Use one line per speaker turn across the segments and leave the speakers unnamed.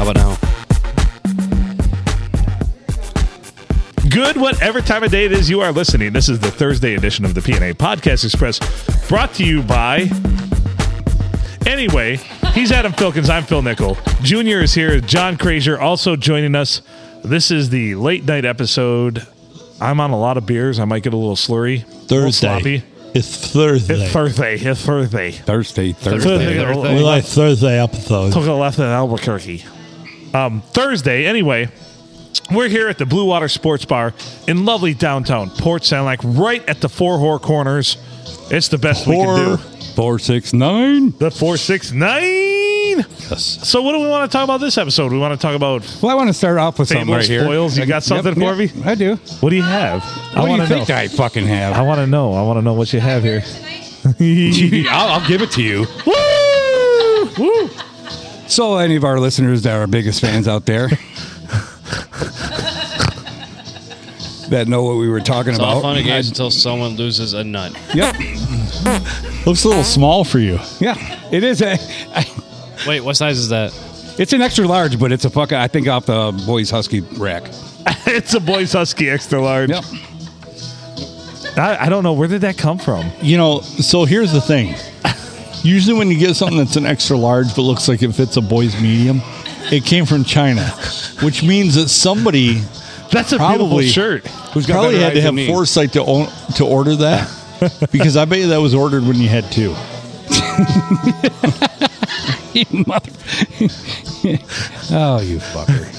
hour now.
Good whatever time of day it is you are listening. This is the Thursday edition of the PNA Podcast Express, brought to you by. Anyway, he's Adam Filkins. I'm Phil Nickel. Junior is here. John Crazier also joining us. This is the late night episode. I'm on a lot of beers. I might get a little slurry. A little
Thursday.
sloppy.
It's Thursday.
It's Thursday. It's Thursday.
Thursday,
Thursday.
Thursday.
we like Thursday episodes.
Took a left in Albuquerque. Um, Thursday, anyway, we're here at the Blue Water Sports Bar in lovely downtown Port Sound, like right at the Four Whore Corners. It's the best we can
Four.
do.
Four six nine.
The 469.
Yes.
So, what do we want to talk about this episode? We want to talk about
Well, I want to start off with something
Fable
right here.
spoils. You got something
Yep,
for
yep,
me?
I do.
what do you have? I
what do
want
you
to know.
think I fucking
I
have?
want to know. I want to know what you have here.
I'll, I'll give it to you.
Woo! Woo!
So, any of our listeners that are our biggest fans out there that know what we were talking
It's
about,
all fun and games until someone loses a nut.
Yep.
Looks a little small for you.
Yeah. It is a.
Wait, what size is that?
It's an extra large, but it's a fucking. I think off the boys husky rack.
it's a boys husky extra large.
Yep.
I, I don't know where did that come from.
You know, so here's the thing. Usually, when you get something that's an extra large but looks like it fits a boy's medium, it came from China, which means that somebody
That's a beautiful
Probably.
shirt.
Who's got
probably
better
had to
eyes
have
than me?
foresight to own, to order that, because I bet you that was ordered when you had two.
Mother- oh, you fucker!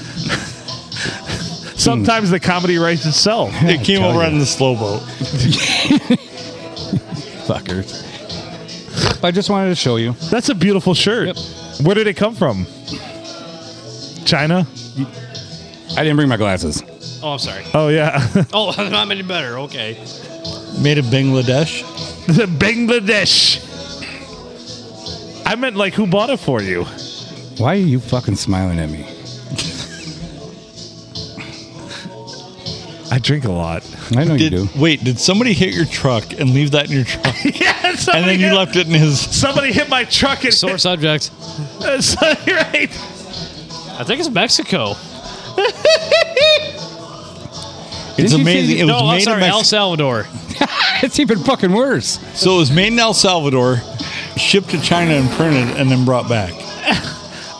Sometimes the comedy writes itself.
It came
tell
over
you.
on the slow boat.
Fuckers. I just wanted to show you.
That's a beautiful shirt. Where did it come from? China?
I didn't bring my glasses.
Oh, I'm sorry.
Oh yeah,
Oh, not many better. Okay.
Made in Bangladesh.
the Bangladesh. I meant like who bought it for you?
Why are you fucking smiling at me?
I drink a lot.
I know you
Did,
do.
wait, did somebody hit your truck and leave that in your truck?
yeah,
and
somebody
then you
hit,
left it in his.
Somebody hit my truck and
Sore subject.
right.
I think it's Mexico.
It's
Didn't you
amazing.
see-
It was
No, I'm
made in
sorry. El
Mexico.
Salvador.
It's even fucking worse.
So it was made in El Salvador, shipped to China and printed, and then brought back.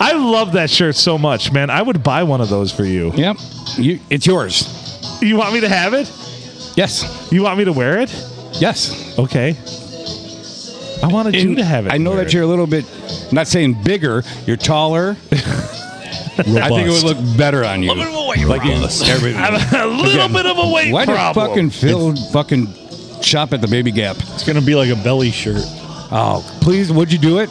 I love that shirt so much, man. I would buy one of those for you.
Yep. You, it's yours.
You want me to have it?
Yes.
You want me to wear it?
Yes.
Okay. I wanted you to have it.
I know
Wear
that you're a little bit. I'm not saying bigger. You're taller. I think it would look better on you.
like
Everybody-
a little bit of a weight
Why does
problem.
fucking Phil fucking shop at the Baby Gap?
It's gonna be like a belly shirt.
Oh, please, would you do it?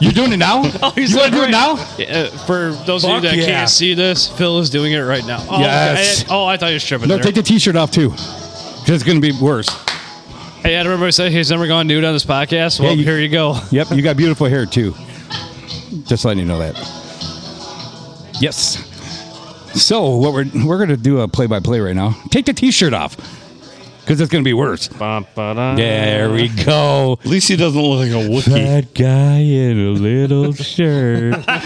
You're doing it now? you want to do it now?
Uh, for those of
Fuck
you that
yeah.
can't see this, Phil is doing it right now. Oh,
Yes.
I, oh, I thought you were stripping
No,
there.
take the T-shirt off too. 'Cause It's gonna be worse.
hey, I remember I said he's never gone nude on this podcast. Well,
Yeah, you-
here you go.
Yep, you got beautiful hair too. Just letting you know that. Yes. So what we're we're gonna do a play-by-play right now. Take the T-shirt off, because it's gonna be worse. There we go.
At least he doesn't look like a Wookiee.
guy in a little shirt.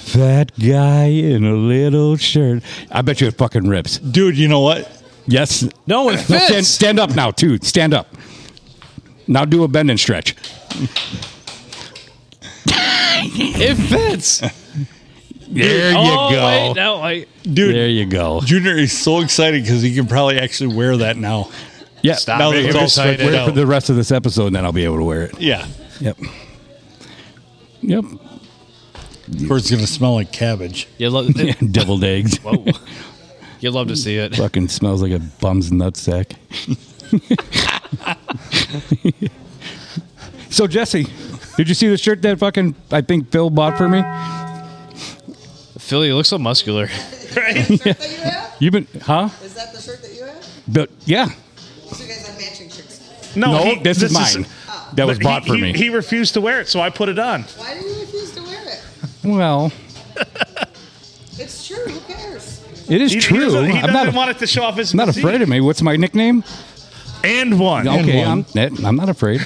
Fat guy in a little shirt. I bet you it fucking rips.
Dude, you know what?
Yes.
No, it
No, stand,
fits.
stand up now, too. Stand up. Now do a bend and stretch.
It fits.
There
oh,
you go.
Wait, no, wait.
Dude,
There you go.
Junior is so excited because he can probably actually wear that now.
Yeah.
Stop
now
it.
that it's
I'm
all
excited.
stretched out. for the rest of this episode, and then I'll be able to wear it.
Yeah.
Yep. Yep.
Of course, it's gonna smell like cabbage.
You love.
Deviled eggs.
Whoa. You love to see it.
Fucking smells like a bum's nutsack. so Jesse, did you see the shirt that fucking I think Phil bought for me?
Phil, you look so muscular.
that you have?
You been huh?
Is that the shirt that you have?
But yeah.
So you guys have matching shirts.
no,
No,
he-
this, is mine. that was
He-
bought for
he-
me.
He refused to wear it, so I put it on.
Why do you refuse to wear it?
well,
It's true. Who cares?
it is
He, he
true.
doesn't, he
I'm
doesn't
not,
want it to show off his.
I'm not
physique.
afraid of me. What's my nickname?
And one.
okay,
one.
I'm I'm not afraid.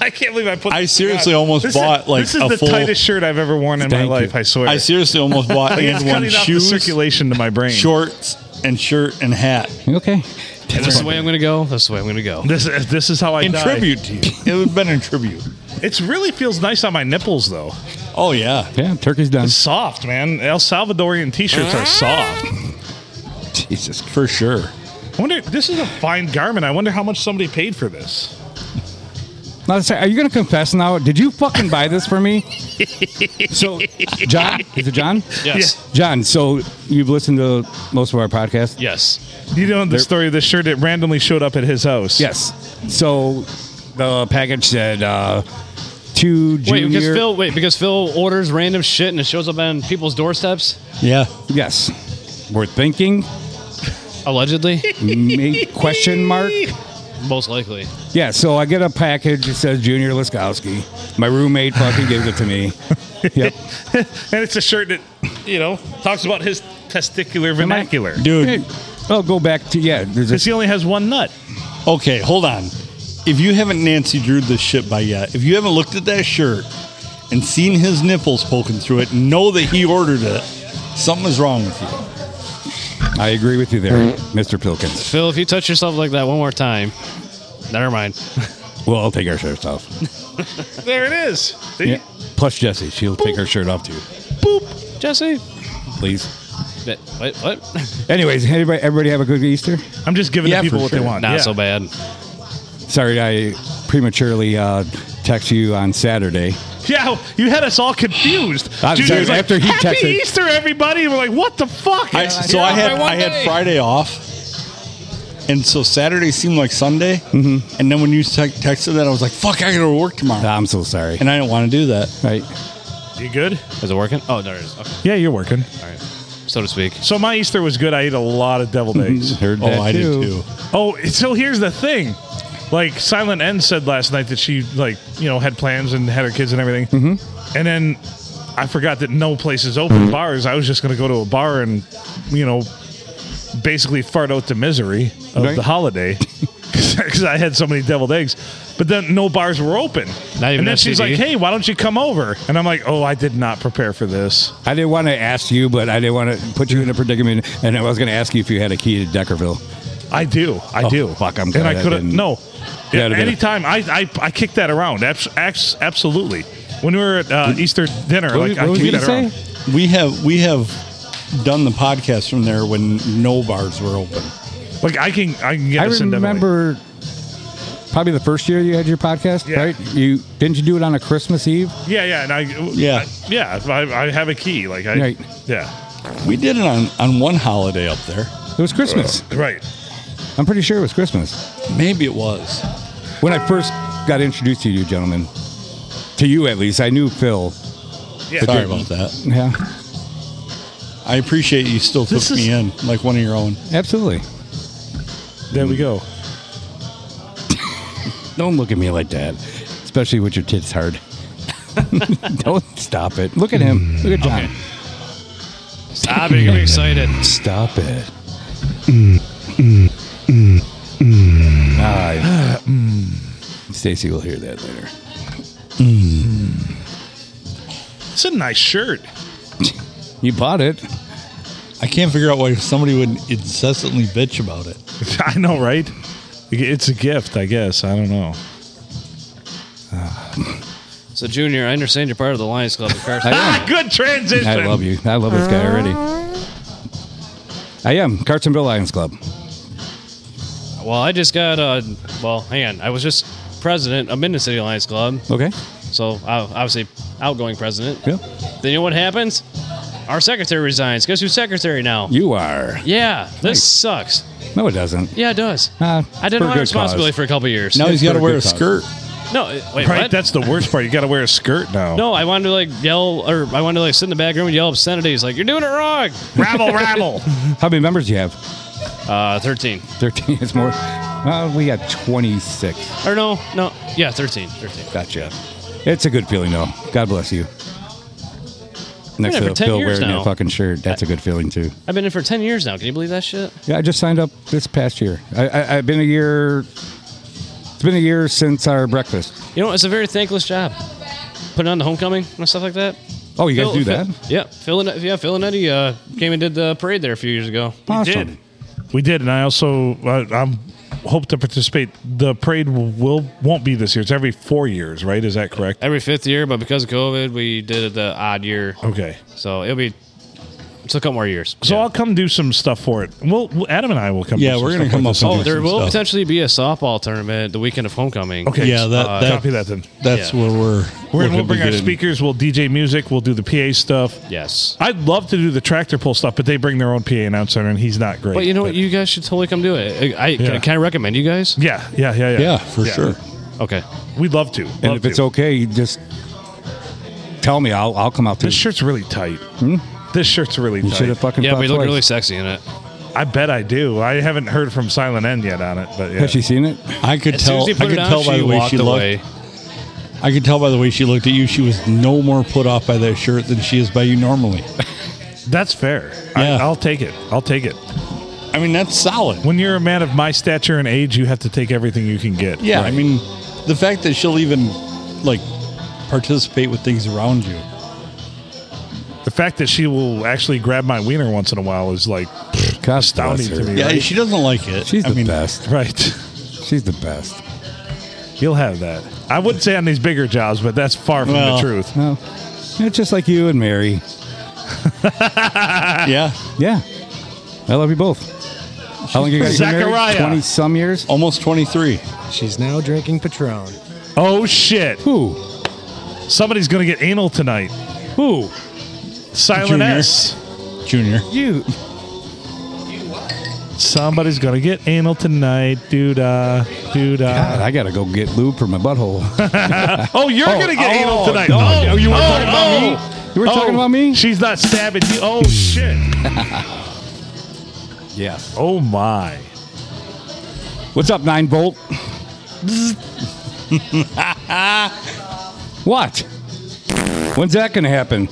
I can't believe I put.
I
this
seriously
on.
almost
This
bought,
is,
like,
this is
a
the
full-
tightest shirt I've ever worn in
Thank
my life.
you.
I swear.
I seriously almost bought
Like, it's
and one
cutting off the
shoes,
circulation to my brain.
shorts, and shirt and hat
Okay.
And this is the way I'm going to go. That's the way I'm going to go.
This is this is how I
in
die.
tribute to you. It would have been in tribute.
It really feels nice on my nipples though.
Oh yeah,
Yeah, turkey's done.
Soft, man. El Salvadorian t-shirts are soft.
Jesus.
for sure.
I wonder. This is a fine garment. I wonder how much somebody paid for this.
Now, say, are you going to confess now? Did you fucking buy this for me? so, John, is it John?
Yes.
John, so you've listened to most of our podcasts?
Yes.
You know the story of this shirt. It randomly showed up at his house.
Yes. So the package said uh, two
Wait,
junior.
because Phil. Wait, because Phil orders random shit and it shows up on people's doorsteps.
Yeah,
Yes. We're thinking.
Allegedly,
May, question mark.
most likely.
Yeah, so I get a package that says Junior Laskowski. My roommate fucking gives it to me. Yep.
and it's a shirt that you know talks about his testicular vernacular
dude.
Hey, I'll go back to yeah. There's
because
this,
he only has one nut.
Okay, hold on. If you haven't Nancy Drew this shit by yet, if you haven't looked at that shirt and seen his nipples poking through it, know that he ordered it. Something is wrong with you.
I agree with you there, Mr. Pilkins.
Phil, if you touch yourself like that one more time, never mind.
Well, I'll take our shirts off.
There it is. See?
Yeah. Plus Jesse, she'll take her shirt off too,
Boop.
Jesse.
please.
That- Wait, what?
Anyways, everybody, everybody have a good Easter.
I'm just giving
Yeah,
the people
for
what they
sure.
want.
Not
Yeah.
so bad.
Sorry, I prematurely uh, text you on Saturday.
Yeah, you had us all confused.
I'm
Junior
sorry,
was like,
after he
Happy
texted-
Easter, everybody. And we're like, what the fuck?
I, so I had I had Friday off, and so Saturday seemed like Sunday. Mm-hmm. And then when you te- texted that, I was like, "Fuck, I gotta work tomorrow,"
I'm so sorry.
and I didn't want to do that.
Right.
You good?
Is it working? Oh, there it is. Okay.
Yeah, you're working.
All right. So to speak.
So my Easter was good. I ate a lot of deviled eggs.
Heard
Oh,
that
I did too.
Oh, so here's the thing. Like Silent N said last night that she like you know had plans and had her kids and everything, mm-hmm. and then I forgot that no place is open bars. I was just gonna go to a bar and you know basically fart out the misery of
Right.
the holiday because I had so many deviled eggs. But then no bars were open.
Not even
and then she's
STD?
like, "Hey, why don't you come over?" And I'm like, "Oh, I did not prepare for this."
I didn't want to ask you, but I didn't want to put you in a predicament, and I was going to ask you if you had a key to Deckerville.
I do. I
Oh,
do.
fuck, I'm
And
glad
I
I
could have.
didn't.
No.
Yeah, it'd have been a-
Anytime. I, I, I kicked that around. Abs- abs- absolutely. When we were at uh, Easter dinner,
What,
like,
what
I
was
kicked
you
that
to say?
around.
We have we have done the podcast from there when no bars were open.
Like, I can, I can get
I
us in definitely.
remember probably the first year you had your podcast,
Yeah.
right? You didn't you do it on a Christmas Eve?
Yeah, yeah. And I,
Yeah.
I- yeah. I, I have a key. Like, I,
Right.
yeah.
We did it on on one holiday up there.
It was Christmas.
Right.
I'm pretty sure it was Christmas
Maybe it was.
when I first got introduced to you, gentlemen. To you, at least, I knew Phil.
Yeah.
Sorry about that.
Yeah,
I appreciate you still took
This is-
me in like one of your own.
absolutely.
There we go.
Don't look at me like that, especially with your tits hard. Don't stop it. Look at him. Look at John.
Stop it. You're gonna be excited.
Stop it. Ah, Stacy will hear that later.
It's a nice shirt.
You bought it.
I can't figure out why somebody would incessantly bitch about it.
I know, right? It's a gift, I guess. I don't know.
So, Junior, I understand you're part of the Lions Club of Carson.
Ah, good transition.
I love you. I love this guy already. I am Cartsonville Lions Club.
Well, I just got uh well, hang on. I was just president of Minden City Lions Club,
Okay.
so I obviously outgoing president.
Yeah.
Then you know what happens? Our secretary resigns. Guess who's secretary now?
You are.
yeah, this
Nice.
sucks.
No, it doesn't.
Yeah, it does.
Uh,
I didn't
for
want
good
responsibility
cause.
for a couple years.
Now he's
It's
got to
for a
wear a
good
skirt.
no, uh, wait,
Right?
what?
That's the worst part. You got to wear a skirt now.
no, I wanted to like yell, or I wanted to like sit in the back room and yell obscenities, like you're doing it wrong.
Rabble, rabble.
How many members do you have?
Uh, thirteen
13 is more. Well, we got 26.
or no, no, yeah, 13, 13.
Gotcha. It's a good feeling, though. God bless you. Next
there
to
for 10
Phil
years
wearing
now.
a fucking shirt. That's a good feeling, too.
I've been in for ten years now. Can you believe that shit?
Yeah, I just signed up this past year. I, I, I've been a year, been a year since our breakfast.
You know, it's a very thankless job. Putting on the homecoming and stuff like that.
Oh, you guys do that?
yeah, Phil and yeah, Phil and Eddie uh, came and did the parade there a few years ago.
Awesome.
We did, and I also I, I'm hope to participate. The parade will won't be this year. It's every four years, right? Is that correct?
Every fifth year, but because of COVID, we did it the odd year.
Oh.
Okay.
So it'll be it's a couple more years.
So
Yeah.
I'll come do some stuff for it. Well, Adam and I will come.
Yeah,
do some
we're gonna
stuff
come
for it
up
this
and
summer.
oh, there
some
will
stuff.
potentially be a softball tournament the weekend of homecoming.
Okay.
Yeah, that-
Uh,
that-
copy that then.
That's
Yeah.
where we're.
We're,
looking
we'll
to
bring our
get in.
speakers. We'll DJ music. We'll do the PA stuff.
Yes.
I'd love to do the tractor pull stuff, but they bring their own PA announcer, and he's not great.
But you know what? You guys should totally come do it. I, I-
Yeah.
can, can I recommend you guys?
yeah, yeah, yeah, yeah,
Yeah, for sure.
Okay.
We'd love to.
And
Love
if it's
to.
okay, you just tell me. I'll I'll come out too.
this shirt's really tight.
Hmm?
This shirt's really
you should have
tight.
fucking
Yeah,
thought
we look
twice.
really sexy in it.
I bet I do. I haven't heard from Silent End yet on it, but yeah.
Has she seen it?
I could
As soon
tell.
as
I
he put
could
it on,
tell by
she
the way
walked
she
away.
looked. I could tell by the way she looked at you. She was no more put off by that shirt than she is by you normally.
That's fair. I,
Yeah.
I'll take it. I'll take it.
I mean, that's solid.
When you're a man of my stature and age, you have to take everything you can get.
Yeah, I mean, the fact that she'll even like participate with things around you.
The fact that she will actually grab my wiener once in a while is like,
God
Astounding
bless her.
to me.
Yeah,
Right.
she doesn't like it.
She's
I
the
mean,
best.
right.
She's the best.
You'll have that. I wouldn't say on these bigger jobs, but that's far from
Well.
the truth.
No, it's just like you and Mary.
Yeah,
Yeah, I love you both. How long you guys been married?
Zachariah.
Twenty some years.
almost twenty three.
She's now drinking Patron.
Oh shit!
Who?
Somebody's gonna get anal tonight.
Who?
Silent
Junior.
S.
Junior.
You?
Somebody's gonna get anal tonight, dude. Uh, dude.
God, I gotta go get lube for my butthole.
Oh, you're
Oh,
gonna get
oh,
anal tonight.
no.
Oh,
You were
oh,
talking about
oh.
me? You were
Oh,
talking about me? Hmm.
She's not stabbing you. Oh shit!
yes.
Oh my.
What's up, nine volt? what? When's that gonna happen?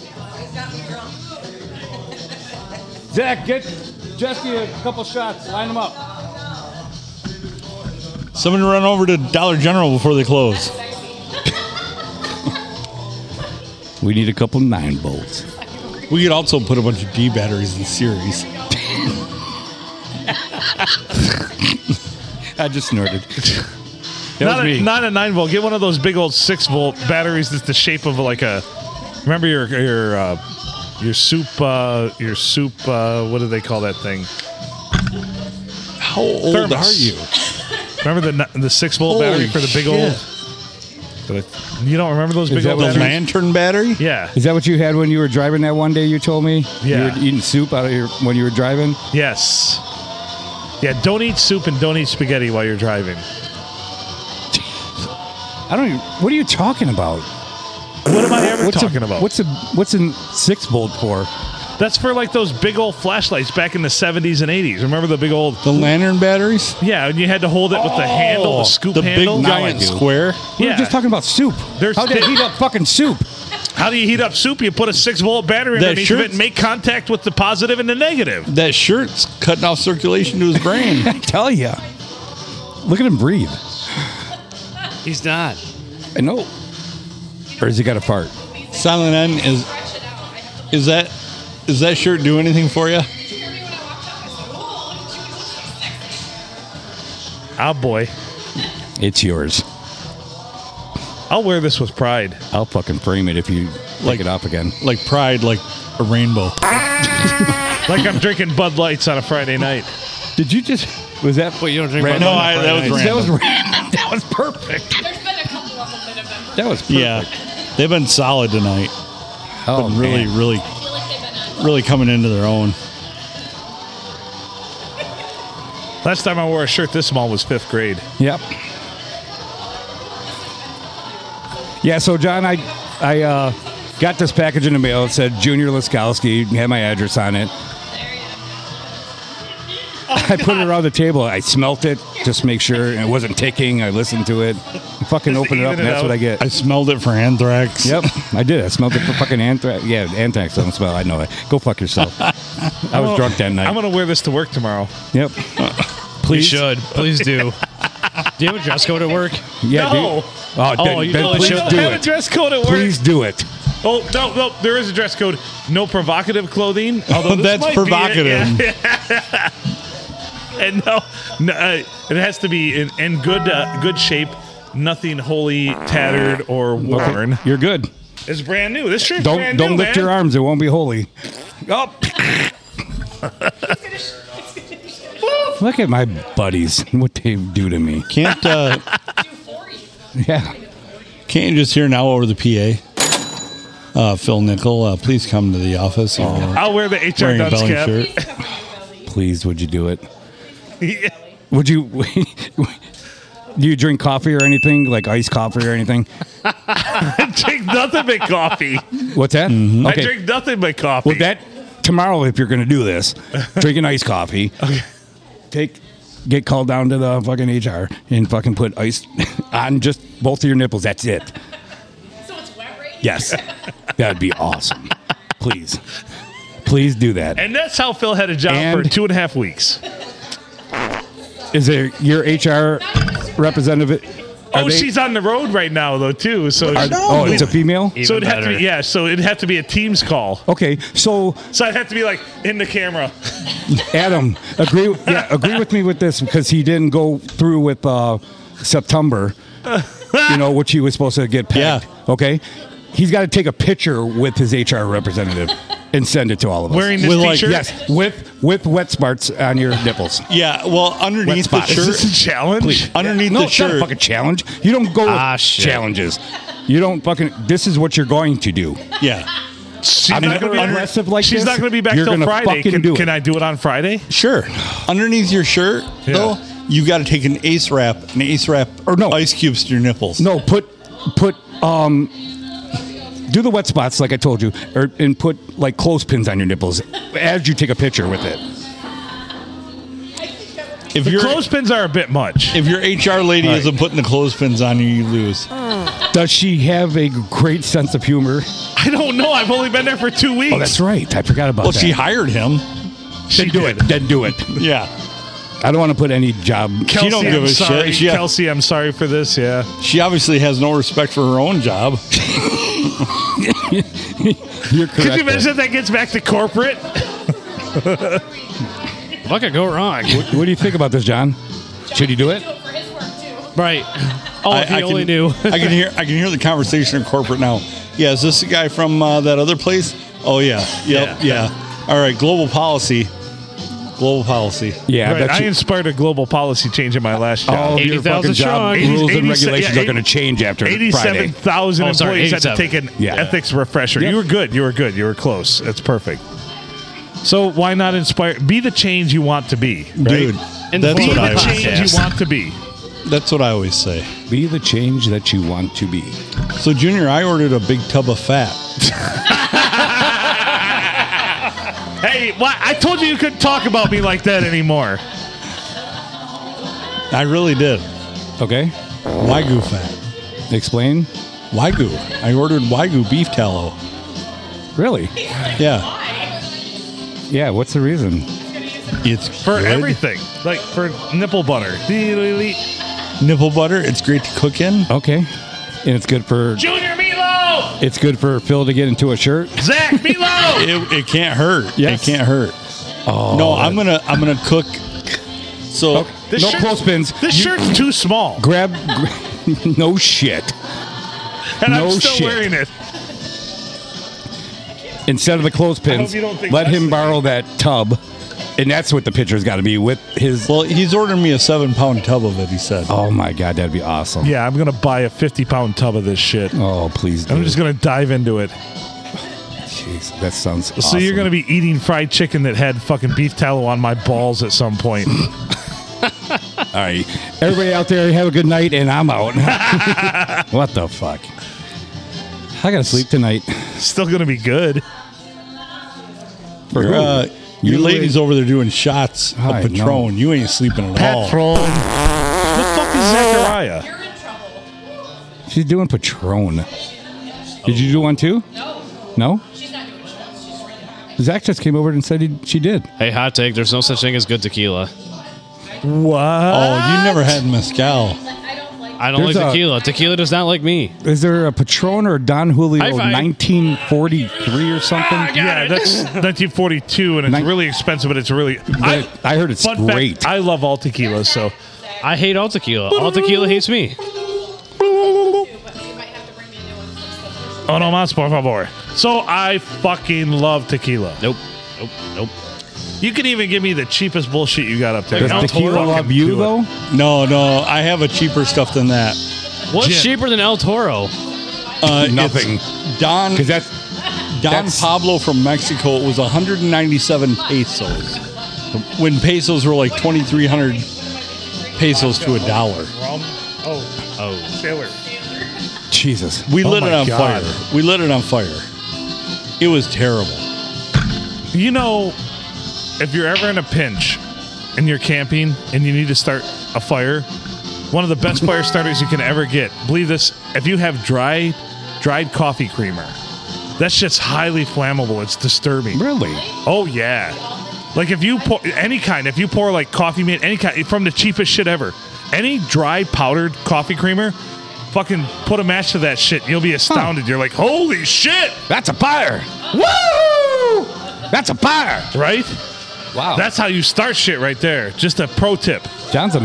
Zach, get Jesse a couple shots. Line them up.
Someone run over to Dollar General before they close.
We need a couple nine bolts.
We could also put a bunch of D batteries in series.
I just snorted.
Not a, not a nine volt. Get one of those big old six volt batteries that's the shape of like a. Remember your your uh, your soup uh, your soup. Uh, what do they call that thing?
How old
Thermos.
are you?
Remember the ni- the six volt
Holy
battery for the big old. But I- you don't remember those big
that
old
what
The
Batteries?
batteries?
lantern battery?
Yeah.
Is that what you had when you were driving that one day? You told me.
Yeah.
You were eating soup out of your when you were driving.
Yes. Yeah. Don't eat soup and don't eat spaghetti while you're driving.
I don't. Even, what are you talking about?
What am I ever
What's
talking
a,
about?
What's a what's a six volt for?
That's for like those big old flashlights back in the 70s and 80s. Remember the big old.
The lantern batteries?
Yeah, and you had to hold it with the
Oh,
handle, the scoop
the
handle.
big
Now I
giant
do.
square?
We
Yeah.
were just talking about soup.
There's
How did
thi-
heat up fucking soup?
How do you heat up soup? You put a six volt battery
That
underneath of
sure-
it and make contact with the positive and the negative.
That shirt's cutting off circulation to his brain.
I tell you. Look at him breathe.
He's not.
I know. Or has he got a fart?
Silent N is is that is that shirt do anything for you?
Oh boy.
It's yours.
I'll wear this with pride.
I'll fucking frame it if you
Like-
take it off again.
Like pride, like a rainbow.
Like I'm drinking Bud Lights on a Friday night.
Did you just? Was that?
Wait, you don't drink
Ran-
Bud
No,
Light on
I-
Friday
that was
nights?
That was
Random.
random. That was perfect.
There's been a couple of them that have been.
That was perfect.
Yeah. They've been solid tonight.
Oh,
Been really,
man.
really
I feel like they've been on.
really coming into their own.
Last time I wore a shirt this small was fifth grade.
Yep. Yeah, so John, I I uh, got this package in the mail. It said Junior Laskowski, had my address on it. I put it around the table. I smelt it just to make sure it wasn't ticking. I listened to it. I fucking opened it up,
even
and
it
that's what
out.
I get.
I smelled it for anthrax.
Yep, I did. I smelled it for fucking anthrax. Yeah, anthrax don't smell. I know it. Go fuck yourself. I was drunk that night.
I'm gonna wear this to work tomorrow.
yep.
You should. Please do. Do you have a dress code at work?
Yeah,
No.
dude. Oh,
Oh,
then,
you
then
totally
please
we don't
do
have a
it.
dress code at work.
Please do it.
Oh no, no, there is a dress code. No provocative clothing. Although this
That's
might be it,
provocative.
yeah. and no, no uh, it has to be in, in good uh, good shape. Nothing wholly tattered or worn.
You're good.
It's brand new. This shirt's
Don't
brand
don't
new,
lift
man.
your arms. It won't be holy. Oh. Look at my buddies. What they do to me.
Can't uh,
Yeah.
can't you just hear now over the PA? Uh, Phil Nickel, uh, please come to the office.
Oh.
I'll wear the HR
Wearing a
dunce
belly
cap.
shirt.
Please, would you do it?
Yeah.
Would you? Do you drink coffee or anything like iced coffee or anything?
drink nothing but coffee.
What's that?
I drink nothing but coffee.
Well, that tomorrow, if you're going to do this, drink an iced coffee. Take, get called down to the fucking HR and fucking put ice on just both of your nipples. That's it.
So it's wet right here?
Yes, that'd be awesome. Please, please do that.
and that's how Phil had a job for
And-
two and a half weeks.
Is there your HR representative? are
oh,
they-
she's on the road right now though too. So
are- oh, it's a female.
so
Even
it'd have to
better.
be yeah. So it'd have to be a Teams call.
Okay, so
So I'd have to be like in the camera.
Adam, agree. Yeah, agree with me with this because he didn't go through with uh, September. You know, which he was supposed to get pegged.
Yeah.
Okay. He's got to take a picture with his HR representative and send it to all of us.
Wearing this
With, like,
t-shirt.
yes, with with wet smarts on your nipples.
Yeah, well, underneath the
Wet spot.
Is this a
shirt,
challenge?
underneath
No,
the
it's not a
shirt,
fucking challenge. You don't go with
Ah, shit.
challenges. You don't fucking. This is what you're going to do.
yeah,
She's
I'm not
gonna
gonna be aggressive like
She's
this.
not going to be back
You're
till
gonna
Friday.
fucking
Can,
do it.
can I do it on Friday?
sure. Underneath your shirt, though, you got to take an ace wrap, an ace wrap,
Or no.
ice cubes to your nipples.
No, put put um do the wet spots like I told you, or and put like clothespins on your nipples as you take a picture with it.
if
The
your
clothespins are a bit much.
if your HR lady isn't putting the clothespins on you, you lose.
Does she have a great sense of humor?
I don't know. I've only been there for two weeks.
Oh, that's right. I forgot about
Well,
that.
she hired him.
she
do it.
did.
Then do it.
Yeah,
I don't want to put any job.
Kelsey,
don't
I'm
give a shit.
sorry.
She-
Kelsey, I'm sorry for this. Yeah.
she obviously has no respect for her own job.
You're correct.
Could you imagine if that gets back to corporate?
What could go wrong?
what, what do you think about this, John? Should he do it?
for his work too.
right. Oh, if he only
can,
knew.
I can hear. I can hear the conversation in corporate now. Yeah, is this the guy from uh, that other place? Oh yeah, yep, yeah. All right, global policy. Global policy.
Yeah,
right.
that's
I inspired a global policy change in my last
all
job.
of your
80,000
Oh, fucking job
strong.
rules
80
and regulations
yeah,
are going to change after Friday.
87,000
Oh, sorry,
employees had to
87.
take an
Yeah.
ethics refresher.
Yeah.
You were good. You were good. You were close. That's perfect. So why not inspire? Be the change you want to be, right?
Dude,
And
that's
be
what,
the
I always,
change you want to be.
that's what I always say.
Be the change that you want to be.
So, Junior, I ordered a big tub of fat.
Hey, why, I told you you couldn't talk about me like that anymore.
I really did.
Okay,
Wagyu fat.
explain.
Wagyu. I ordered Wagyu beef tallow.
Really?
Yeah.
Yeah. What's the reason?
It's
For
good.
everything. Like for nipple butter.
Nipple butter. It's great to cook in.
Okay. And it's good for
Junior Meatloaf!
it's good for Phil to get into a shirt.
Zach Meatloaf!
It, it can't hurt.
Yes.
It can't hurt. Oh. No, I'm gonna I'm gonna cook. So
no
shirt-
clothespins.
Oh, This
You
shirt's too small.
Grab. gra- no shit.
And
no
I'm still
shit.
wearing it.
Instead of the clothespins,
you don't think
let
that's
him
the-
borrow that tub, and that's what the picture's got to be with his.
well, he's ordering me a seven pound tub of it. He said.
Oh my god, that'd be awesome.
Yeah, I'm gonna buy a 50 pound tub of this shit.
Oh please. Do.
I'm just gonna dive into it.
Jeez, that sounds.
So you're gonna be eating fried chicken that had fucking beef tallow on my balls at some point.
All right, everybody out there, have a good night, and I'm out. what the fuck? I gotta sleep tonight.
Still gonna be good.
For
Your,
who?
uh, your ladies over there doing shots
I
of Patron.
know.
You ain't sleeping at all.
Patron. The fuck is Zachariah?
You're in trouble.
She's doing Patron. Did you do one too?
No,
No?
she's not doing shots. She's reading.
Zach just came over and said he, she did.
hey, hot take. There's no such thing as good tequila.
What?
Oh, you never had mezcal.
Like, I don't like
I don't
There's
like
a-
tequila. tequila does not like me.
Is there a Patron or a Don Julio
High five.
1943 or something?
yeah, that's 1942, and it's
Nin-
really expensive, but it's really.
I, I heard it's
fun fact,
great.
I love all tequilas, so
I hate all tequila. All tequila hates me.
you, but you might have to bring me a new one. since
oh no mas por favor. So I fucking love tequila.
Nope. Nope. Nope.
You can even give me the cheapest bullshit you got up there.
Does
I'll
tequila
fucking
love
do
you
it.
though?
No, no, I have a cheaper stuff than that.
What's
Gin.
cheaper than El Toro?
Uh, it's
Nothing.
Don
Because that's
Don
that's-
Pablo from Mexico was 197 pesos. When pesos were like 2,300 pesos to a dollar.
Oh,
Oh,
sailor.
Jesus.
We
Oh
lit
my
it on
God.
fire. We lit it on fire. It was terrible.
You know, if you're ever in a pinch and you're camping and you need to start a fire, one of the best fire starters you can ever get. Believe this, if you have dry dried coffee creamer, that shit's highly flammable. It's disturbing.
Really?
Oh yeah. Like if you pour any kind, if you pour like coffee mint, any kind from the cheapest shit ever, any dry powdered coffee creamer, fucking put a match to that shit. You'll be astounded. You're like, holy shit,
That's a fire. Woo! That's a fire.
right?
Wow.
That's how you start shit right there. Just a pro tip.
John's a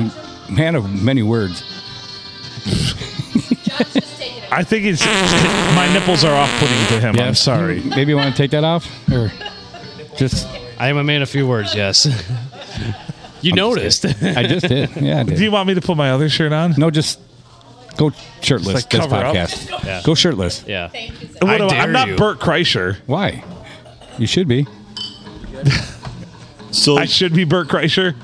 man of many words.
John's just taking it.
I think it's my nipples are off putting to him. I'm sorry.
Maybe you want to take that off? Or just
I am a man of few words. Yes. you noticed.
I just did. Yeah, I did.
Do you want me to put my other shirt on?
no, just go
Just,
shirtless
like,
this
cover up.
podcast.
Yeah.
Go shirtless.
yeah.
Thank you, Zach.
What
I
am
dare
I'm not
you.
Bert Kreischer.
Why? You should be.
So
I should be Bert Kreischer.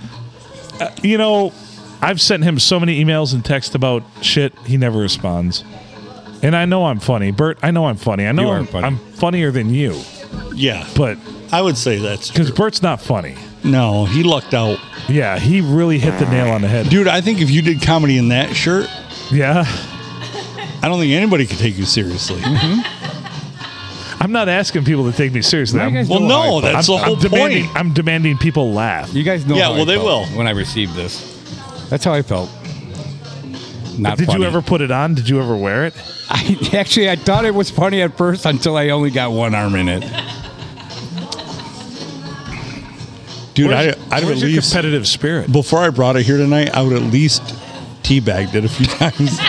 Uh, you know, I've sent him so many emails and texts about shit. He never responds. And I know I'm funny, Bert. I know I'm funny. I know
You are
I'm,
funny.
I'm funnier than you,
yeah,
but
I would say that's
because Bert's not funny.
no. He lucked out,
Yeah, he really hit the nail on the head.
dude. I think if you did comedy in that shirt,
Yeah,
I don't think anybody could take you seriously.
I'm not asking people to take me seriously.
Why you
I'm,
guys
Well,
know how I
no,
felt.
that's
I'm-
the whole
I'm demanding.
point.
I'm demanding people laugh.
You guys know.
Yeah,
how I
well, they
felt
will.
when I received this. That's how I felt. Not
Did
funny.
you ever put it on? Did you ever wear it?
I, actually, I thought it was funny at first until I only got one arm in it.
Dude, I,
Where's-
I'd have at
where's your
least
competitive spirit.
before I brought it here tonight. I would at least teabagged it a few times,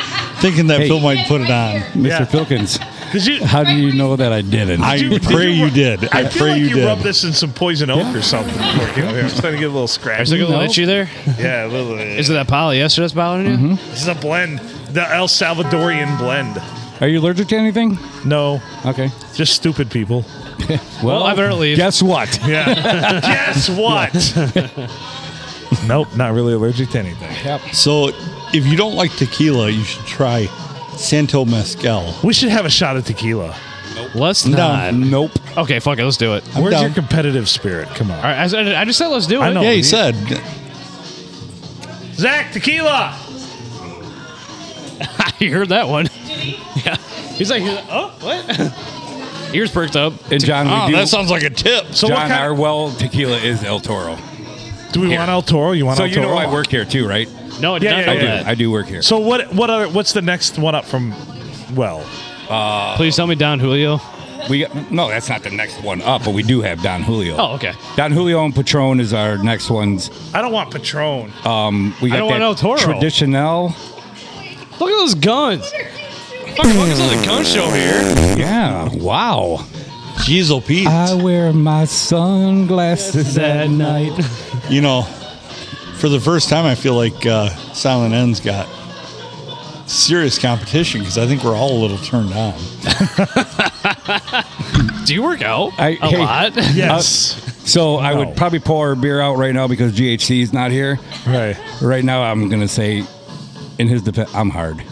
thinking that
Hey.
Phil might put it on.
Right here.
Mr.
Yeah.
Filkins,
Did you?
how do you know that I didn't?
I pray you, did. I,
I, feel
pray
like
you,
you,
did.
rubbed this in some poison oak or something. before you came over here. I'm starting to get a little scratch.
Is there a little itchy there?
Yeah, a little.
Is it that polyester that's bothering you?
This is a blend, the El Salvadorian blend.
Are you allergic to anything?
No,
Okay.
just stupid people.
Well, I better leave.
Guess what?
Yeah. Guess what? nope, not really allergic to anything.
So, if you don't like tequila, you should try Santo Mezcal.
We should have a shot at tequila.
Let's
No.
not.
Nope.
Okay, fuck it. Let's do it. All
Where's
down.
your competitive spirit? Come on,
right. I, said- I just said let's do it.
I know.
yeah, he
dude.
said.
Zach. Tequila.
I heard that one. Yeah. He's like, oh, what? Ears perked up.
And John,
Oh,
we do.
that sounds like a tip.
So what
John,
kind?
our well tequila is El Toro.
do we want El Toro? You want
So
El
you
Toro?
know I work here too, right?
No, I did
Yeah,
not
yeah,
know
I do.
yeah.
that.
I do work here.
So what? What other? What's the next one up from? Well,
Please tell me Don Julio.
We got, no, that's not the next one up, but we do have Don Julio.
Oh, okay.
Don Julio and Patron is our next ones.
I don't want Patron.
We got
don't want
that
El Toro.
Traditional.
Look at those guns. Fuck, focus on the gun show here.
Yeah. Wow.
Jeez, oh, Pete.
I wear my sunglasses at night.
you know, for the first time, I feel like uh, Silent N's got serious competition because I think we're all a little turned on.
Do you work out
I-
a
hey.
lot?
yes.
So I
Wow.
would probably pour our beer out right now because GHC is not here.
right.
Right now, I'm gonna say, in his defense, I'm hard.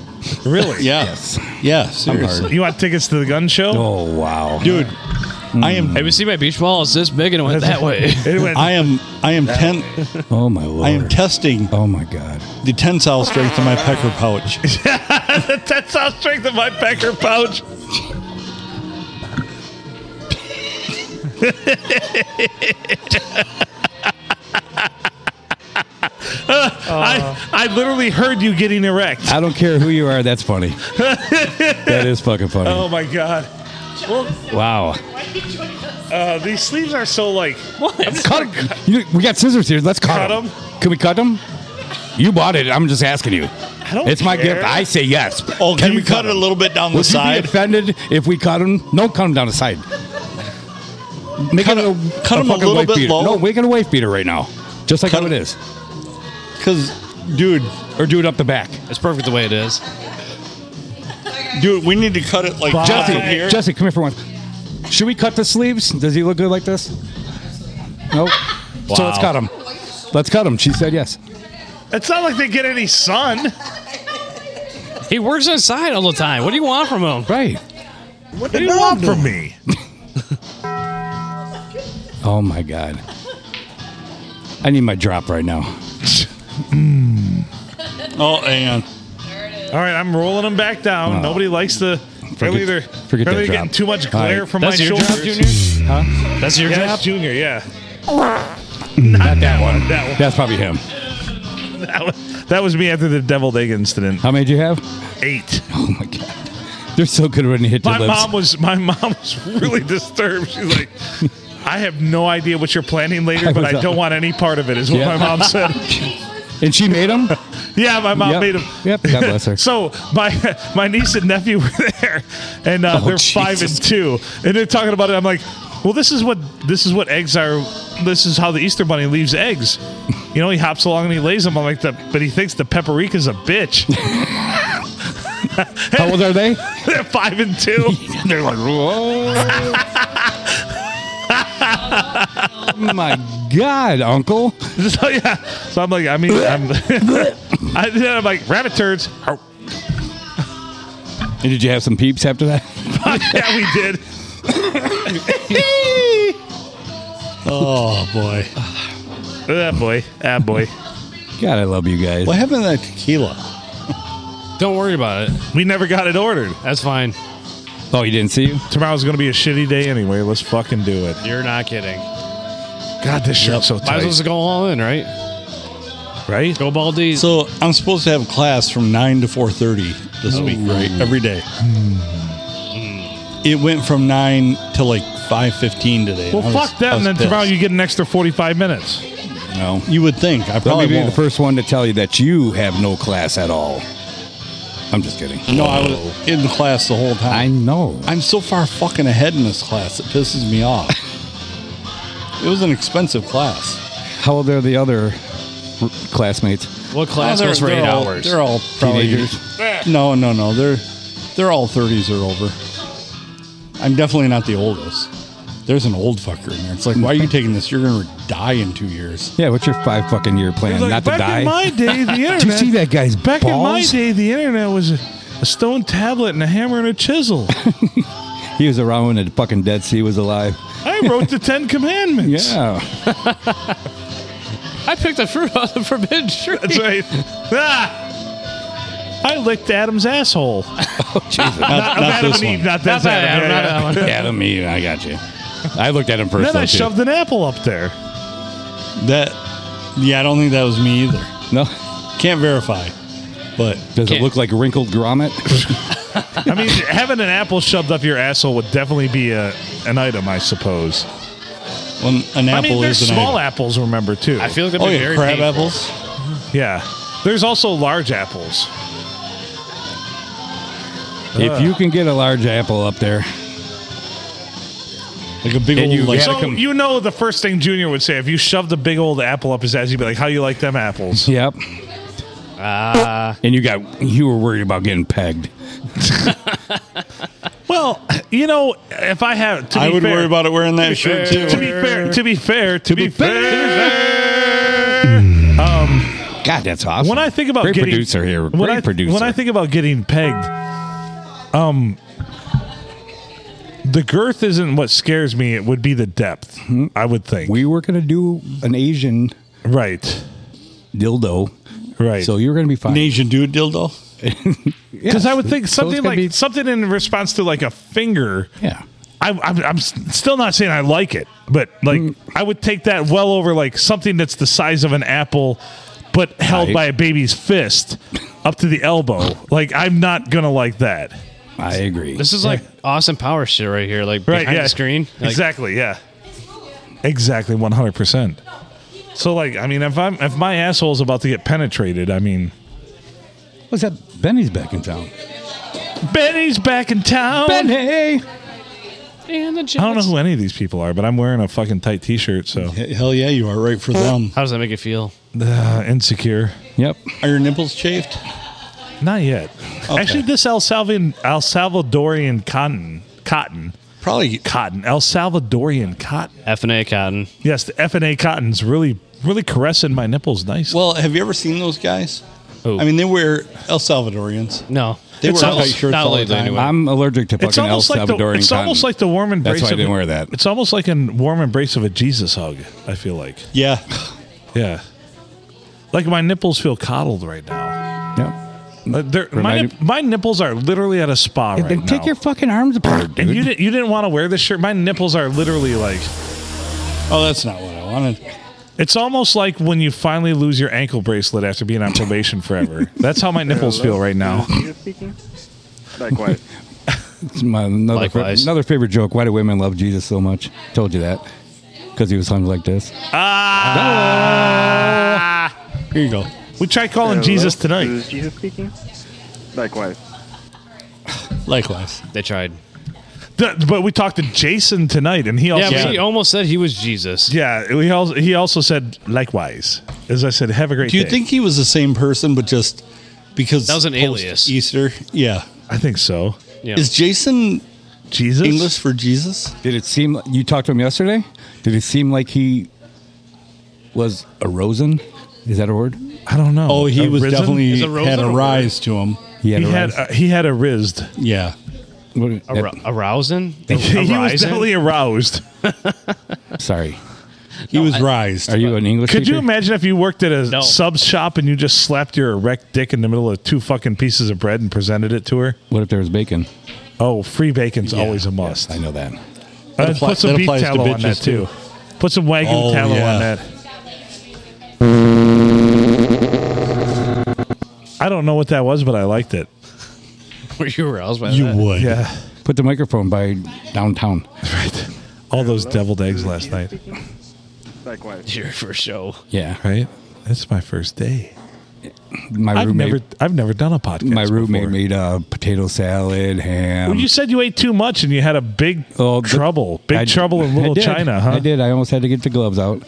Really?
Yeah.
Yes.
Yeah, seriously.
You want tickets to the gun show?
Oh wow,
Dude, I am.
Have you seen my beach ball? It's this big and it went that way.
It went-
I am I am ten
Oh my lord.
I am testing
oh my god.
the tensile strength of my pecker pouch.
That's how strength of my pecker pouch. I, I literally heard you getting erect.
I don't care who you are. That's funny. that is fucking funny.
Oh my god.
Wow.
Uh, these sleeves are so like. I'm just
Cut
gonna
'em. You- we got scissors here. Let's cut,
Cut
'em.
'em?
Can we cut them? You bought it. I'm just asking you.
I don't
It's my
care.
gift. I say yes.
Oh, can,
we
you cut,
cut
it a little bit down the
Would you be
side?
offended if we cut them? No, cut them down the side. Make
Cut
it
a- cut 'em a
fucking
little
wife
bit
beater.
low.
No, make it a wife beater right now. Just like
Cut
how it
'em-
is.
Because, dude,
Or do it up the back.
It's perfect the way it is.
dude, we need to cut it like
Jesse,
down here.
Jesse, come here for one. Should we cut the sleeves? Does he look good like this? Nope. So let's cut him. Let's cut him. She said yes.
It's not like they get any sun.
He works inside all the time. What do you want from him?
Right.
What do you want from me?
Oh my god. I need my drop right now.
oh, and
All right, I'm rolling them back down.
No.
Nobody likes the. Apparently, they're
forget
apparently
that
getting
drop.
too much glare
right.
from
That's
my
your
shoulders.
job, Junior. Huh? That's your
Yeah,
job.
that's Junior. Yeah. Not that one. That one.
That's probably him.
That was, that was me after the deviled egg incident.
How many do you have?
Eight.
Oh my god. They're so good when you hit
My
your lips.
mom was my mom was really disturbed. She's like, I have no idea what you're planning later,
I
but
was,
I don't
uh,
want any part of it. Is what my
Yeah.
mom said.
and she made them?
yeah, my mom
Yep.
made him.
Yep, God bless her.
so my my niece and nephew were there, and uh,
Oh,
they're five
Jesus.
and two, and they're talking about it. I'm like, well, this is what this is what eggs are. This is how the Easter Bunny leaves eggs. You know, he hops along and he lays them. I'm like, the, but he thinks the paprika's a bitch.
How old are they?
they're five and two.
They're like, whoa. Oh my god, uncle.
So yeah, so I'm like, I mean, I'm, I, then I'm like rabbit turds. Ow.
And did you have some peeps after that?
yeah, we did.
oh boy,
Ah boy, ah boy.
God, I love you guys.
what happened to that tequila?
Don't worry about it.
We never got it ordered.
That's fine.
Oh, you didn't see you?
Tomorrow's gonna be a shitty day anyway. Let's fucking do it.
You're not kidding.
God, this shirt's so
Might as
tight,
well just go all in, right?
right?
Go Baldies.
So I'm supposed to have class from nine to four thirty this week, right? Every day. It went from nine to like five fifteen today. and
Well,
I was-
fuck
I
that,
was
and then tomorrow
pissed.
you get an extra 45 minutes.
No.
You would think I
Let me
probably
be
won't.
the first one to tell you that you have no class at all. I'm just kidding.
No, I was in class the whole
I
time.
know.
I'm so far fucking ahead in this class. It pisses me off. it was an expensive class.
How old are the other r- classmates?
what class
Oh,
goes for eight
all,
hours?
They're all probably
Teenagers?
No, no, no. They're they're all thirties or over. I'm definitely not the oldest. There's an old fucker in there. It's like, why are you taking this? You're gonna die in two years.
Yeah, what's your five fucking year plan?
Like,
Not to
back
die?
in my day, the internet.
Do you see that guy's
Back in my
balls?
day, the internet was a, a stone tablet and a hammer and a chisel.
He was around when the fucking Dead Sea was alive. Oh,
I wrote the Ten Commandments.
Yeah.
I picked a fruit on the forbidden tree.
That's right. Ah! I licked Adam's asshole.
Not,
Of
not
Adam
this
and Eve,
one.
not this
Not that
Adam.
Adam,
Yeah,
not
yeah.
that one.
Adam, me, I got you. I looked at him first.
Then
though,
I
too.
shoved an apple up there.
That yeah, I don't think that was me either.
No.
Can't verify. But
Does it
Can't-
look like wrinkled grommet?
I mean, having an apple shoved up your asshole would definitely be a an item, I suppose.
when an
I
apple
mean, there's
is an
small
apple.
apples, remember too.
I feel like that'd
Oh
be
yeah,
very
crab
painful.
apples.
yeah. There's also large apples.
if you can get a large apple up there,
Like a big
And
old
you-
like
yeah.
So you know the first thing Junior would say if you shoved a big old apple up his ass, you'd be like, "How you like them apples?"
yep. Uh, and you got you were worried about getting pegged.
Well, you know, if I had, to
I
be
would
fair-
worry about it wearing that shirt
To
too.
be fair, to be fair, to, be,
be fair.
fair.
God, that's awesome.
When I think about
great
getting
producer here,
when
great
I,
producer.
When I think about getting pegged, um, the girth isn't what scares me. It would be the depth. I would think.
we were gonna do an Asian
right.
dildo,
Right.
so you're gonna be
An
fine.
Asian dude dildo.
Because I would think
So it's
something
gonna
like
be-
something in response to like a finger.
yeah.
I, I'm, I'm s- still not saying I
Mm.
like it, but like I would take that well over like something that's the size of an apple but held
Right.
by a baby's fist up to the elbow. Like I'm not gonna like that.
I agree.
This is like awesome power shit right here, like
Right?
behind
yeah.
the screen. Like,
exactly. Yeah. Exactly. One hundred percent. So like, I mean, if I'm if my asshole's about to get penetrated, I mean,
What's that? Benny's back in town.
Benny's back in town.
Benny!
And the
I don't know who any of these people are, but I'm wearing a fucking tight T-shirt, so
H- Hell yeah, you are right for them.
How does that make you feel?
uh, insecure.
Yep.
Are your nipples chafed?
Not yet. Actually, this El Salvadorian, El Salvadorian cotton, cotton,
Probably.
cotton, El Salvadorian cotton.
F and A cotton.
Yes, the F and A cotton's really, really caressing my nipples nice.
Well, have you ever seen those guys?
Who?
I mean, they were El Salvadorians.
No.
They
It's
were
almost-
tight shirts
not
all the
lately
time.
anyway.
I'm allergic to
it's
fucking El
almost like the,
Salvadorian
it's almost
cotton.
like the warm embrace.
That's why I
of
didn't
a-
wear that.
It's almost like a warm embrace of a Jesus hug. I feel like,
Yeah.
yeah, like my nipples feel coddled right now.
Yep.
Uh, they're- my,
Remind-
nip- my nipples are literally at a spa right
Then
now.
take your fucking arms apart, dude.
and you didn't you didn't want to wear this shirt. My nipples are literally like
Oh, that's not what I wanted.
It's almost like when you finally lose your ankle bracelet after being on probation forever. That's how my nipples feel right now.
Likewise.
It's my- another, fa-
Likewise.
another favorite joke. Why do women love Jesus so much? Told you that. Because he was hung like this.
Ah!
Here you go.
We tried calling
Hello,
Jesus
This
tonight.
is Jesus speaking. Likewise.
Likewise.
They tried.
Th- But we talked to Jason tonight, and he also
Yeah, but he
said,
almost said he was Jesus.
yeah, Oh, he also, he also said likewise. As I said, have a great
Do you
day.
think he was the same person, but just because
That was an alias.
Easter? Yeah.
I think so.
Yeah.
Is Jason
Jesus?
English for Jesus?
Did it seem like you talked to him yesterday? Did it seem like he was a rosen? Is that a word?
I don't know.
Oh, he
A
was
risen?
definitely
Is a rose
had
on
a
a
rise to him.
He
He
a
had
rise?
uh, he had aroused.
Yeah.
What- yep.
Ar- arousing?
he was
Arising?
definitely aroused.
Sorry.
He was rised.
Are you an English
Could you
teacher?
imagine if you worked at a
No.
sub shop and you just slapped your erect dick in the middle of two fucking pieces of bread and presented it to her?
What if there was bacon?
Oh, free bacon's always a must.
I know that.
Uh,
apply-
put some
that
beef
applies to
tallow on
bitches,
that too.
too.
Put some wagyu
Oh,
tallow
yeah.
on that. I don't know what that was, but I liked it.
Were you aroused by
You
that?
would.
Yeah,
Put the microphone by downtown.
right. All those
Hello,
deviled
this
eggs
is
last
Jesus
night.
speaking. Likewise.
Your first show.
Yeah.
Right. That's my first day.
My
I've
roommate.
never, I've never done a podcast.
my roommate
before.
made uh, potato salad, ham.
Well, you said you ate too much and you had a big
Oh, the-
trouble, big
I-
trouble in
I
Little
did.
China, huh?
I did. I almost had to get the gloves out.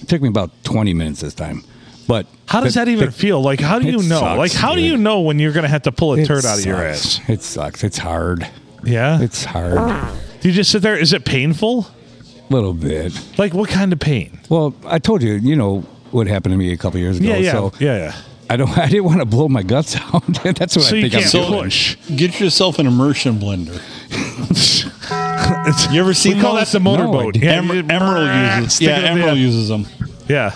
It took me about 20 minutes this time. But
How does that even feel? Like, how do
It
you know?
sucks,
like, how do
dude.
you know when you're going to have to pull a
It
turd out of your
sucks.
ass?
It sucks. It's hard.
Yeah.
It's hard. A
do you just sit there? Is it painful?
little bit.
Like, what kind of pain?
Well, I told you, you know what happened to me a couple years ago.
yeah, yeah,
So
yeah, yeah.
I don't. I didn't want to blow my guts out. That's what
So
I
you
think
can't
I'm
So-
doing.
push.
Get yourself an immersion blender.
It's-
You ever seen
we call
those?
that the motorboat?
No,
yeah,
Emer-
you-
Emerald uses.
stick
Yeah,
it in
Emerald
the-
uses them.
Yeah,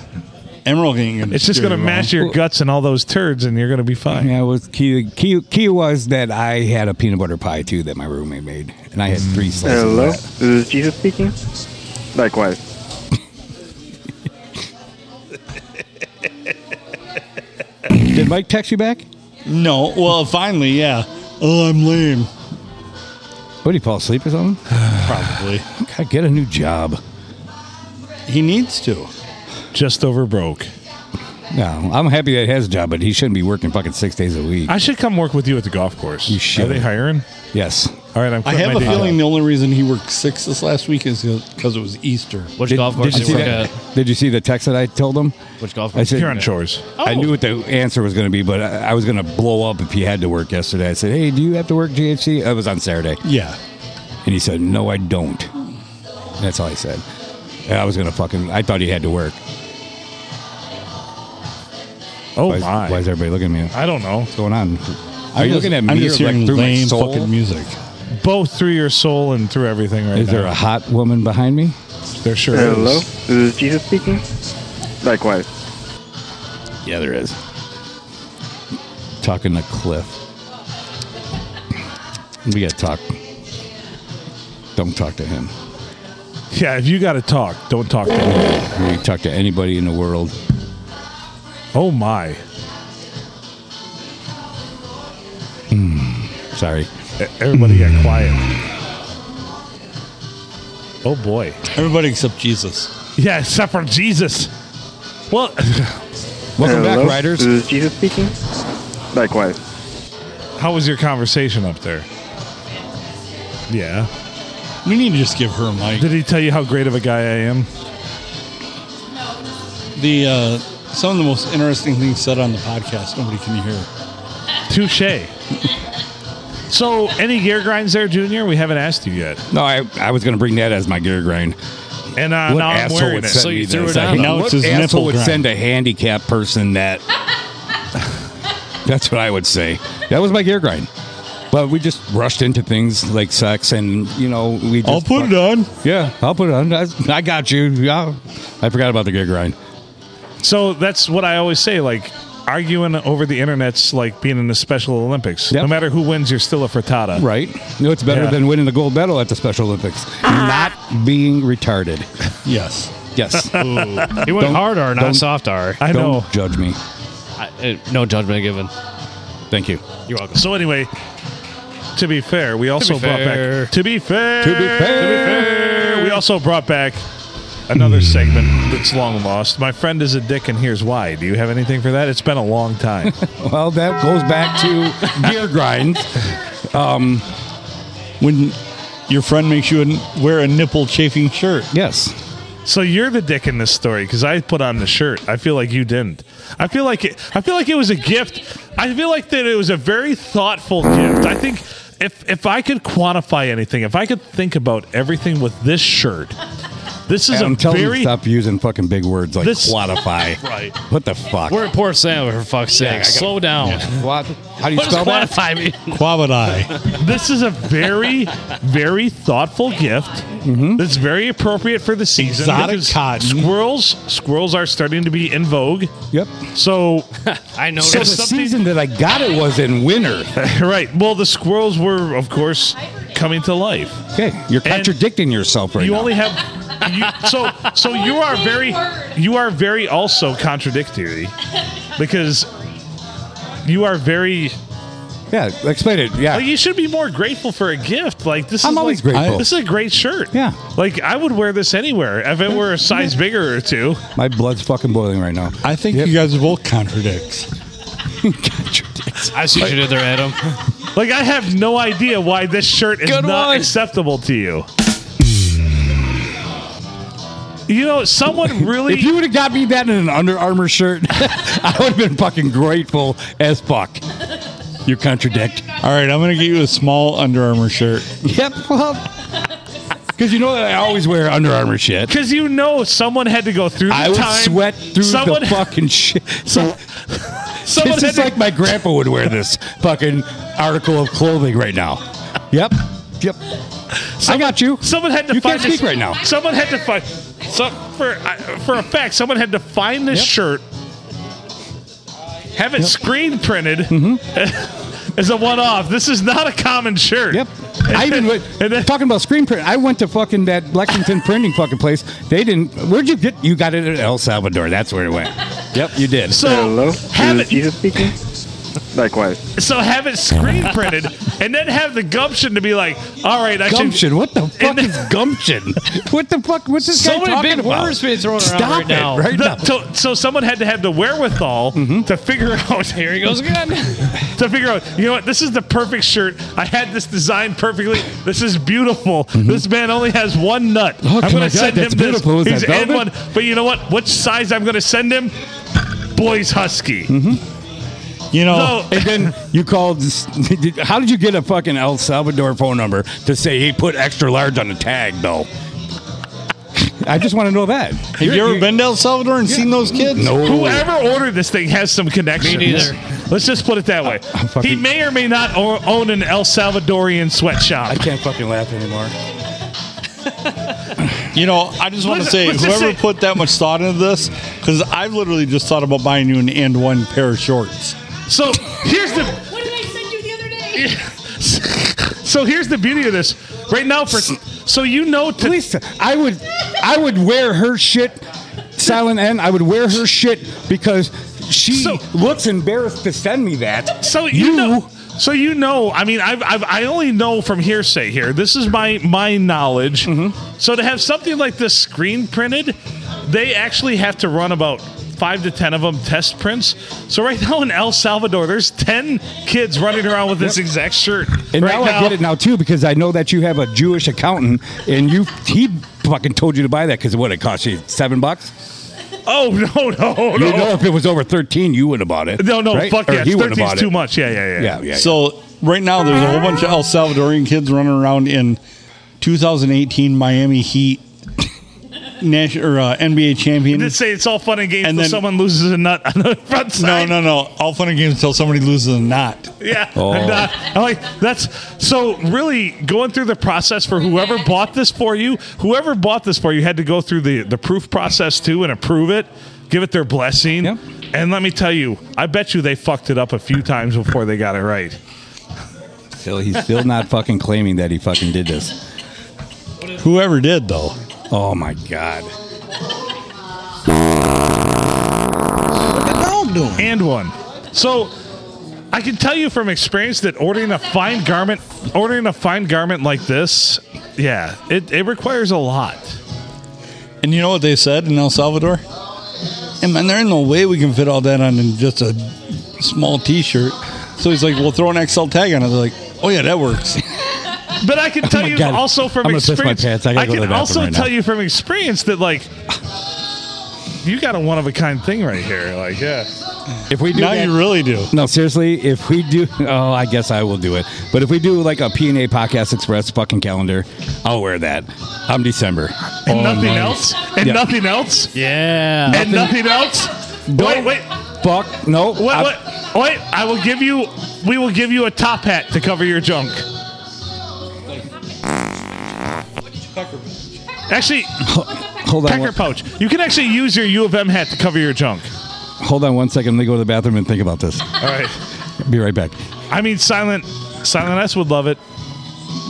Emerald ain't gonna
it's just
steer
going to
you
mash
wrong.
your guts and all those turds, and you're going to be fine.
Yeah, it was key, key. Key was that I had a peanut butter pie too that my roommate made, and I had three slices.
Hello.
Of that.
This is Jesus speaking. Likewise.
Did Mike text you back?
No. Well, finally, yeah. Oh, I'm lame.
What did he fall asleep or something?
Probably.
God, get a new job.
He needs to.
Just over broke.
No, I'm happy that he has a job, but he shouldn't be working fucking six days a week.
I should come work with you at the golf course.
You should.
Are they hiring?
yes.
All right, I'm.
I
quitting my
have a
day
feeling
job.
the only reason he worked six this last week is because it was Easter.
Which
Did,
golf
did
course
you
did
see
you work
that?
at?
Did you see the text that I told him?
Which golf
I
course?
said
You're on shores.
I knew what the answer was going to be, but I, I was going to blow up if he had to work yesterday. I said, "Hey, do you have to work GHC?" I was on Saturday,
Yeah.
and he said, "No, I don't." That's all I said. And I was going to fucking. I thought he had to work.
Oh
why, is,
my!
why is everybody looking at me?
I don't know.
What's going on? Are
I'm just-
you looking at me
I'm just
like
hearing
through my
lame
soul?
fucking music.
Both through your soul and through everything right
Is
now.
there a hot woman behind me?
There sure
Hello.
is.
This is Jesus speaking. Likewise.
Yeah, there is. Talking to Cliff. We got to talk. Don't talk to him.
Yeah, if you got to talk, don't talk to me.
We can talk to anybody in the world.
Oh my.
Sorry.
E- Everybody got quiet. Oh boy.
Everybody except Jesus.
Yeah, except for Jesus. Well,
Welcome
Hello?
back, riders.
This is Jesus speaking. Likewise.
how was your conversation up there? Yeah.
We need to just give her a mic.
Did he tell you how great of a guy I am?
The uh, some of the most interesting things said on the podcast nobody can hear.
Touche. So, any gear grinds there, Junior? We haven't asked you yet.
No, I, I was going to bring that as my gear grind.
And uh,
What
now I'm
asshole
wearing
would
it.
send
So
me
you threw
this?
it
I
out.
hate
Now
that.
it's his
what asshole
nipple
would
grind.
send a handicapped person that? That's what I would say. That was my gear grind. But we just rushed into things like sex, and you know we. Just
on.
Yeah, I'll put it on. I, I got you. Yeah, I forgot about the gear grind.
So that's what I always say. Like arguing over the internet's like being in the Special Olympics.
Yep.
No matter who wins, you're still a frittata.
Right? No, it's better
Yeah. Ah.
than winning the gold medal at the Special Olympics. Not being retarded.
Yes.
Yes.
He went
Don't-
hard R,
don't-
not soft R.
I know.
Don't judge me.
I- uh, no judgment given.
Thank you.
You're welcome.
So anyway, to be fair, we also
be
brought
fair.
back. To be fair.
To be fair.
We also brought back another segment that's long lost. My friend is a dick, and here's why. Do you have anything for that? It's been a long time.
Well, that goes back to Um, gear grind.
When your friend makes you an- wear a nipple chafing shirt.
Yes.
So you're the dick in this story because I put on the shirt. I feel like you didn't. I feel like it. I feel like it was a gift. I feel like that it was a very thoughtful gift. I think if if I could quantify anything, if I could think about everything with this shirt, this is
I'm
a
telling you,
very
stop using fucking big words like
This-
quantify.
Right.
What the fuck?
We're at Port Sandwich for fuck's sake. Slow down.
What? How do you
What does
spell that?
quantify mean?
Quavadai.
This is a very very thoughtful gift.
Mm-hmm.
That's very appropriate for the season.
Exotic
because
cotton.
Squirrels squirrels are starting to be in vogue.
Yep.
So
I know.
So the season that I got it was in winter.
right. Well, the squirrels were of course coming to life.
Okay, you're contradicting yourself right
you
now.
only have you, so so you are very you are very also contradictory because you are very
yeah, explain it. Yeah,
like you should be more grateful for a gift like this
I'm
is
always
like,
grateful.
this is a great shirt
Yeah.
like i would wear this anywhere if it were a size bigger or two
my blood's fucking boiling right now.
I think
Yep.
you guys are both contradicts.
I see what you did there, Adam.
like i have no idea why this shirt is
Good
not
one.
acceptable to you you know someone really
If you would have got me that in an Under Armour shirt, I would have been fucking grateful as fuck. You contradict.
All right, I'm going to get you a small Under Armour shirt.
Yep. Well, because you know that I always wear Under Armour shit.
because you know someone had to go through the
I would
time
sweat through
someone,
the fucking shit.
someone
This
had
is
to
like my grandpa would wear this fucking article of clothing right now. Yep. Yep. I got you.
Someone had to
You
find
can't
this
speak right now.
Someone had to find so for I- for a fact. Someone had to find this
Yep.
shirt, have it screen printed
Mm-hmm.
as a one off. This is not a common shirt.
Yep. I even went,
And then-
talking about screen print. I went to fucking that Lexington printing fucking place. They didn't. Where'd you get? You got it at El Salvador. That's where it went. Yep, you did.
So
Hello.
have
This is
it
Jesus speaking. Likewise.
so have it screen printed, and then have the gumption to be like, all right, I should.
gumption. What the fuck
then-
is gumption? What the fuck? What's this
So
guy
many
talking
big
about?
words being thrown around
Stop
right
it
now.
right
The-
now. Mm-hmm.
to- so someone had to have the wherewithal to figure out
Here he goes again.
to figure out, you know what, this is the perfect shirt. I had this designed perfectly. This is beautiful. This man only has one nut.
Mm-hmm. Oh,
I'm
my
going to
God,
send
that's
him this.
beautiful. Is
He's
that
in one.
velvet?
But you know what? Which size I'm going to send him? Boys Husky.
You know,
So,
And then you called. How did you get a fucking El Salvador phone number to say he put extra large on the tag, though? I just want to know that.
have you ever been to El Salvador and seen those kids?
No.
whoever ordered this thing has some connection.
Me neither.
Let's just put it that way.
I'm fucking-
he may or may not o- own an El Salvadorian sweatshop.
I can't fucking laugh anymore.
You know, I just want to
Let's-
say,
let's
whoever
just say-
put that much thought into this, because I've literally just thought about buying you an and one pair of shorts.
So here's the
What did I send you the other day?
so here's the beauty of this. Right now, for so you know to
At least I would, I would wear her shit. Silent N. I would wear her shit because She
So-
looks embarrassed to send me that.
So you, know. So you know, I mean, I've, I've, I only know from hearsay here. This is my my knowledge.
Mm-hmm.
So to have something like this screen printed, they actually have to run about five to ten of them test prints. So right now in El Salvador, there's ten kids running around with this exact shirt.
And
right
now, I get it now too because I know that you have a Jewish accountant and you he fucking told you to buy that because what it cost you seven bucks.
Oh no no
You know
no
if it was over thirteen, you would have bought it.
no no
right?
fuck
Or
yeah!
he
It's
wouldn't have
13's
bought
too
it.
much. Yeah yeah yeah.
Yeah, yeah. So
So right now, there's a whole bunch of El Salvadorian kids running around in 2018 Miami Heat national or uh, NBA champion.
You did say it's all fun and games
And
until
then-
someone loses a nut on the front
no,
side.
no, no. All fun and games until somebody loses a knot.
Yeah.
Oh.
And, uh, I'm like, that's so really going through the process for whoever bought this for you, whoever bought this for you had to go through the, the proof process too and approve it, give it their blessing.
Yep.
And let me tell you, I bet you they fucked it up a few times before they got it right.
still, he's still not fucking claiming that he fucking did this.
Whoever did though.
Oh my god!
And one. So I can tell you from experience that ordering a fine garment ordering a fine garment like this, yeah, it, it requires a lot.
And you know what they said in El Salvador? And man, there's no way we can fit all that on in just a small T-shirt. So he's like, "We'll throw an XL tag on it." They're like, "Oh yeah, that works."
But I can tell
Oh my
you
God.
also from
I'm gonna piss my
experience.
pants. I gotta go to
can
the bathroom
also
right now.
tell you from experience that like you got a one of a kind thing right here. Like yeah,
If we do
now
that-
you really do.
No, seriously, if we do, oh, I guess I will do it. But if we do like a P&A Podcast Express fucking calendar, I'll wear that. I'm December. Oh,
and nothing else, and
Yeah.
nothing else,
Yeah.
and nothing else. Wait, wait,
Fuck, no.
wait,
I-
wait, wait! I will give you. We will give you a top hat to cover your junk. Actually,
Hold on,
pecker
one,
pouch. You can actually use your U of M hat to cover your junk.
hold on one second. Let me go to the bathroom and think about this.
All right.
Be right back.
I mean, silent, silent S would love it.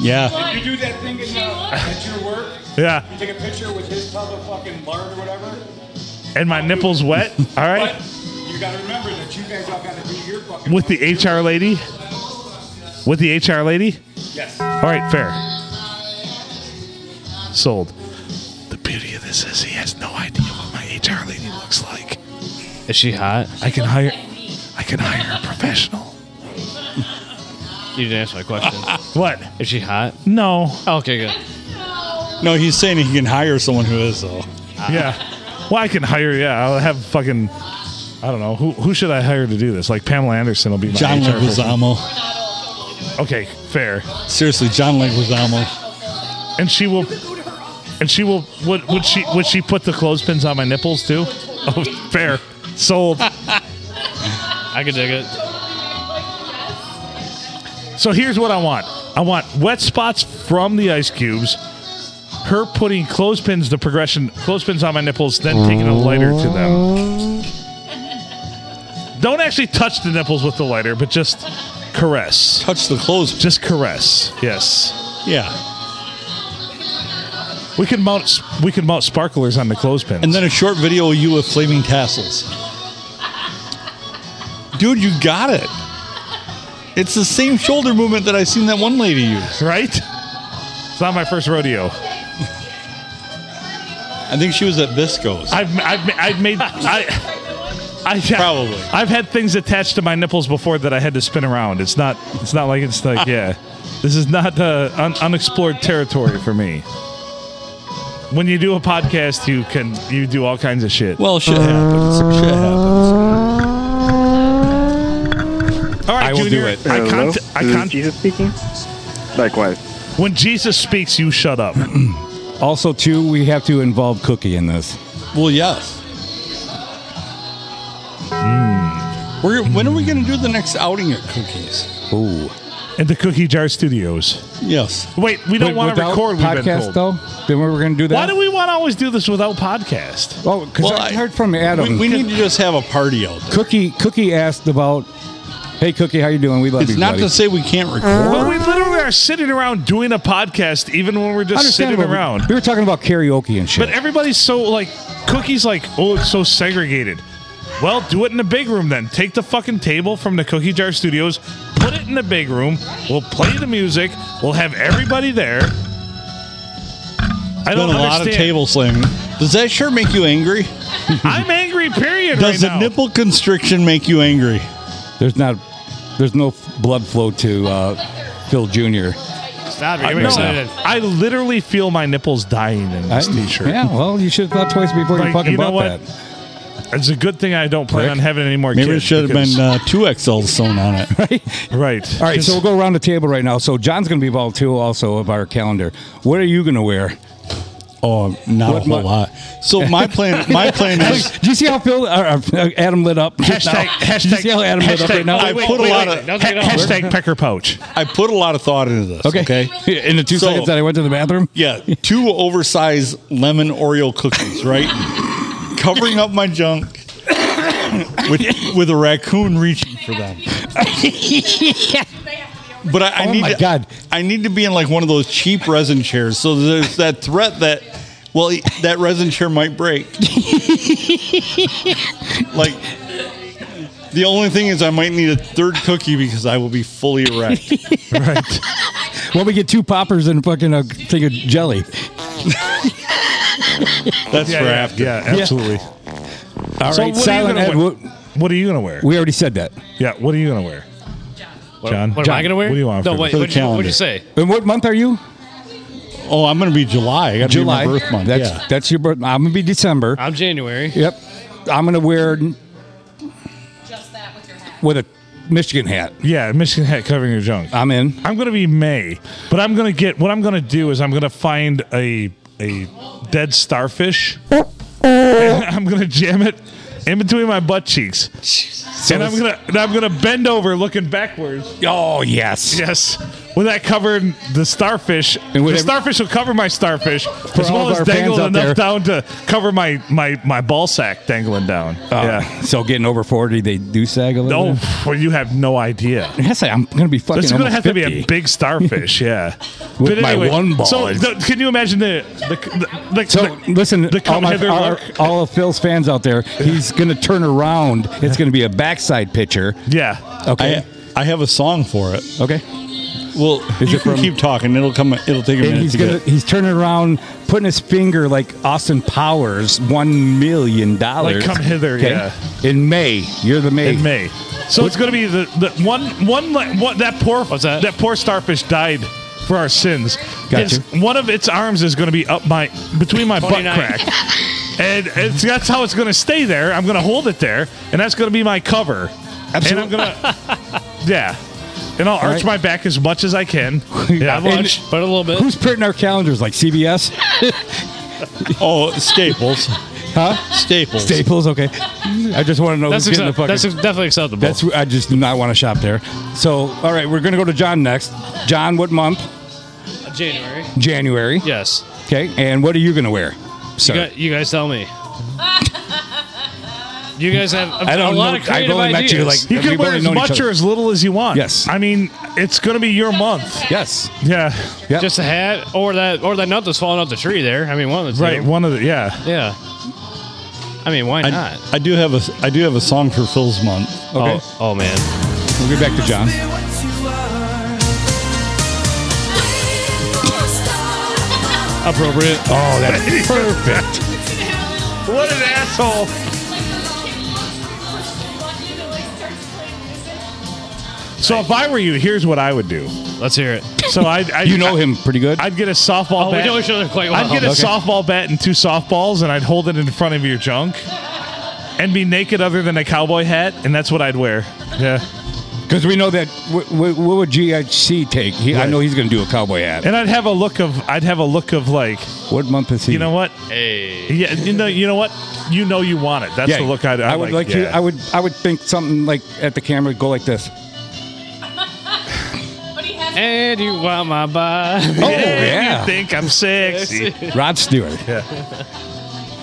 Yeah.
You do that thing in, at your work,
Yeah.
take a picture with his tub of fucking lard or whatever,
and my nipples wet. All right,
you got to remember that you guys all got to do your fucking.
with the HR lady. With the HR lady.
Yes.
All right, fair. Sold. The beauty of this is he has no idea what my HR lady looks like.
Is she hot?
I can hire. I can hire a professional.
You didn't answer my question.
What?
Is she hot? Oh,
No.
Okay, good.
No, he's saying he can hire someone who is though.
Yeah. Well, I can hire. Yeah, I'll have fucking. I don't know who. Who should I hire to do this? Like Pamela Anderson will be my
John
HR. person.
Leguizamo.
Okay, fair.
Seriously, John Leguizamo.
And she will. And she will. Would, would she? Would she put the clothespins on my nipples too? Oh, fair. Sold.
I could dig it.
So here's what I want. I want wet spots from the ice cubes. Her putting clothespins, the progression, clothespins on my nipples, then taking a lighter to them. Don't actually touch the nipples with the lighter, but just caress.
Touch the clothes.
Just caress. Yes.
Yeah.
We can mount. We can mount sparklers on the clothespins.
And then a short video of you with flaming tassels. Dude, you got it. It's the same shoulder movement that I seen that one lady use.
right? It's not my first rodeo.
I think she was at Bisco's.
I've I've I've made I. I,
Probably.
I've had things attached to my nipples before that I had to spin around. It's not. It's not like it's
Ah.
like yeah. This is not uh, un- unexplored territory for me. When you do a podcast, you can you do all kinds of shit.
Well, shit happens. Shit happens.
all right,
I will do
Junior,
it.
I
Hello?
can't. I
This is
can't.
Jesus speaking. Likewise.
uh,
When Jesus speaks, you shut up.
Also, too, we have to involve Cookie in this.
Well, yes. We're, when are we going to do the next outing at Cookies?
Ooh.
In the Cookie Jar Studios.
Yes.
Wait, we don't
Wait,
want to
without
record. We've been
podcast
told.
though. Then we're going to do that.
Why do we want to always do this without podcast?
Oh, because
Well,
I
I-
heard from Adam.
We, we need to just have a party out there.
Cookie Cookie asked about, "Hey Cookie, how you doing? We love
It's
you,
not
buddy."
to say we can't record.
But we literally are sitting around doing a podcast, even when we're just sitting
Understandable. We-
around.
We, were talking about karaoke and shit.
But everybody's so like, Cookie's like, oh, it's so segregated. Well, do it in the big room then. Take the fucking table from the Cookie Jar Studios, put it in the big room. We'll play the music. We'll have everybody there. I
Done
don't
a lot of
understand.
table slamming. Does that sure make you angry?
I'm angry. Period.
Does
right
the
now.
nipple constriction make you angry?
There's not, there's no f- blood flow to uh, Phil Jr.
Stop it. I'm
No,
excited.
I literally feel my nipples dying in
I-
this t-shirt.
Yeah, well, you should have thought twice before
Like,
you fucking
you know
bought
what?
that.
It's a good thing I don't plan
Rick?
on having any more
Maybe it
kids.
should have been uh, two XLs sewn on it.
been right.
All right, so we'll go around the table right now. So John's going to be ball two also of our calendar. What are you going to wear?
Oh, not
What
a whole
mu-
lot. So my plan, my plan is
Look, do you see how Phil, uh, uh, Adam lit up? just
Hashtag,
now?
hashtag,
Do you see how Adam lit up
hashtag-
right now?
I
wait,
put a
wait,
lot
wait.
of-
Don't
Ha-
get it all.
hashtag pecker pouch.
I put a lot of thought into this.
Okay.
Okay.
In the two
So-
seconds that I went to the bathroom?
Yeah, two oversized lemon Oreo cookies, right? Covering up my junk with with a raccoon reaching for them. But I, I
Oh
need
my
to,
God.
I need to be in like one of those cheap resin chairs. So there's that threat that well that resin chair might break. like the only thing is I might need a third cookie because I will be fully erect.
Right.
Well, we get two poppers and fucking a thing of jelly.
That's
yeah,
for
yeah,
after.
yeah, absolutely.
All right,
So what are you
Silent
gonna
Ed,
wear?
what-
What are you gonna wear?
we already said that.
Yeah, what are you gonna wear?
What,
John.
what am
John,
I going to wear?
what do you want
No,
for-
wait.
for the
What would
calendar?
you say?
And what month are you?
Oh, I'm going to be July. I got to be
July.
my birth month.
That's
yeah.
that's your birth. I'm gonna be December.
I'm January.
Yep. I'm gonna wear
Just that with your hat.
with a Michigan hat.
Yeah, Michigan hat covering your junk.
I'm in.
I'm gonna be May, but I'm gonna get what I'm gonna do is I'm gonna find a a dead starfish. And I'm gonna jam it in between my butt cheeks, and I'm gonna and I'm gonna bend over looking backwards.
Oh yes.
Yes, with that covered the starfish,
And
the
with every-
starfish will cover my starfish as
all
well
of
as
our fans
dangle
out
enough
there.
down to cover my my my ball sack dangling down.
Uh,
yeah.
So getting over forty, they do sag a little. bit.
Oh, well, you have no idea.
Yes, I- I'm gonna be fucking.
This is gonna
almost
have to be
50.
a big starfish, yeah.
With my one ball
So,
is-
the, can you imagine the the, the, the
So
the,
listen,
the
all,
come
my,
hither
all,
look?
all of Phil's fans out there, he's gonna turn around. It's gonna be a backside picture.
Yeah,
Okay.
I, I have a song for it.
okay.
Well,
Is
you
it
can
from-
keep talking. It'll come. It'll take a
And
minute
he's
to
gonna
get.
he's turning around, putting his finger like Austin Powers, one million dollars.
come hither, yeah.
In May, you're the May.
in May. So it's gonna be the, the one one le- what that poor
What's that?
that poor starfish died for our sins.
Got
It's- One of its arms is gonna be up my between my butt
29.
crack. And it's, that's how it's going to stay there. I'm going to hold it there, and that's going to be my cover.
Absolute-
And I'm going to, yeah. And I'll arch
right.
my back as much as I can. Yeah.
Not much, but a little bit.
Who's printing our calendars? Like CBS,
Oh, Staples.
huh?
Staples.
Staples. Okay. I just want to know
That's,
who's
accept-
getting the fucking.
that's definitely acceptable.
That's I just do not want to shop there. So, all right, we're gonna go to John next. John, what month?
January.
January.
Yes.
Okay. And what are you gonna wear?
You,
sir?
gu- you guys tell me. You guys have a,
I don't
a lot
know.
of creative
I've only met
ideas.
you, like-
You can
We've
wear
already
as
known each
much
other.
or as little as you want.
Yes.
I mean, it's going to be your month.
Yes.
Yeah.
Yep.
just a hat or that or that nut that's falling off the tree there. I mean, one of the two.
Right. One of the, yeah.
Yeah. I mean, why
I,
not?
I do have a. I do have a song for Phil's month.
Okay.
Oh, oh man.
We'll get back to John.
Appropriate.
Oh, that's perfect.
What an asshole. So if I were you, here's what I would do.
Let's hear it.
So I'd, I'd
You know him pretty good.
I'd get a softball
Oh, we
bat.
know each other quite well.
I'd get a
Okay.
softball bat and two softballs, and I'd hold it in front of your junk, and be naked other than a cowboy hat, and that's what I'd wear. Yeah,
Because we know that what, what would GHC take? He, I
Right.
know he's going to do a cowboy hat.
and I'd have a look of I'd have a look of like
what month is he?
you know what
Hey.
yeah you know you know what you know you want it. That's
Yeah,
the look I'd, I'd
I would like,
yeah.
you. I would. I would think something like at the camera go like this.
But he has
And you want my body?
Oh
You
yeah,
think I'm sexy.
Rod Stewart.
Yeah.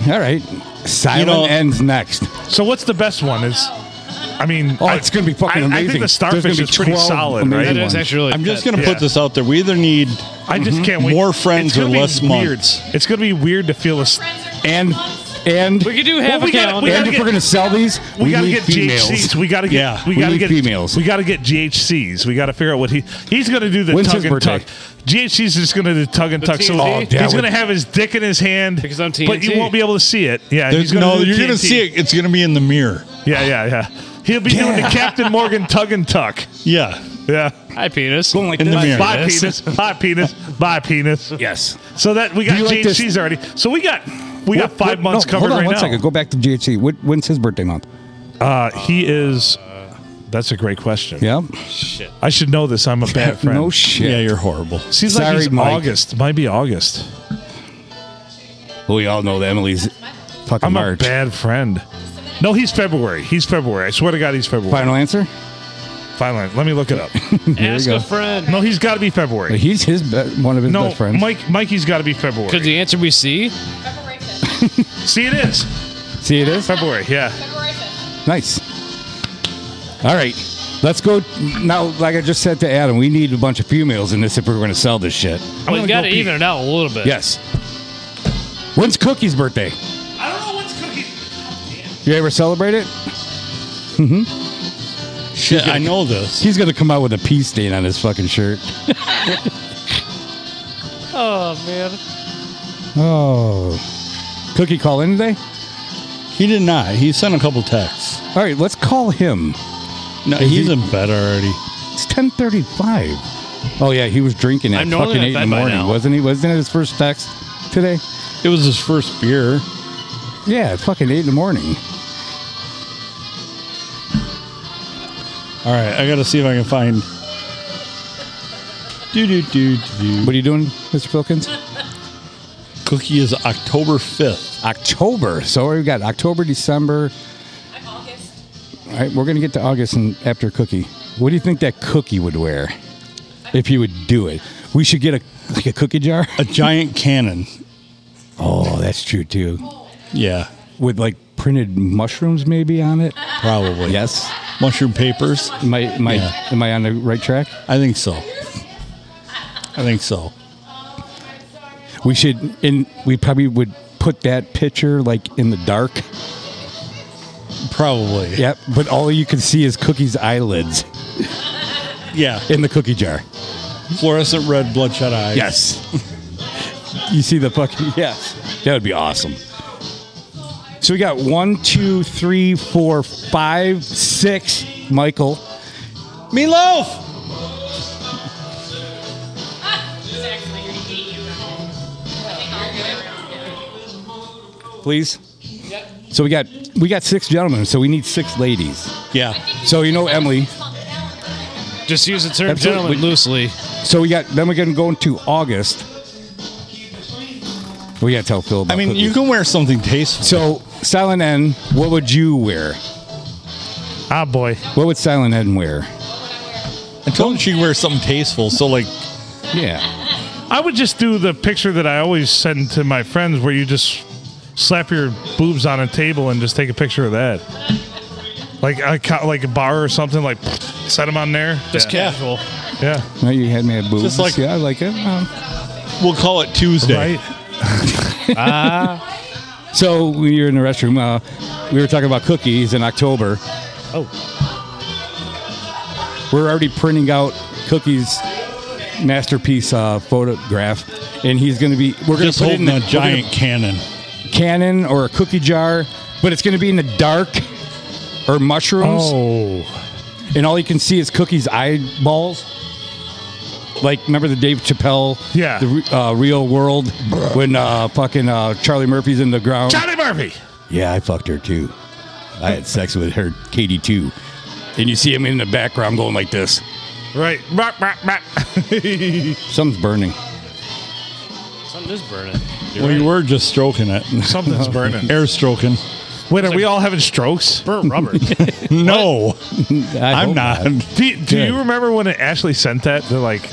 All right, Silent
know-
ends next.
so what's the best one? Is I mean
Oh,
I-
it's gonna be fucking
I- I
amazing.
think the
There's
starfish
gonna be
is pretty
12
solid, right?
amazing
That is
one.
actually.
I'm just
that-
going to
Yeah.
put this out there. We either need
Mm-hmm.
I just can't wait.
More friends
It's gonna
or
be
less
weird.
months.
It's gonna be weird to feel a. s-
friends or
And
months.
And
We could do half
Well, we
a
gotta-
count.
we
and
gotta
if
get-
we're gonna sell these,
We,
we,
gotta
need
get
females.
GHCs. We gotta get.
Yeah,
we
we
gotta
need
get
females.
We gotta get GHCs. We gotta figure out what he he's gonna do. The
When's
tug
his
and
birthday?
tuck. GHCs is just gonna do tug and
The
tuck. So
TNT?
Oh, yeah,
he's gonna
with-
have his dick in his hand.
Because I'm
But you
TNT.
won't be able to see it. Yeah.
There's, no, you're going to see
it.
it. It's going to be in the mirror.
Yeah, yeah, yeah. He'll be doing the Captain Morgan tug and tuck.
Yeah.
Yeah.
Hi, penis.
Going like
In the
this.
mirror.
Bye penis. Bye penis. Bye penis.
Yes.
So that we got
you like
GHCs
this-
already. So we got we got
What-
five
what-
months
no,
covered
Hold on
right
one
now.
second. Go back to GHC. When, when's his birthday month?
Uh, he is. That's a great question.
Yeah.
I should know this. I'm a bad friend.
No shit.
Yeah, you're horrible.
Seems like
Sorry,
he's
Mike.
August. Might be August.
We all know that Emily's fucking
I'm
March.
a bad friend. No, he's February. He's February. I swear to God, he's February. Fine.
Final answer?
Let me look it up.
Ask
go.
a friend.
no, he's got to be February.
He's his be- one of his
No,
best friends.
Mike. Mikey's got to be February.
Could the answer be C?
February 5th.
See, it is
See, it is
February. Yeah.
February 5th.
nice. All right, let's go now. Like I just said to Adam, we need a bunch of females in this if we're going to sell this shit.
I'm
Well,
gonna
you got
go
to
pee.
even it out a little bit.
Yes. When's Cookie's birthday?
I don't know what's cooking.
You ever celebrate it?
Shit, I know this.
He's going to come out with a pee stain on his fucking shirt.
Oh man.
Oh. Cookie call in today?
He did not. He sent a couple texts.
All right, let's call him.
No,
Is
he's
Uh, he-
in bed already.
It's 10:35. Oh yeah, he was drinking at
I'm normally
fucking
in
8 in the
bed by
morning,
now.
wasn't he? Wasn't it his first text today?
It was his first beer.
Yeah, it's fucking 8 in the morning.
All right, I got to see if I can find. Do do do do.
What are you doing, Mr. Filkins?
Cookie is October fifth.
October. So we've got October, December.
I'm August.
All right, we're gonna get to August and after Cookie. What do you think that Cookie would wear if he would do it? We should get a like a cookie jar.
A giant cannon.
Oh, that's true too.
Yeah,
With like printed mushrooms maybe on it.
probably.
Yes.
Mushroom papers.
Am I, am, I,
Yeah.
am I on the right track?
I think so. I think so.
We should, and we probably would put that picture like in the dark.
Probably.
Yep, but all you can see is Cookie's eyelids
Yeah.
in the cookie jar.
Fluorescent red bloodshot eyes.
Yes. you see the fucking, yes. That would be awesome. So we got one, two, three, four, five, six, Michael.
Meatloaf.
Zach's like, I hate you. I think I'll do it.
please? So we got we got six gentlemen, so we need six ladies.
Yeah.
So you know Emily.
Just use the term
Absolutely.
gentleman loosely.
So we got then we're gonna go into August. We gotta tell Phil. About
I mean,
cookies.
you can wear something tasteful.
So Silent N, what would you wear?
Ah, boy.
What would Silent N wear?
I told him she could wear something tasteful. So like,
Yeah.
I would just do the picture that I always send to my friends, where you just slap your boobs on a table and just take a picture of that, like a co- like a bar or something. Like set them on there.
Just
yeah.
casual.
Yeah.
No, you had me at boobs.
Just like-
yeah, I like it. Um,
we'll call it Tuesday.
Right.
So we were in the restroom. Uh, we were talking about cookies in October.
Oh,
We're already printing out cookies masterpiece uh, photograph, and he's going to be. We're going to
Just
put it in
holding a
the- we're gonna
giant cannon.
cannon or a cookie jar, but it's going to be in the dark or mushrooms.
Oh.
and all you can see is Cookie's eyeballs. Like, remember the Dave Chappelle,
Yeah.
the re- uh, Real World when uh, fucking uh, Charlie Murphy's in the ground.
Johnny Murphy.
Yeah, I fucked her too. I had sex with her, Katie too. And you see him in the background going like this.
Right. Rah, rah, rah.
Something's burning.
something is burning. You're
We
right.
were just stroking it.
Something's burning.
Air stroking.
Wait, are we all having strokes?
burnt rubber.
No,
I
I'm
hope
not.
Do, do
Good.
you remember when Ashley sent that? The like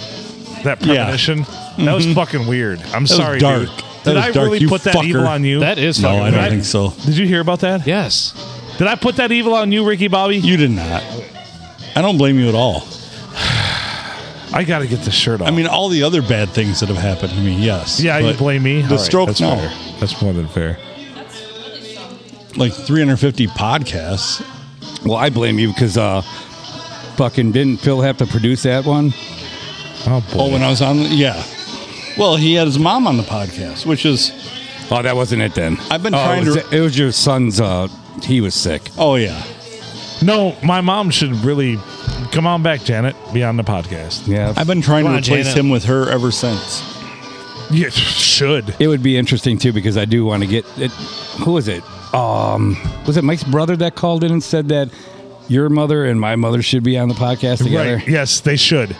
that
Yeah. Mm-hmm.
premonition. That was fucking weird. I'm
was
sorry,
dark.
dude.
That
Did
was
I
dark,
really
you
put that
fucker.
evil on you?
that is
No,
fucking.
I don't
burnt.
think so.
Did you hear about that?
Yes.
Did I put that evil on you, Ricky Bobby?
You did not. I don't blame you at all.
I gotta get this shirt off.
I mean, all the other bad things that have happened to me, yes.
yeah, you
but
blame me.
The
All right,
stroke,
that's
no.
fair. That's more than fair.
That's really
like 350 podcasts.
Well, I blame you because uh, fucking didn't Phil have to produce that one?
Oh boy.
Oh, when I was on, yeah. Well, he had his mom on the podcast, which is
Oh, that wasn't it then.
I've been
Oh,
trying
it was,
to-
It was your son's. Uh, he was sick.
oh yeah.
No, my mom should really come on back, Janet. Be on the podcast.
Yeah,
I've been trying
Come
to
on,
replace
Janet.
him with her ever since.
You should.
it would be interesting too because I do want to get it. Who was it? Um, was it Mike's brother that called in and said that your mother and my mother should be on the podcast together?
Right. Yes, they should.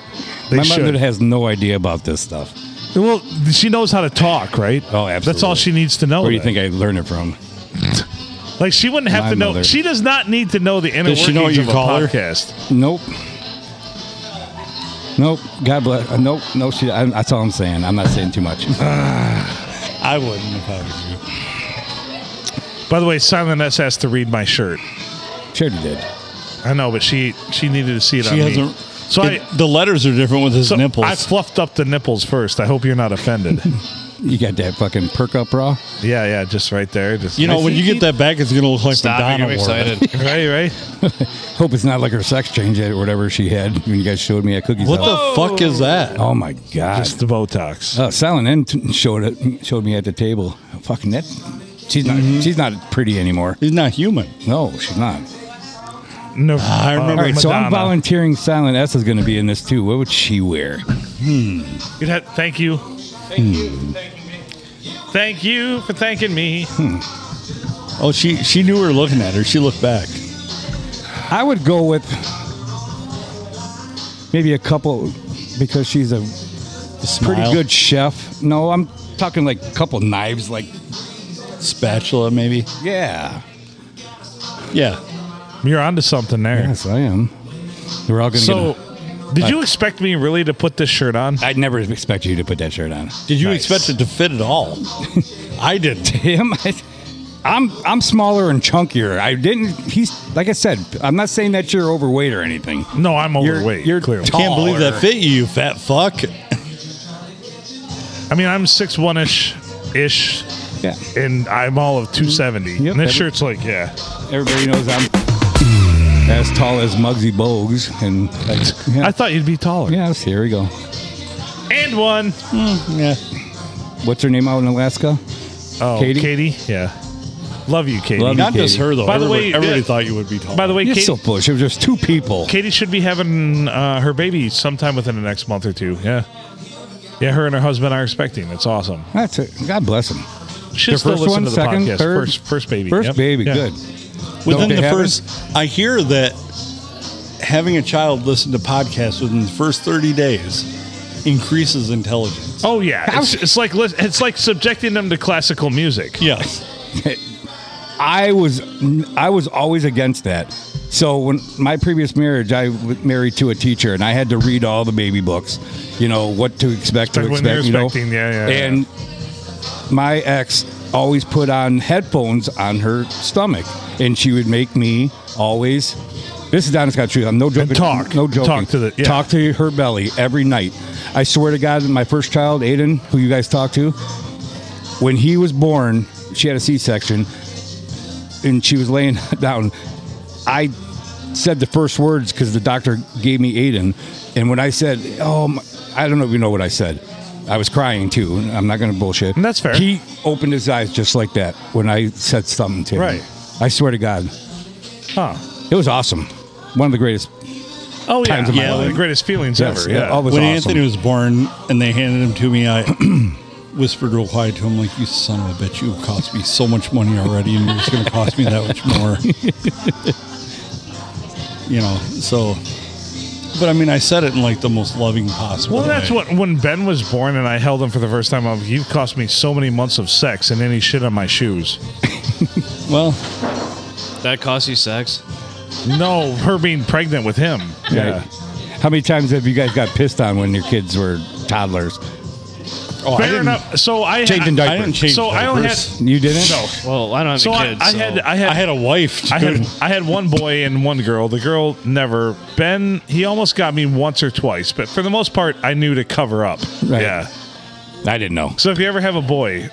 They
My
should.
mother has no idea about this stuff.
well, she knows how to talk, right?
Oh, absolutely.
That's all she needs to know.
Where do you
then.
think I learned it from?
Like she wouldn't have
My
to know.
mother.
She does not need to know the inner
Does she know what
workings
you
of a
call her?
podcast.
Nope. Nope. God bless. uh, Nope. No. She. I, that's all I'm saying. I'm not saying too much.
I wouldn't if I was you.
By the way, Silent S has to read my shirt.
sure you did.
I know, but she she needed to see it
She
on me.
hasn't.
So
it-
I
the letters are different with his
so
nipples.
I fluffed up the nipples first. I hope you're not offended.
You got that fucking perk up bra.
yeah, yeah, just right there. Just
you know, when you get that back, it's gonna look like
Stop.
Madonna.
I'm
wore it.
excited.
right, right.
Hope it's not like her sex change or whatever she had when you guys showed me at Cookies.
What
House.
the fuck is that?
Oh my god.
Just the Botox.
Uh, Silent N t- showed it, showed me at the table. Fucking that. She's not. She's not pretty anymore.
He's not human.
No, she's not.
No, uh,
I remember-
All right, so I'm
Madonna.
volunteering. Silent S is going to be in this too. What would she wear?
You'd have- Thank you. Thank you for thanking me.
Oh, she she knew we were looking at her. She looked back.
I would go with maybe a couple because she's a pretty good chef. No, I'm talking like a couple knives. Like
spatula, maybe.
yeah,
Yeah.
You're onto something there.
yes, I am. We're all going to.
So, did you expect me really to put this shirt on?
I'd never expect you to put that shirt on.
Did you
Nice.
expect it to fit at all? I didn't.
him. I, I'm I'm smaller and chunkier. I didn't. He's like I said. I'm not saying that you're overweight or anything.
No, I'm
You're-
overweight.
you're
clearly.
tall.
Can't believe that fit you, you fat fuck.
I mean, I'm six one ish, ish,
Yeah.
and I'm all of two seventy.
Yep.
and this shirt's like, yeah,
Everybody knows I'm as tall as Muggsy Bogues, and like, yeah,
I thought you'd be taller.
yes, here we go.
And one.
Yeah.
What's her name out in Alaska?
Oh,
Katie?
Katie. yeah. Love you, Katie.
Love you.
Not just
Katie.
her though.
By the
everybody,
way,
everybody
yeah.
thought you would be tall.
By the way,
You're
Katie,
so bullshit. It was just two people.
Katie should be having uh, her baby sometime within the next month or two. Yeah. Yeah, her and her husband are expecting. It's awesome.
That's it. God bless them.
Should still
first
listen
one,
to the
second,
podcast.
third,
first, first baby.
First
Yep.
baby,
Yeah.
good.
within
Don't
the
they have
first, I hear that having a child listen to podcasts within the first thirty days increases intelligence.
Oh yeah, it's, it's like lis- it's like subjecting them to classical music.
Yes.
I was I was always against that. So when my previous marriage, I was married to a teacher, and I had to read all the baby books. You know what to expect. To
Expect when
expect,
they're
you know?
expecting, yeah, yeah, yeah.
And my ex always put on headphones on her stomach, and she would make me always. This is honest, God, truth. I'm no joking.
talk.
No joking.
Talk to the- yeah.
Talk to her belly every night. I swear to God, my first child, Aiden, who you guys talked to, when he was born, she had a C-section, and she was laying down. I said the first words because the doctor gave me Aiden, and when I said, "Oh, my, I don't know if you know what I said," I was crying too. and I'm not going to bullshit.
That's fair.
He opened his eyes just like that when I said something to him.
Right.
I swear to God,
Huh.
it was awesome. One of the greatest.
Oh yeah,
Times of my
yeah.
life.
one of the greatest feelings
Yes,
ever. Yeah.
all was
when
awesome.
Anthony was born and they handed him to me, I whispered real quiet to him, like, "You son of a bitch, you have cost me so much money already, and you're just going to cost me that much more." you know, so. But I mean, I said it in like the most loving possible.
well, that's
way.
what when Ben was born and I held him for the first time. I'm like, you've cost me so many months of sex and any shit on my shoes.
Well,
That cost you sex?
No, her being pregnant with him. Yeah,
How many times have you guys got pissed on when your kids were toddlers?
oh, I
fair
didn't,
enough. So I
Changing
I,
diapers.
I didn't change.
so I only had
diapers.
You didn't?
no.
Well, I don't have
So
any
I,
kids.
I
so-
had I had
I had a wife.
I
dude.
had I had one boy and one girl. The girl never. Ben he almost got me once or twice, but for the most part, I knew to cover up.
Right.
Yeah.
I didn't know.
So if you ever have a boy,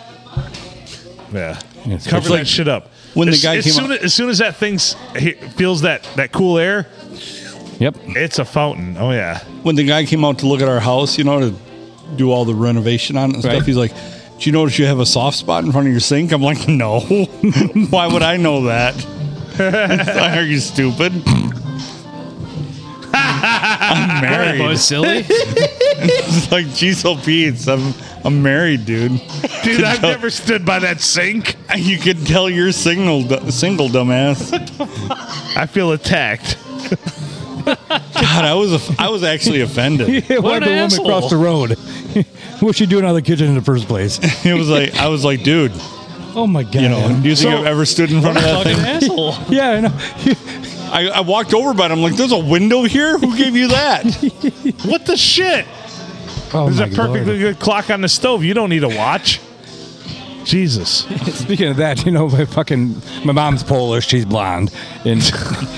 Yeah,
Yes.
cover
It's
that
like
shit up.
when the
As-
guy
as
came
soon
out-
as, as soon as that thing feels that that cool air,
Yep.
it's a fountain. Oh yeah,
when the guy came out to look at our house, you know, to do all the renovation on it and
Right.
stuff, he's like, "Do you notice you have a soft spot in front of your sink?" I'm like, "No, why would I know that? Are you stupid?" I'm married.
Boy, silly.
It's like, geez, oh, Pete, I'm I'm married, dude.
dude, I've
tell-
never stood by that sink.
You can tell you're single, du- single dumbass.
I feel attacked.
God, I was a, I was actually offended.
It
What
wanted
an
the
asshole.
woman across the road. What's she doing out of the kitchen in the first place?
It was like I was like, dude,
Oh my god!
you know, do you think I've ever stood in front of that
Fucking
thing?
asshole.
yeah, I know.
I, I walked over by it. I'm like, there's a window here? Who gave you that?
What the shit?
Oh
There's
my
a perfectly
Lord.
good clock on the stove. You don't need a watch. Jesus,
Speaking of that, you know, my fucking my mom's Polish. She's blonde, and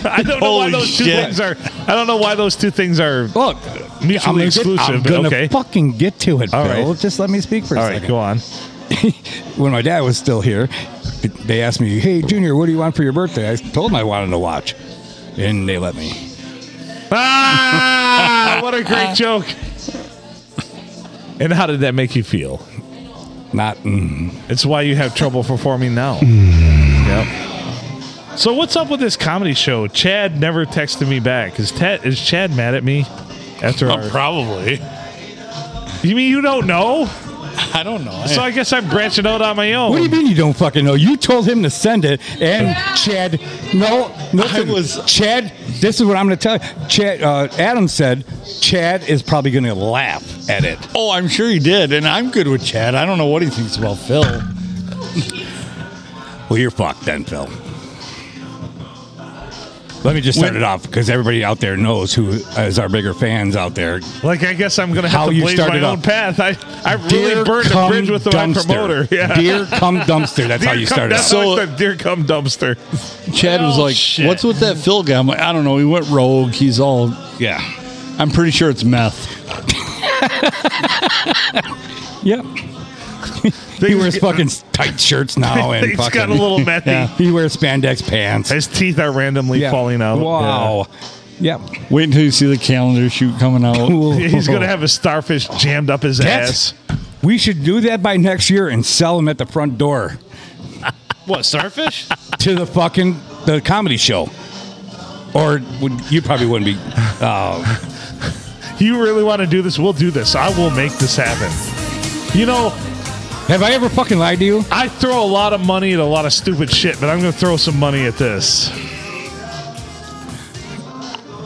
I don't know why
Holy
those two
shit.
things are. I don't know why those two things are.
look,
Mutually
I'm gonna get-
exclusive,
I'm
but
gonna
okay.
fucking get to it,
All
Bill.
right.
Just let me speak for a
All right,
second.
go on.
when my dad was still here, they asked me, "Hey, Junior, what do you want for your birthday?" I told them I wanted a watch, and they let me.
Ah, what a great joke. And how did that make you feel?
Not mm,
It's why you have trouble performing now.
Hmm.
yep. So what's up with this comedy show? Chad never texted me back. Is Ted is Chad mad at me? After our,
probably.
you mean you don't know?
I don't know.
So I guess I'm branching out on my own.
what do you mean you don't fucking know? You told him to send it, and Chad, no, no,
I was-
Chad. This is what I'm going to tell you. Chad, uh, Adam said Chad is probably going to laugh at it.
oh, I'm sure he did. And I'm good with Chad. I don't know what he thinks about Phil.
Well, you're fucked then, Phil. Let me just start
When-
it off because everybody out there knows who is our bigger fans out there.
Like I guess I'm gonna have
How
to
you
blaze my
started
own
up.
path. I I really burned the
come
bridge with the my promoter. Yeah.
Deer come dumpster. That's how
Deer
you
come-
started.
That's
out.
up.
so,
So-
the deer come dumpster.
Chad was
Oh,
like,
shit.
what's with that Phil guy? I'm like, I don't know. He went rogue. He's all,
yeah.
I'm pretty sure it's meth.
Yep. he wears fucking tight shirts now and
He's
fucking,
got a little methy.
Yeah, he wears spandex pants.
His teeth are randomly
Yeah.
falling out.
Wow. Yep.
Wait until you see the calendar shoot coming out.
Cool.
Yeah. He's gonna have a starfish jammed up his
That's-
ass.
We should do that by next year and sell them at the front door
What, starfish?
to the fucking the comedy show. Or would, you probably wouldn't be. Uh,
you really want to do this, we'll do this. I will make this happen. You know,
have I ever fucking lied to you?
I throw a lot of money at a lot of stupid shit, but I'm going to throw some money at this.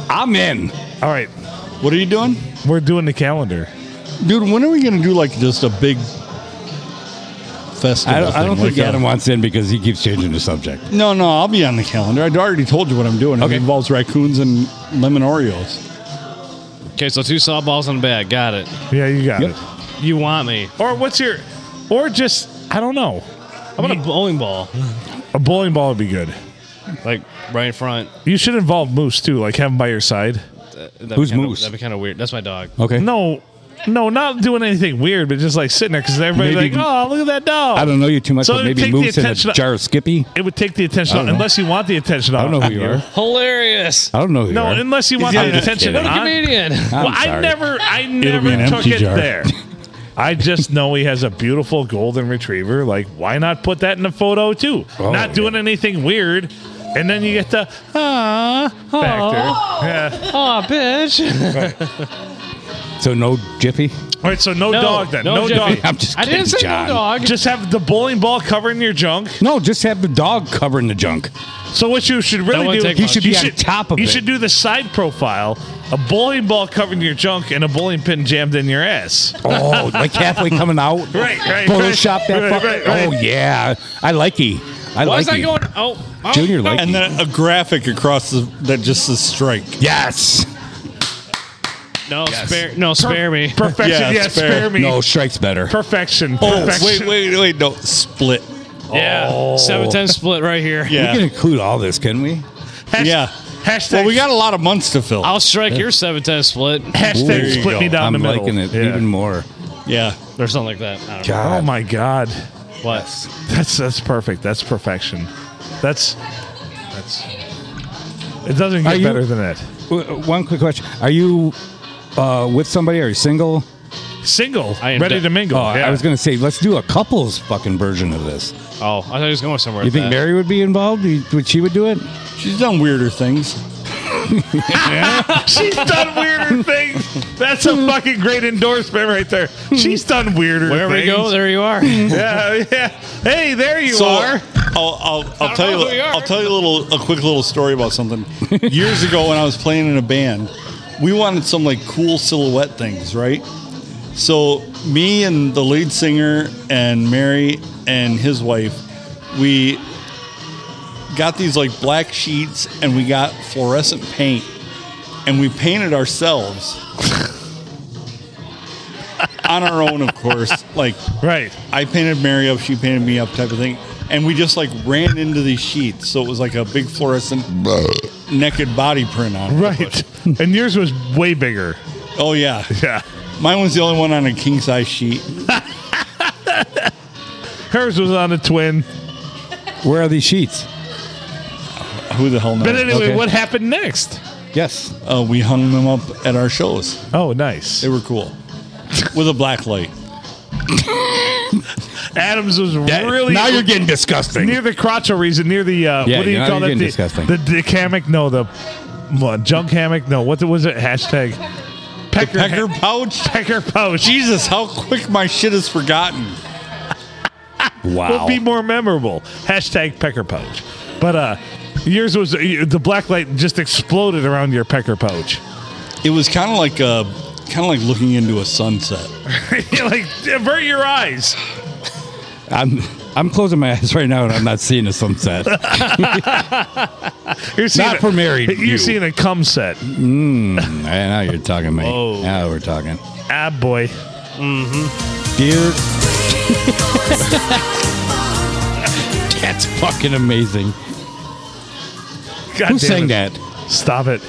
I'm in.
All right,
What are you doing?
we're doing the calendar.
Dude, when are we going to do like just a big festival?
I don't, I don't
thing?
uh,
Like
think
a-
Adam wants in because he keeps changing the subject.
No, no, I'll be on the calendar. I'd already told you what I'm doing.
Okay.
It involves raccoons and lemon Oreos.
Okay, so two softballs in the bag. Got it.
Yeah, you got
Yep.
it.
You want me?
Or what's your, or just, I don't know.
I want a bowling ball,
A bowling ball would be good.
like right in front.
You should involve Moose too, like have him by your side.
That'd be
Who's
kinda-
Moose?
That'd be kind of weird. That's my dog.
Okay.
No, no, not doing anything weird, but just like sitting there because everybody's
Maybe-
like, oh, look at that dog.
I don't know you too much,
So
but
it'd
maybe
take the
moves in a
attention-
jar of Skippy.
It would take the attention
I don't
off,
know.
unless you want the attention
I
off.
don't know who you are.
Hilarious.
I don't know who
No,
you are.
unless you want
Yeah,
the
just
attention
kidding.
on.
Comedian.
I'm
well, I
sorry.
never, I
be an
never took
empty
it
jar.
there. I just know he has a beautiful golden retriever. Like, why not put that in the photo too?
Oh,
not doing anything weird, and then you get the ah factor. Yeah.
Oh, bitch.
So no Jiffy.
All right, so no,
No,
dog then. No,
no
dog.
Jiffy.
I'm just.
I
kidding,
didn't say
John.
no dog.
Just have the bowling ball covering your junk.
No, just have the dog covering the junk.
So what you should
That
really
won't
do?
take He much.
should
you
be on top of
You
it.
should do the side profile: a bowling ball covering your junk and a bowling pin jammed in your ass.
Oh, like halfway coming out.
Right, right,
Photoshop that.
right,
fuck-
right, right.
Oh yeah, I like he. I
Why
like
is that
he.
going? Oh, oh
Junior like E.
And then a graphic across the, that just says strike.
Yes.
no, spare, no, spare me.
Perfection.
Yeah,
Yeah, spare,
spare-
me.
No, strike's better.
Perfection.
Oh,
Perfection.
wait, wait, wait. No, split.
Yeah,
Oh.
seven ten split right here.
We can
Yeah.
include all this, can we?
Hasht-
Yeah.
Hashtag.
Well, we got a lot of months to fill.
I'll strike your seven ten split
There
hashtag
you
split
go.
me down
I'm
the middle.
liking it
Yeah.
even more.
yeah.
or something like that. I don't know.
Oh
God.
my god.
What?
That's that's perfect. That's perfection. That's that's. It doesn't
Are
get
you-
better than that.
W- One quick question: Are you uh, with somebody? Are you single?
Single,
I am
ready
de-
to mingle.
Oh,
yeah.
I was going to say let's do a couples fucking version of this.
Oh, I thought he was going somewhere.
You
with
think
that.
Mary would be involved? Do you- Would she would do it?
She's done weirder things.
She's done weirder things. That's a fucking great endorsement right there. She's done weirder
Wherever we
things.
go, there you are.
Yeah, yeah. Hey, there you
so
are.
I'll, I'll, I'll tell you.
know who you are.
I'll tell you a little, a quick little story about something. Years ago, when I was playing in a band, we wanted some like cool silhouette things, right? So me and the lead singer and Mary and his wife, we got these like black sheets and we got fluorescent paint and we painted ourselves on our own, of course, like
Right.
I painted Mary up, she painted me up, type of thing. And we just like ran into these sheets, so it was like a big fluorescent naked body print on. it.
Right. and yours was way bigger.
Oh yeah,
Yeah.
mine was the only one on a king size sheet.
Hers was on a twin.
Where are these sheets?
Who the hell knows?
But anyway,
okay.
what happened next?
Yes.
Uh, we hung them up at our shows.
Oh, nice.
They were cool, with a black light.
Adams was really
now you're getting disgusting.
near the crotchalries and near the uh,
Yeah,
what do you
now
call
you're
that?
getting
The,
disgusting.
the dick hammock? No, the what, junk hammock? No, what was it? Hashtag pecker
Pecker
ha-
pouch.
pecker pouch.
Jesus, how quick my shit is forgotten.
Wow.
would be more memorable. Hashtag pecker pouch. But uh, yours was uh, the black light just exploded around your pecker pouch.
It was kind of like uh kind of like looking into a sunset.
You're like avert your eyes.
I'm I'm closing my eyes right now and I'm not seeing a sunset.
You're seeing
Not for married
You're
you.
seeing a cum set.
Man, now you're talking, mate.
Whoa.
Now we're talking.
Ah, boy.
Dear. That's fucking amazing.
God damn
Who sang
it.
that?
Stop it.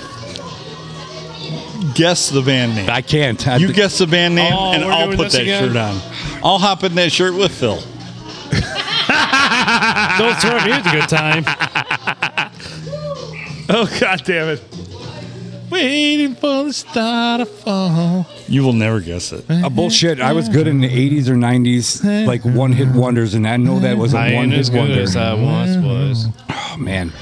Guess the band name.
I can't. I
You
th-
guess the band name,
Oh,
and
we're
I'll
doing
put
this
that
again?
shirt on. I'll hop in that shirt with Phil.
Don't throw me at a good time.
Oh, God damn it. Waiting for the star to fall.
You will never guess it.
Uh, bullshit. I was good in the 80s or 90s, like one hit wonders, and I know that was
I
a one
ain't as
hit
good
wonder.
as I once was.
Oh, man.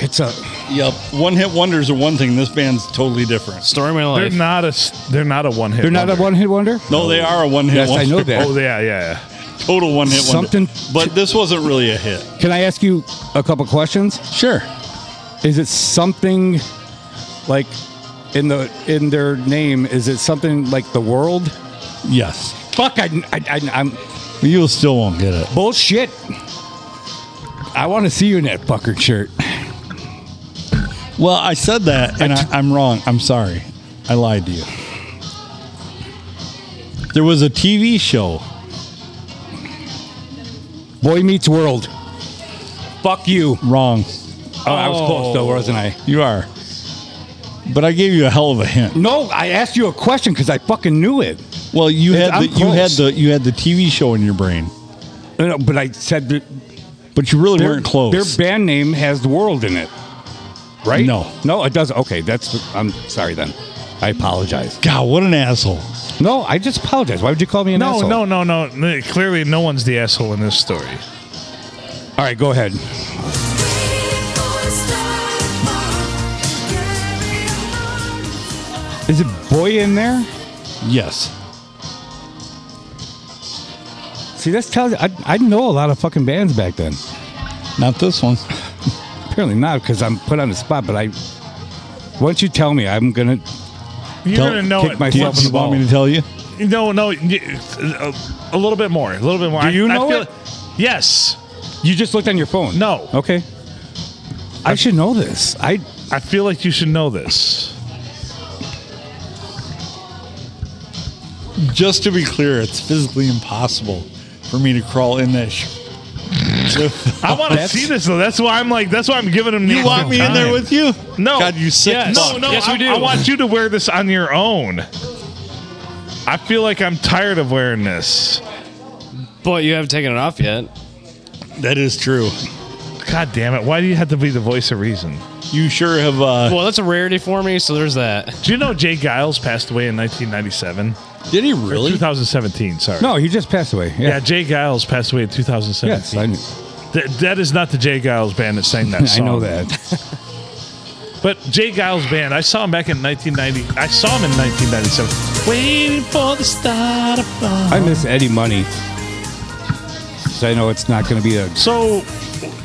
It's a.
Yep. One hit wonders are one thing. This band's totally different.
Story of my
They're
life.
not a. s- They're not a one hit.
They're not a one hit wonder?
No, they are a one hit
Yes, I know that.
Oh yeah, yeah.
Total one hit wonder.
Something-
But this wasn't really a hit.
Can I ask you a couple questions?
Sure.
Is it something like in the in their name? Is it something like the world?
Yes.
Fuck! I, I, I am
You still won't get it.
bullshit. I want to see you in that fucking shirt.
Well, I said that, and I, I'm wrong. I'm sorry. I lied to you. There was a TV show.
Boy Meets World. Fuck you.
Wrong.
Oh, I was close though, wasn't I?
You are. But I gave you a hell of a hint.
No, I asked you a question because I fucking knew it.
Well, you
It's-
had the,
I'm
you had
close.
the you had the TV show in your brain,
No, no, but I said that
but you really
their,
weren't close.
Their band name has the world in it, right?
No.
no, it doesn't. Okay, that's. I'm sorry then. I apologize.
God, what an asshole!
No, I just apologize. Why would you call me an
No,
asshole?
no, no, no, no. Clearly, no one's the asshole in this story.
All right, go ahead. Is it boy in there?
Yes,
See, that's tells I, I know a lot of fucking bands back then.
not this one.
Apparently not because I'm put on the spot. But I, once you tell me, I'm gonna.
You're
Don't
gonna know
kick
it.
my-
Do you,
Myself in
do you
the
want me
ball.
to tell you?
No, no. y- A a little bit more. A little bit more.
Do
I-
you
I
know
feel
it?
Yes.
You just looked on your phone.
No.
Okay. I should know this. I
I feel like you should know this.
Just to be clear, it's physically impossible for me to crawl in that. Sh-
I want to
Oh, That's-
see this though. That's why I'm like. That's why I'm giving him. the
you want me in there
time.
with you?
No.
God, you sick
Yes.
fuck.
No, no.
Yes,
I,
we do.
I want you to wear this on your own. I feel like I'm tired of wearing this.
But you haven't taken it off yet.
That is true.
God damn it! Why do you have to be the voice of reason?
You sure have. Uh,
Well, that's a rarity for me, so there's that.
Do you know Jay Giles passed away in 1997?
did he
Or
really?
2017. Sorry.
No, he just passed away.
Yeah,
Yeah.
Jay Giles passed away in
yes, I,
2017.
knew-
Th- that is not the Jay Giles band that sang that
I
song.
know that.
But Jay Giles band, I saw him back in 1990. I saw him in 1997. Waiting for the start of love.
I miss Eddie Money. So I know it's not going to be a.
So,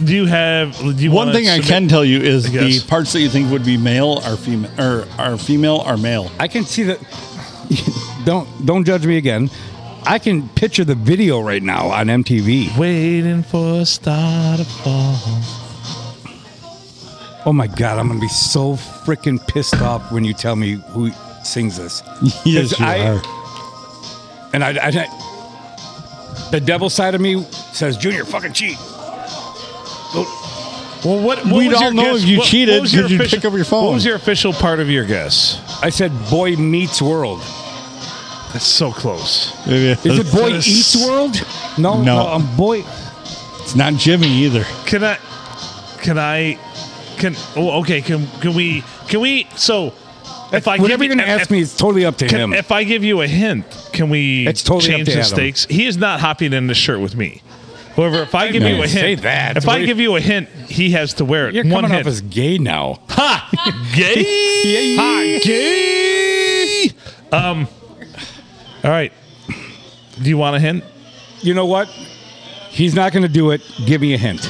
do you have? Do you
One
wanna
thing I
submit-
can tell you is the
Yes.
parts that you think would be male are female, or are female are male.
I can see that. don't don't judge me again. I can picture the video right now on MTV.
Waiting for a star to fall.
Oh my god, I'm gonna be so freaking pissed off when you tell me who sings this.
Yes, you
I-
are.
And I, I, the devil side of me says, Junior, fucking cheat.
Well, what, what
We
was your
don't know
guess?
if you
What- what
cheated
was your
'cause you
official-
pick up your phone.
What was your official part of your guess?
I said, Boy meets world.
That's so close.
Is it Boy
That's-
Eats World? No,
No.
no, um, Boy.
It's not Jimmy either.
Can I? Can I? Can oh, okay? Can can we? Can we? So, if I
Whatever
give
you're
you-
gonna
if-
ask me, it's totally up to
can-
him.
if I give you a hint, can we
It's totally up
change
to
the
Adam.
stakes? He is not hopping in the shirt with me. However, if I give
No,
you a hint,
say that.
if
What
I
you-
give you a hint, he has to wear it.
You're
One
coming
hint.
off as gay now.
ha gay.
Yeah.
Ha gay. Um. All right. Do you want a hint?
You know what? He's not gonna do it. Give me a hint.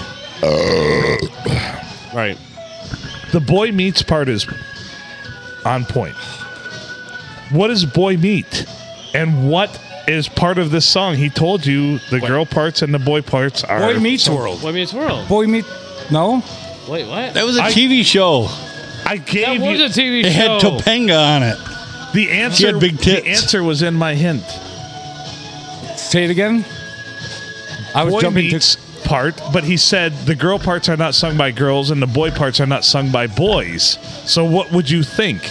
Right.
The boy meets part is on point. What is boy meet? And what is part of this song? He told you the girl parts and the boy parts are.
Boy meets world.
Boy Meets World.
Boy meet. No.
Wait, what?
That was a
I-
TV show.
I
That
gave
was
you
a TV
It had
show.
Topanga on it.
the answer.
had big
The
tits.
answer was in my hint.
Say it again. I was
Boy
jumping
meets
to.
part, but he said the girl parts are not sung by girls and the boy parts are not sung by boys. So what would you think?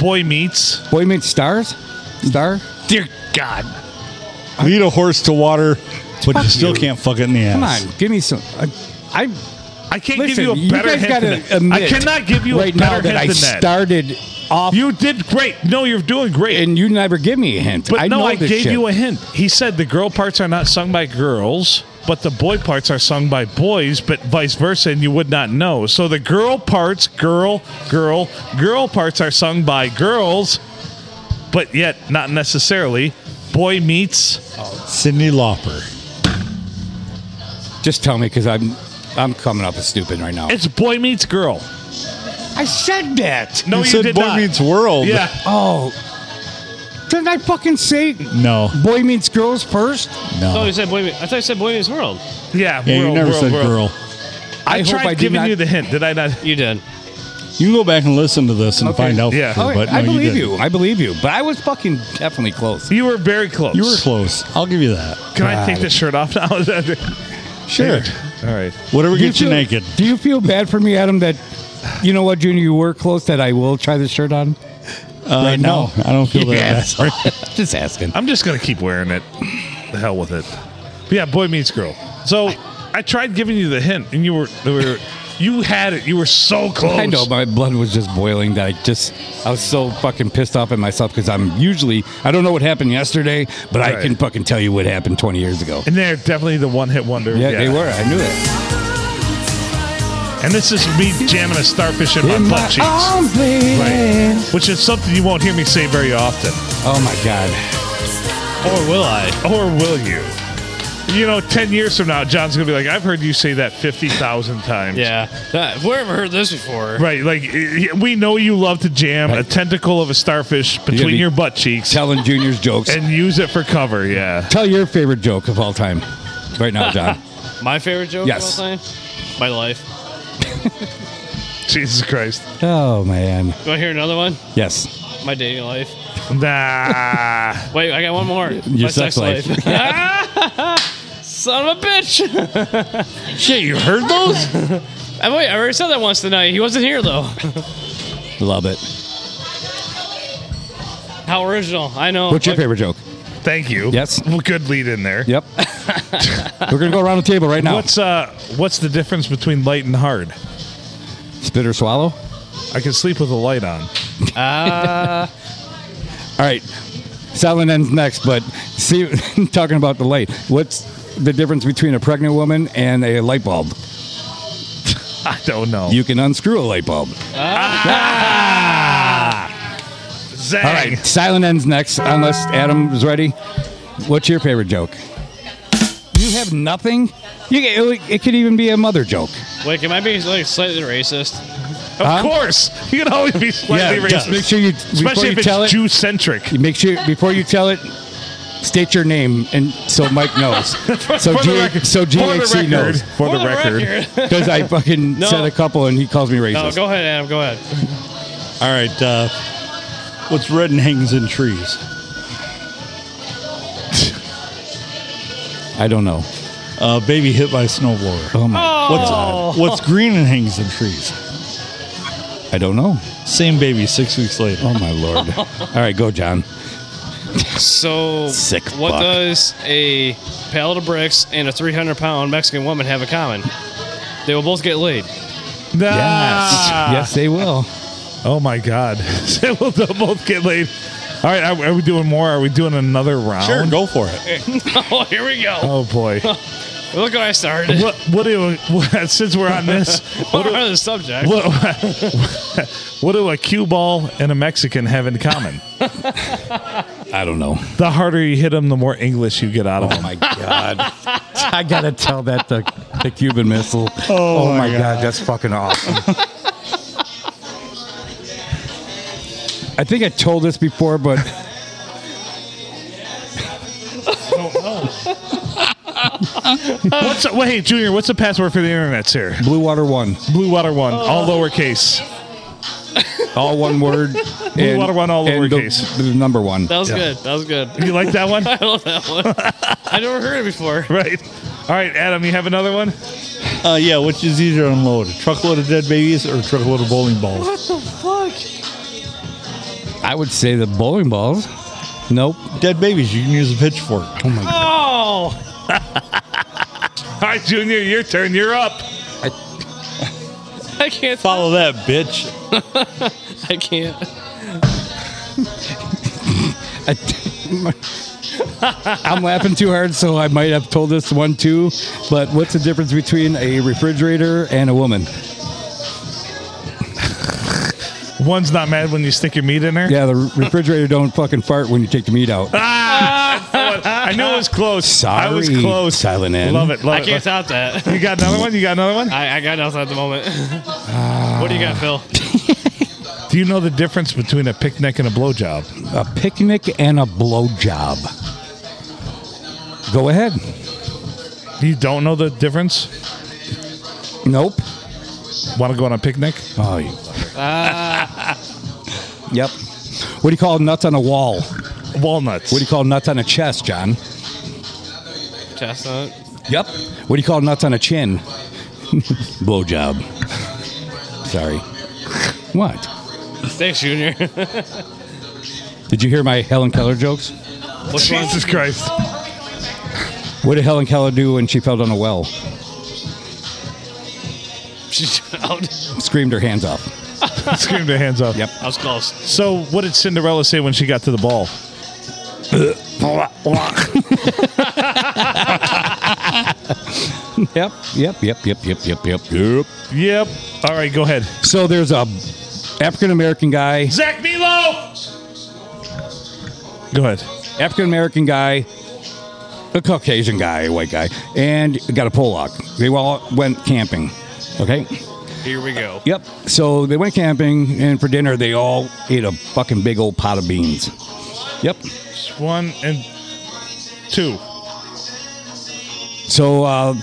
Boy meets.
Boy meets stars. Star.
Dear God.
Lead a horse to water, but you
Fuck
still
you.
can't fuck it in the ass.
Come on, give me some. I, I
I can't
listen.
give you a
You
better
guys
hint.
got
than that.
to admit.
I cannot give you
right
a better
now that
hint
I
than that.
started off,
You did great. No, you're doing great.
and you never give me a hint.
but
I
no,
know
I
this
gave
shit.
you a hint. He said the girl parts are not sung by girls, but the boy parts are sung by boys, but vice versa, and you would not know. So the girl parts, girl, girl, girl parts are sung by girls, but yet not necessarily. Boy meets.
Sydney Lauper.
Just tell me because I'm I'm coming up as stupid right now.
It's boy meets girl.
I said that.
No, you,
said
did
Boy
not.
Meets World.
Yeah.
Oh, didn't I fucking say
No,
boy meets girls first?
Oh,
no.
you said Boy. Me- I thought you said Boy Meets World.
Yeah.
Yeah, you
world,
never
world,
said
world.
girl.
I,
I hope
tried
I did
giving
not-
you the hint. Did I not?
You did.
You can go back and listen to this and
Okay.
find out. for
Yeah.
sure,
All right,
but
Oh, I
no,
believe you,
didn't.
I believe you. But I was fucking definitely close.
You were very close.
You were close. I'll give you that.
Can I take this shirt off now?
Sure.
All right.
Whatever
Do
gets you
feel-
naked.
Do you feel bad for me, Adam? That you know what, Junior, you were close. That I will try this shirt on.
Uh, no, I don't feel that bad.
Just asking.
I'm just gonna keep wearing it. The hell with it. But yeah, boy meets girl. So I tried giving you the hint, and you were, you were, you had it. You were so close.
I know my blood was just boiling that I just I was so fucking pissed off at myself because I'm usually I don't know what happened yesterday, but I
Right.
can fucking tell you what happened 20 years ago.
And they're definitely the one-hit wonder.
Yeah, they were. I knew it.
And this is me jamming a starfish in my
In
butt
my
cheeks,
arms, baby.
Right. which is something you won't hear me say very often.
Oh my god.
Or will I?
Or will you? You know, ten years from now, John's gonna be like, "I've heard you say that fifty thousand times."
Yeah. That, whoever heard this before?
Right, like eh, we know you love to jam a tentacle of a starfish
gotta
between
be
your butt cheeks
Telling Junior's jokes.
and use it for cover. Yeah,
Tell your favorite joke of all time. Right now, John.
My favorite joke
Yes.
of all time. My life.
Jesus Christ.
oh man.
Do I hear another one?
Yes.
My dating life.
Nah,
Wait, I got one more. My
Your sex life.
Son of a bitch!
Shit, you heard those?
I, wait, I already said that once tonight. He wasn't here though.
Love it.
How original! I know.
What's your
Look,
favorite joke?
Thank you.
Yes.
Well, Good lead in there.
Yep. We're gonna go around the table right now.
What's uh what's the difference between light and hard?
Spit or swallow?
I can sleep with a light on.
All right. Silent ends next, but see, talking about the light. What's the difference between a pregnant woman and a light bulb?
I don't know.
You can unscrew a light bulb.
Zang.
All right. Silent ends next, unless Adam is ready. What's your favorite joke? You have nothing. You, it, it could even be a mother joke.
Wait, am I being like slightly racist?
Of
Huh?
course. You can always be slightly
Just
racist.
make sure you before
Especially
you
if
tell
it's
it.
Jew centric.
you make sure before you tell it. State your name, and so Mike knows. So
for the record.
G- so
for the
GHC
record.
knows.
For the record.
Because I fucking
No.
said a couple and he calls me
no,
racist.
go ahead, Adam. Go ahead.
All right. Uh, what's red and hangs in trees?
I don't know.
Uh, baby hit by a snowblower.
Oh my.
What's, what's green and hangs in trees?
I don't know.
Same baby six weeks later.
Oh my lord. All right, go, John.
So,
Sick
what
fuck.
does a pallet of bricks and a 300 pound Mexican woman have in common? They will both get laid.
Nah.
Yes, they will.
Oh my God. we'll both get laid. All right. Are, are we doing more? Are we doing another round?
Sure, go for it.
oh, here we go.
Oh boy.
Look where I started.
what? What do? What, since we're on this,
What are the subjects?
what, what do a cue ball and a Mexican have in common?
I don't know.
The harder you hit them, the more English you get out of
Oh
them.
my god. I gotta tell that the, the Cuban Missile.
Oh, my God.
that's fucking awesome. I think I told this before, but
What's a, wait, Junior? What's the password for the internet's here?
Blue Water One,
Blue Water One, all lowercase.
all one word. Blue
Water One, all lowercase.
The, the number one.
That was good. That was good.
You like that one?
I love that one. I never heard it before.
Right. All right, Adam, you have another one?
Uh, yeah, which is easier to unload? A truckload of dead babies or a truckload of bowling balls?
I would say the bowling balls. Nope.
Dead babies, you can use a pitchfork.
Oh,
All right, Junior, your turn. You're up.
I can't.
Follow that, bitch.
I can't.
I, am laughing too hard, so I might have told this one too. But what's the difference between a refrigerator and a woman?
One's not mad when you stick your meat in there.
Yeah, the refrigerator don't fucking fart when you take the meat out.
Ah, I knew it was close. I was
Sorry,
close.
Silent N.
Love it. Love
I
it.
can't top that.
You got another one? You got another one?
I, I got nothing at the moment. what do you got, Phil?
Do you know the difference between a picnic and a blowjob?
A picnic and a blowjob. Go ahead.
You don't know the difference?
Nope.
Want to go on a picnic?
Oh, you. yep. What do you call nuts on a wall? What
Walnuts.
do you call nuts on a chest, John?
Chestnut.
Yep. What do you call nuts on a chin? Blowjob. Sorry. What?
Thanks, Junior.
Did you hear my Helen Keller jokes?
Which one?
Jesus Christ.
What did Helen Keller do when she fell down a well?
She's out.
Screamed her hands off.
Screamed their hands up.
Yep.
I was close.
So, what did Cinderella say when she got to the ball?
Yep, yep, yep, yep, yep, yep, yep, yep.
Yep. All right, go ahead.
So there's a African American guy,
Zach Milo! Go ahead.
African American guy, a Caucasian guy, a white guy, and got a Pollock. They all went camping. Okay.
Here we go.
Yep. So they went camping, and for dinner they all ate a fucking big old pot of beans. Yep.
It's One and two.
So uh,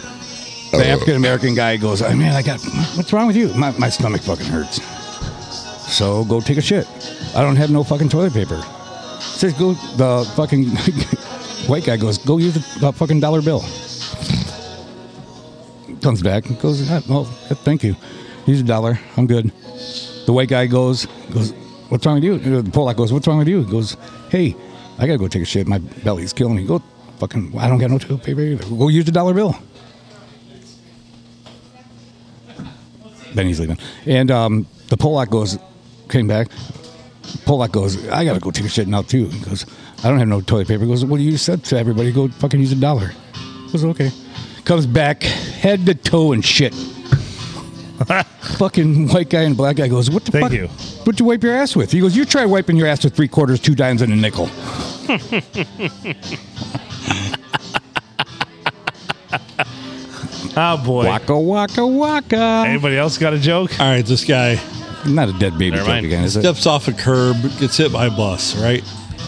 the African American guy goes, "I man, I got what's wrong with you? My, my stomach fucking hurts. So go take a shit. I don't have no fucking toilet paper." Says go the fucking white guy goes, "Go use the, the fucking dollar bill." Comes back and goes, "Ah, "Well, thank you. Here's a dollar. I'm good." The white guy goes, "Goes, what's wrong with you?" The Pollock goes, "What's wrong with you?" He goes, "Hey, I gotta go take a shit. My belly's killing me. Go fucking. I don't got no toilet paper either. Go use the dollar bill. Benny's leaving, and um, the Polak goes, came back. Polak goes, I gotta go take a shit now too. He goes, I don't have no toilet paper. He goes, well, you said to everybody, go fucking use a dollar. He goes, okay. Comes back, head to toe and shit. fucking white guy and black guy goes, what the
Thank
fuck?
you.
What you wipe your ass with? He goes, you try wiping your ass with three quarters, two dimes, and a nickel.
Oh boy.
Waka waka waka.
Anybody else got a joke?
All right, this guy
Not a dead baby
Never
joke
mind.
again, is it?
steps off a curb, gets hit by a bus, right?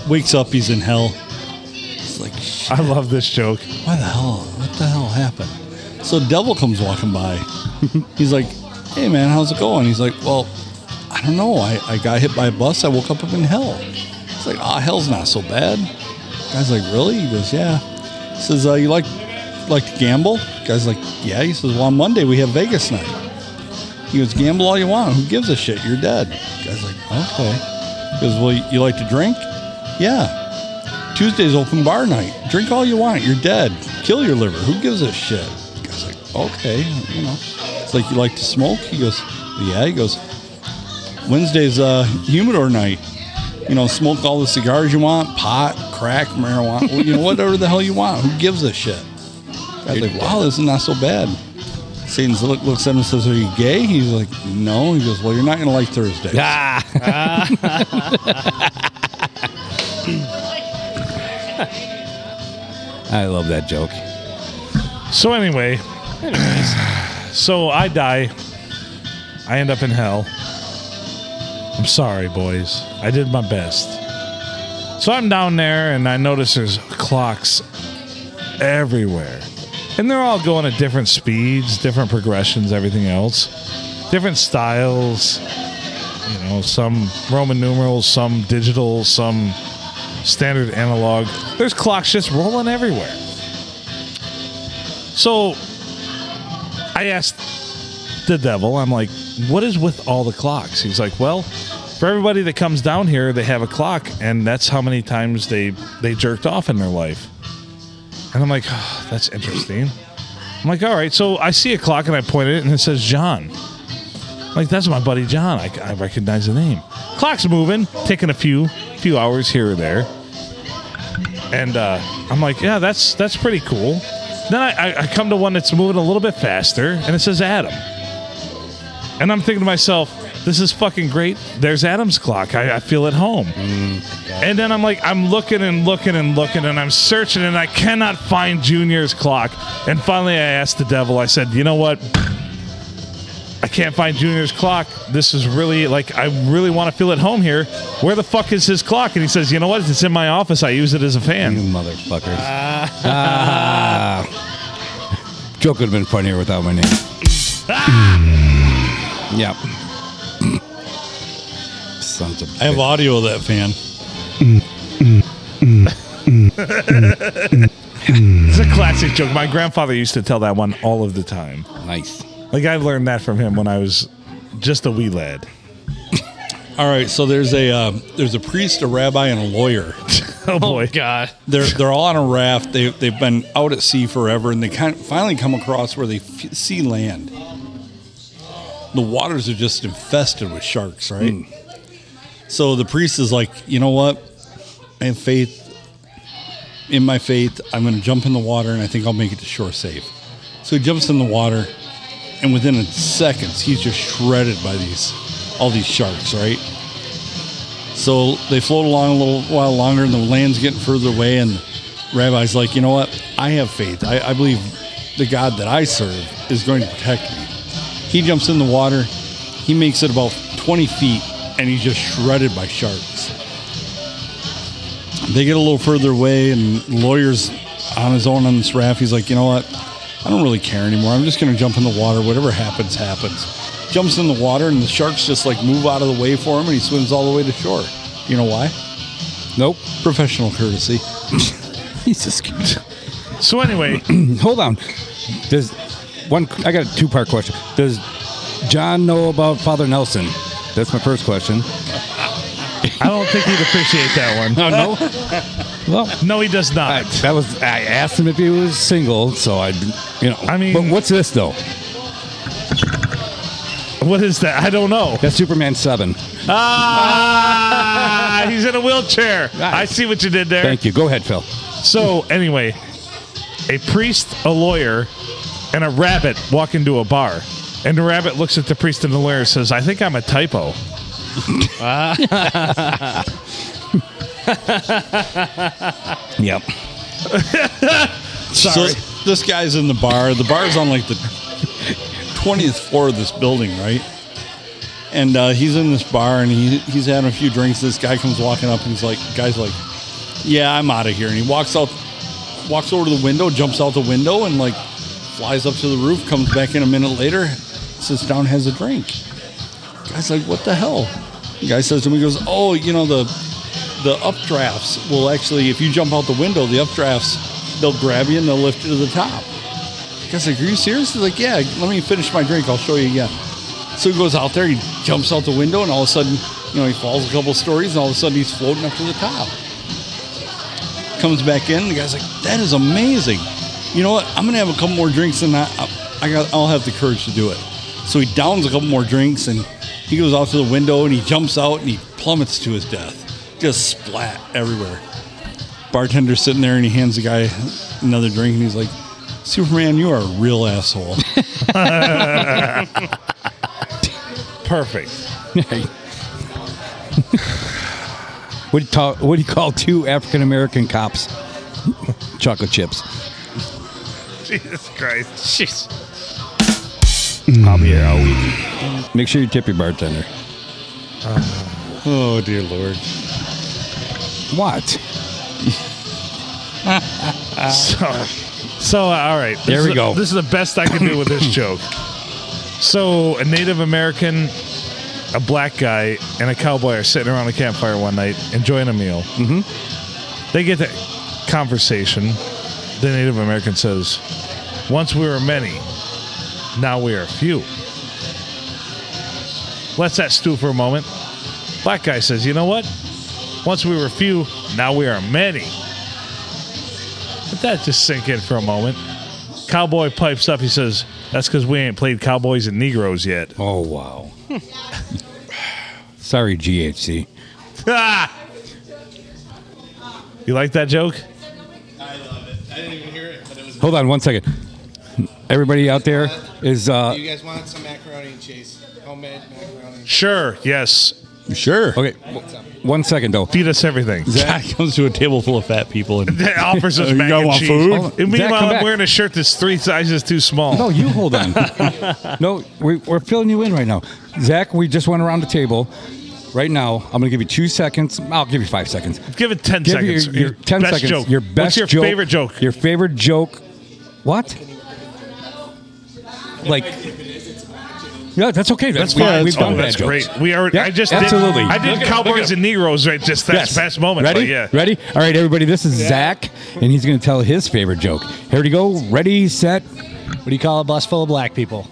Wakes up, he's in hell. It's like, "Shit,
I love this joke.
why the hell? What the hell happened? So devil comes walking by. he's like, hey man, how's it going? He's like, well, I don't know. I, I got hit by a bus. I woke up in hell. It's like, ah, hell's not so bad. Guy's like, really? He goes, yeah. He says, uh, you like like to gamble? Guy's like, yeah. He says, well, on Monday we have Vegas night. He goes, gamble all you want. Who gives a shit? You're dead. Guy's like, okay. He goes, well, you like to drink? Yeah. Tuesday's open bar night. Drink all you want. You're dead. Kill your liver. Who gives a shit? Guy's like, okay, you know. It's like you like to smoke. He goes, yeah. He goes, Wednesday's uh, humidor night. You know, smoke all the cigars you want, pot, crack, marijuana, well, you know, whatever the hell you want. Who gives a shit? Guy's like, wow, this is not so bad. Satan's look, looks at him and says, are you gay? He's like, no. He goes, well, you're not going to like Thursday.
Ah, I love that joke.
So anyway, so I die. I end up in hell. I'm sorry, boys. I did my best. So I'm down there and I notice there's clocks everywhere. And they're all going at different speeds, different progressions, everything else. Different styles. You know, some Roman numerals, some digital, some standard analog. There's clocks just rolling everywhere. So I asked the devil, I'm like, what is with all the clocks? He's like, well, for everybody that comes down here, they have a clock, and that's how many times they they jerked off in their life. And I'm like, "Ah, that's interesting. I'm like, all right. So I see a clock and I point at it, and it says John. I'm like that's my buddy John. I, I recognize the name. Clock's moving, taking a few few hours here or there and uh, I'm like, yeah, that's that's pretty cool. Then I, I, I come to one that's moving a little bit faster, and it says Adam. And I'm thinking to myself, this is fucking great. There's Adam's clock. I, I feel at home. and then I'm like, I'm looking and looking and looking, and I'm searching, and I cannot find Junior's clock. And finally, I asked the devil. I said, you know what? I can't find Junior's clock. This is really like I really want to feel at home here. Where the fuck is his clock? And he says, "You know what? It's in my office. I use it as a fan."
You motherfuckers. Ah. joke would have been funnier without my name. yep. Sons of
I have
bitch.
audio of that fan.
It's a classic joke. My grandfather used to tell that one all of the time.
nice.
Like I learned that from him when I was just a wee lad.
All right, so there's a uh, there's a priest, a rabbi, and a lawyer.
Oh boy.
God.
They're they're all on a raft. They they've been out at sea forever, and they kind finally come across where they f- see land. The waters are just infested with sharks, right? So the priest is like, you know what? I have faith. In my faith, I'm going to jump in the water, and I think I'll make it to shore safe. So he jumps in the water, and within seconds, he's just shredded by these all these sharks, right? So they float along a little while longer, and the land's getting further away. And Rabbi's like, you know what? I have faith. I, I believe the God that I serve is going to protect me. He jumps in the water. He makes it about 20 feet, and he's just shredded by sharks. They get a little further away, and the lawyer's on his own on this raft. He's like, you know what? I don't really care anymore. I'm just going to jump in the water. Whatever happens, happens. Jumps in the water, and the sharks just like move out of the way for him, and he swims all the way to shore. You know why?
Nope.
Professional courtesy.
Jesus. Christ.
So anyway,
Hold on. Does one? I got a two-part question. Does John know about Father Nelson? That's my first question.
I don't think he'd appreciate that one.
Oh no. well,
No, he does not.
I, that was I asked him if he was single, so I, you know.
I mean-
but what's this though?
What is that? I don't know.
That's Superman Seven.
Ah, he's in a wheelchair. I see what you did there.
Thank you. Go ahead, Phil.
So anyway, a priest, a lawyer, and a rabbit walk into a bar, and the rabbit looks at the priest and the lawyer and says, "I think I'm a typo."
Yep.
So this guy's in the bar. The bar's on like the 20th floor of this building, right? And uh, he's in this bar and he, he's having a few drinks. This guy comes walking up and he's like, guy's like, yeah, I'm out of here. And he walks out, walks over to the window, jumps out the window and like flies up to the roof, comes back in a minute later, sits down, has a drink. Guy's like, what the hell? The guy says to him, he goes, oh, you know, the the updrafts will actually, if you jump out the window, the updrafts, they'll grab you and they'll lift you to the top. The guy's like, Are you serious? He's like, Yeah, let me finish my drink. I'll show you again. So he goes out there, he jumps out the window, and all of a sudden, you know, he falls a couple stories, and all of a sudden he's floating up to the top. Comes back in, the guy's like, That is amazing. You know what? I'm going to have a couple more drinks, and I, I, I got, I'll have the courage to do it. So he downs a couple more drinks, and he goes out to the window, and he jumps out, and he plummets to his death. Just splat everywhere. Bartender's sitting there, and he hands the guy another drink, and he's like, Superman, you are a real asshole.
Perfect.
What do you, ta- what do you call two African American cops? Chocolate chips.
Jesus Christ.
Jeez.
I'll be here all week.
Make sure you tip your bartender.
oh, dear Lord.
What?
So, so uh, all right. This
There
is
we
the-
go.
This is the best I can do with this joke. So, a Native American, a black guy, and a cowboy are sitting around a campfire one night enjoying a meal. Mm-hmm. They get that conversation. The Native American says, "Once we were many, now we are few." Let's that stew for a moment. Black guy says, "You know what? Once we were few, now we are many." Let that just sink in for a moment. Cowboy pipes up. He says, "That's because we ain't played cowboys and Negroes yet."
Oh wow. Sorry, GHC.
Ah! You like that joke?
Hold on one second. Everybody out there is uh
You guys want some macaroni and cheese? Homemade macaroni.
Sure. Yes.
Sure.
okay. w- One second though.
Feed us everything.
Zach comes to a table full of fat people and
That offers us
You
mac
guys
and
want
cheese.
food?
Hold on.
And meanwhile,
Zach, come
I'm
back.
wearing a shirt that's three sizes too small.
No, you hold on. no, we, we're filling you in right now. Zach, we just went around the table. Right now, I'm going to give you two seconds. I'll give you five seconds.
Give it ten
Give
seconds.
your, your, ten
best
seconds.
joke.
Your best
What's your
joke,
favorite joke?
Your favorite joke. What? Like. Yeah, that's okay. That's
Yeah,
fine. We've
that's-
done
oh, that's
bad jokes.
great. We are.
Yeah,
I just
absolutely.
Did, I did cowboys and Negroes right just that
Yes.
past moment.
Ready?
But yeah.
Ready? All right, everybody. This is Zach, and he's going to tell his favorite joke. Here we go. Ready, set.
What do you call a bus full of black people?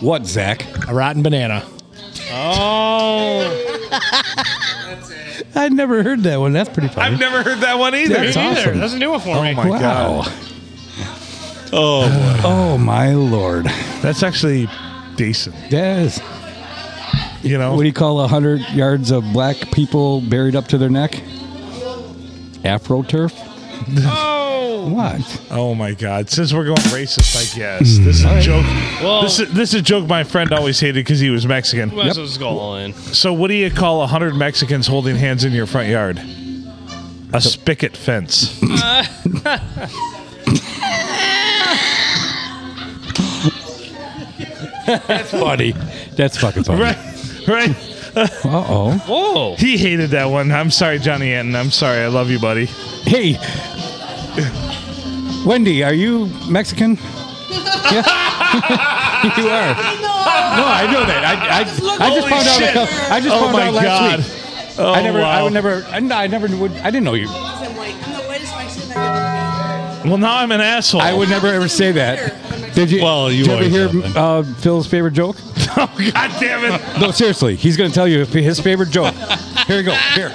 What, Zach?
A rotten banana.
Oh,
I never heard that one. That's pretty funny.
I've never heard that one either.
That's
me neither.
awesome.
That's a new one for me.
my
wow.
oh,
Oh my lord.
That's actually decent.
Yes.
You know.
What do you call a hundred yards of black people buried up to their neck? Afro turf.
Oh,
What?
Oh my God! Since we're going racist, I guess this is
Hmm.
a joke.
Well-
this is this is a joke my friend always hated because he was Mexican.
that's what's going.
So what do you call a hundred Mexicans holding hands in your front yard? A spigot fence.
Funny. That's fucking funny.
right, right.
Uh oh.
Whoa.
He hated that one. I'm sorry, Johnny Anton. I'm sorry. I love you, buddy.
Hey. Wendy, are you Mexican? Yeah. you are. No, I know that. I, I, I just
Look,
found
holy
out. A
shit.
couple, I just
oh
found
my
out last
God!
week.
Oh
I never. I
wow.
would never. I, I never would. I didn't know you.
I'm white. I'm the whitest Mexican I've ever
Well, now I'm an asshole.
I would never ever say that. Did you?
Well, you
did you ever
always
hear
have been.
uh, Phil's favorite joke?
oh God damn it!
No, seriously, he's going to tell you his favorite joke. Here you go. Here.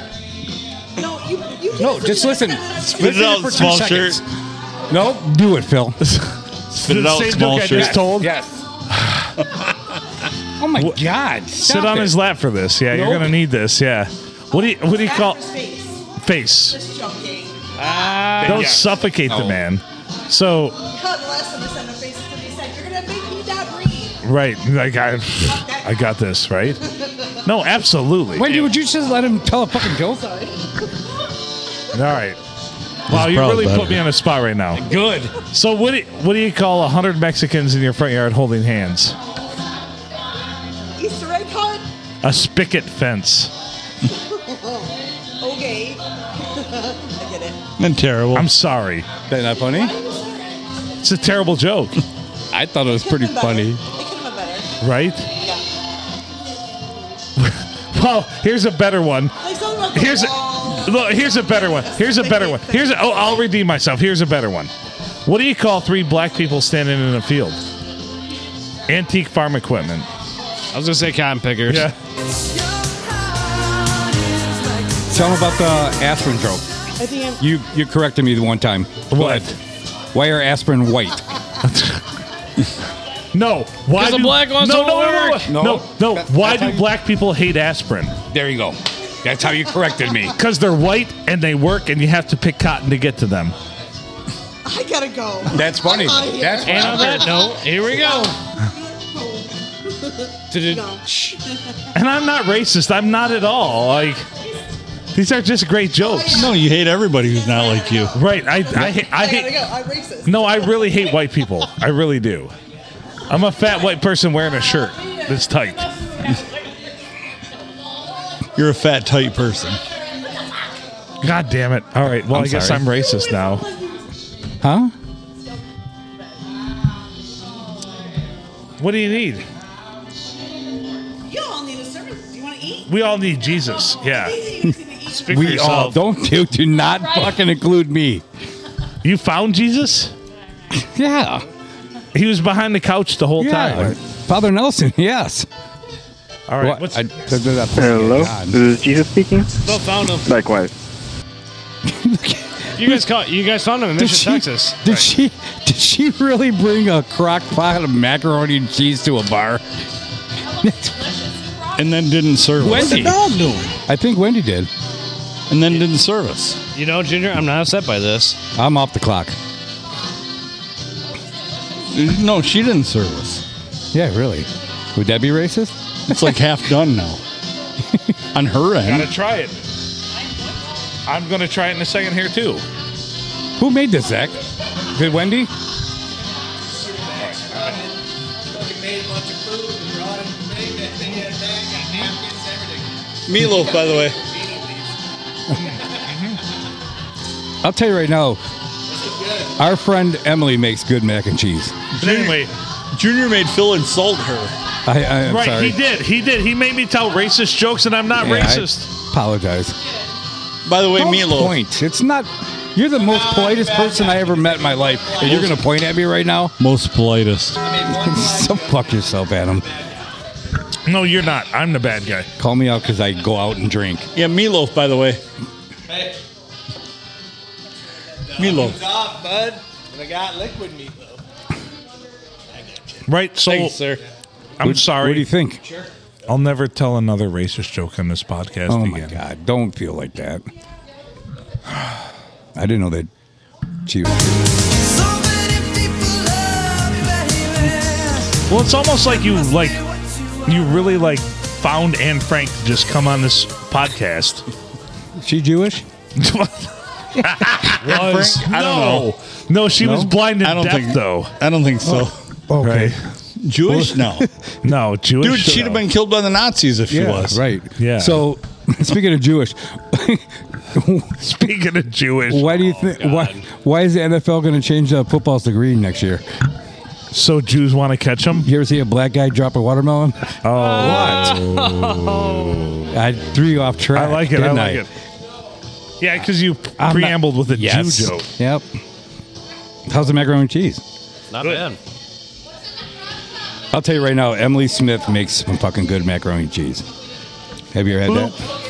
No, you, you can't
No,
say
just
that.
listen.
Spit it out,
for two
small
seconds.
shirt.
Nope. Do it, Phil.
Spit it
The
out,
same
small
joke I
shirt.
just told.
Yes. oh my God!
Sit
stop
on
it.
his lap for this. Yeah, you're
Nope.
gonna need this. Yeah. What do you What do you call
After space.
face?
Just joking.
Don't
Yes.
suffocate the
Oh.
man. So
Cut less of the center faces to be said. You're gonna make me not breathe.
right, like I, I got this right. No, absolutely.
Wendy, would you just let him tell a fucking joke?
All right. Wow, you
probably
really put
better.
me on the spot right now.
Good.
So what do you, what do you call hundred Mexicans in your front yard holding hands?
Easter egg hunt.
A spigot fence.
Okay. I get it.
And terrible.
I'm sorry.
That not funny?
It's a terrible joke,
I thought it was
Could've
pretty
been better.
funny.
It could have been better.
right?
Yeah.
Well, here's a better one.
Like something about the
Here's
wall.
a, look, here's a better one. Here's a better one. Here's a, oh, I'll redeem myself. Here's a better one. What do you call three black people standing in a field? Antique farm equipment.
I was gonna say cotton pickers.
Yeah.
Tell him about the aspirin joke.
I think I'm-
You you corrected me the one time.
What?
Why are aspirin white?
No. Why
Because the black ones
no,
don't
no, no,
work.
no, no,
No.
no, no.
That's-
Why
that's how
do
you-
black people hate aspirin?
There you go. That's how you corrected me.
Because they're white and they work, and you have to pick cotton to get to them.
I gotta go.
That's funny.
I'm outta here.
That's
And on
funny.
that note, here we go. Did it-
No.
And I'm not racist. I'm not at all. Like these are just great jokes.
no, you hate everybody who's not like you.
Right. I I, hate I
I gotta
hate.
go. I'm racist.
No, I really hate white people. I really do. I'm a fat white person wearing a shirt that's tight.
You're a fat, tight person.
God damn it. All right. Well, i
I'm
guess
sorry.
I'm racist now.
Huh?
What do you need?
You all need a service. Do you want to eat?
We all need Jesus. Yeah.
Easy, easy to eat.
Speak for
We
yourself.
all Oh, don't do do not fucking include me.
You found Jesus?
Yeah.
He was behind the couch the whole
Yeah.
time.
Father Nelson, yes.
All right.
What?
What's,
I- that- that- that-
Hello,
God.
this is Jesus speaking.
Oh, found him.
Likewise.
You guys caught. You guys found him in
Did
Mission,
she-
Texas.
Did she did she really bring a crock pot of macaroni and cheese to a bar?
And then didn't serve us.
Wendy. I think Wendy did.
And then didn't serve us.
You know, Junior, I'm not upset by this.
I'm off the clock.
No, she didn't serve us.
Yeah, really. Would that be racist?
It's like half done now. On her end.
Gotta try it. I'm gonna try it in a second here too.
Who made this, Zach? Did Wendy?
Fucking made a bunch of food and brought it and made that thing in a bag, got napkins, everything.
Meatloaf, by the way.
Genie leaves.
I'll tell you right now, our friend Emily makes good mac and cheese.
But anyway,
Junior made Phil insult her.
I, I am
right?
sorry.
He did. He did. He made me tell racist jokes, and I'm not
Yeah, I
racist.
Apologize.
By the way,
Don't
Meatloaf.
point. It's not. You're the most politest person I ever met in my life, and you're gonna point at me right now?
Most politest.
so fuck yourself, Adam.
No, you're not. I'm the bad guy.
Call me out because I go out and drink.
Yeah, Meatloaf, by the way.
Hey,
Meatloaf.
it's off, bud. And I got liquid meat, though.
Right? So
sir.
I'm
What do
sorry.
you think?
I'll never tell another racist joke on this podcast
Oh my
again.
god! Don't feel like that. I didn't know that. She was
Well, it's almost like you like you really like found Anne Frank to just come on this podcast.
she Jewish?
was
Frank? I
no,
don't know.
no, she was blind and
I don't
deaf
think-
though.
I don't think so.
Okay,
Jewish? No.
no, Jewish. uh,
Dude, she'd have
though.
been killed by the Nazis if she
Yeah,
was.
right.
Yeah.
So, speaking of Jewish,
Speaking of Jewish,
why do you think
Oh,
why why is the NFL going to change the footballs to green next year?
so Jews want to catch them.
You ever see a black guy drop a watermelon?
Oh, what?
I threw you off
I
track.
like it. I
didn't
like it. Yeah, because you
I'm not-
preambled with a
Yes.
Jew joke.
Yep. How's the macaroni and cheese?
Not bad.
I'll tell you right now, Emily Smith makes some fucking good macaroni and cheese. Have you ever had that? right,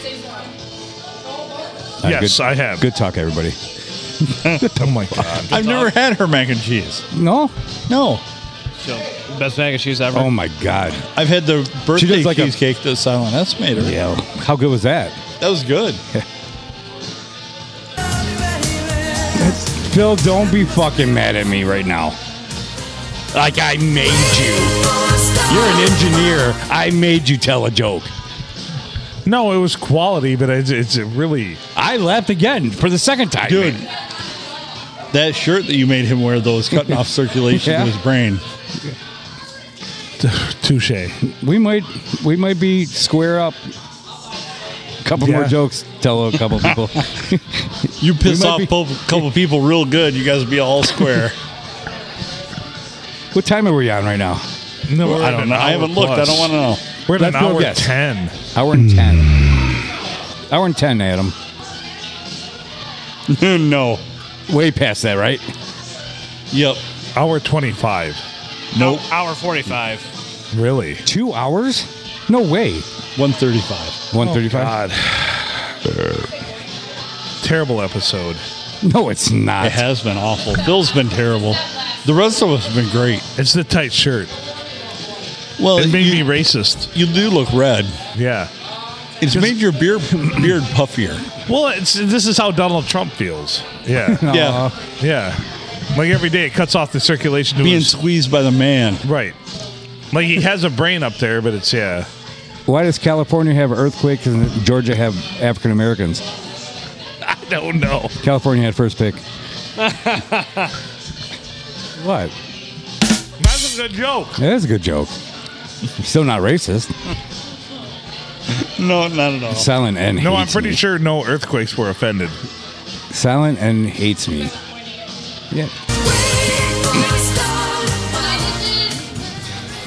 Yes,
good-
I have.
Good talk, everybody.
Oh my god.
I've never had her mac and cheese.
No?
No,
So, best mac and cheese ever.
Oh my god.
I've had the birthday
like a-
cheesecake that Silent S made her.
Yeah. How good was that?
That was good.
Phil, don't be fucking mad at me right now. Like I made you. You're an engineer. I made you tell a joke.
No, it was quality, but it's, it's a really.
I laughed again for the second time.
Dude,
man.
that shirt that you made him wear, though, is cutting off circulation
Yeah.
to his brain.
Touche.
we might we might be square up. Couple
Yeah.
more jokes. Tell a couple people.
You piss
might
off
be-
a couple people real good, you guys be all square.
what time are we on right now?
No,
I don't know. I haven't looked. I don't want to know.
We're at an
Let's go
hour
guess.
ten.
Hour and ten. Hour and ten, Adam.
no.
Way past that, right?
Yep.
Hour twenty-five.
Nope.
Hour 45.
Really?
Two hours? No way.
135.
One
God.
thirty-five.
Terrible episode.
no, it's not.
It has been awful. Phil's been terrible. The rest of us have been great.
It's the tight shirt.
Well,
It made
you,
me racist.
you do look red.
Yeah.
It's made your beard beard puffier.
Well, it's this is how Donald Trump feels. Yeah.
Yeah,
yeah. Like every day, it cuts off the circulation to
being
his
squeezed by the man.
right. Like he has a brain up there, but it's yeah.
Why does California have earthquakes and Georgia have African Americans?
I don't know.
California had first pick. what?
That's a good joke.
That is a good joke. I'm still not racist.
No, not at all.
Oh.
Silent N.
No, I'm
hates
pretty
me.
sure no earthquakes were offended.
Silent N hates me. Yeah.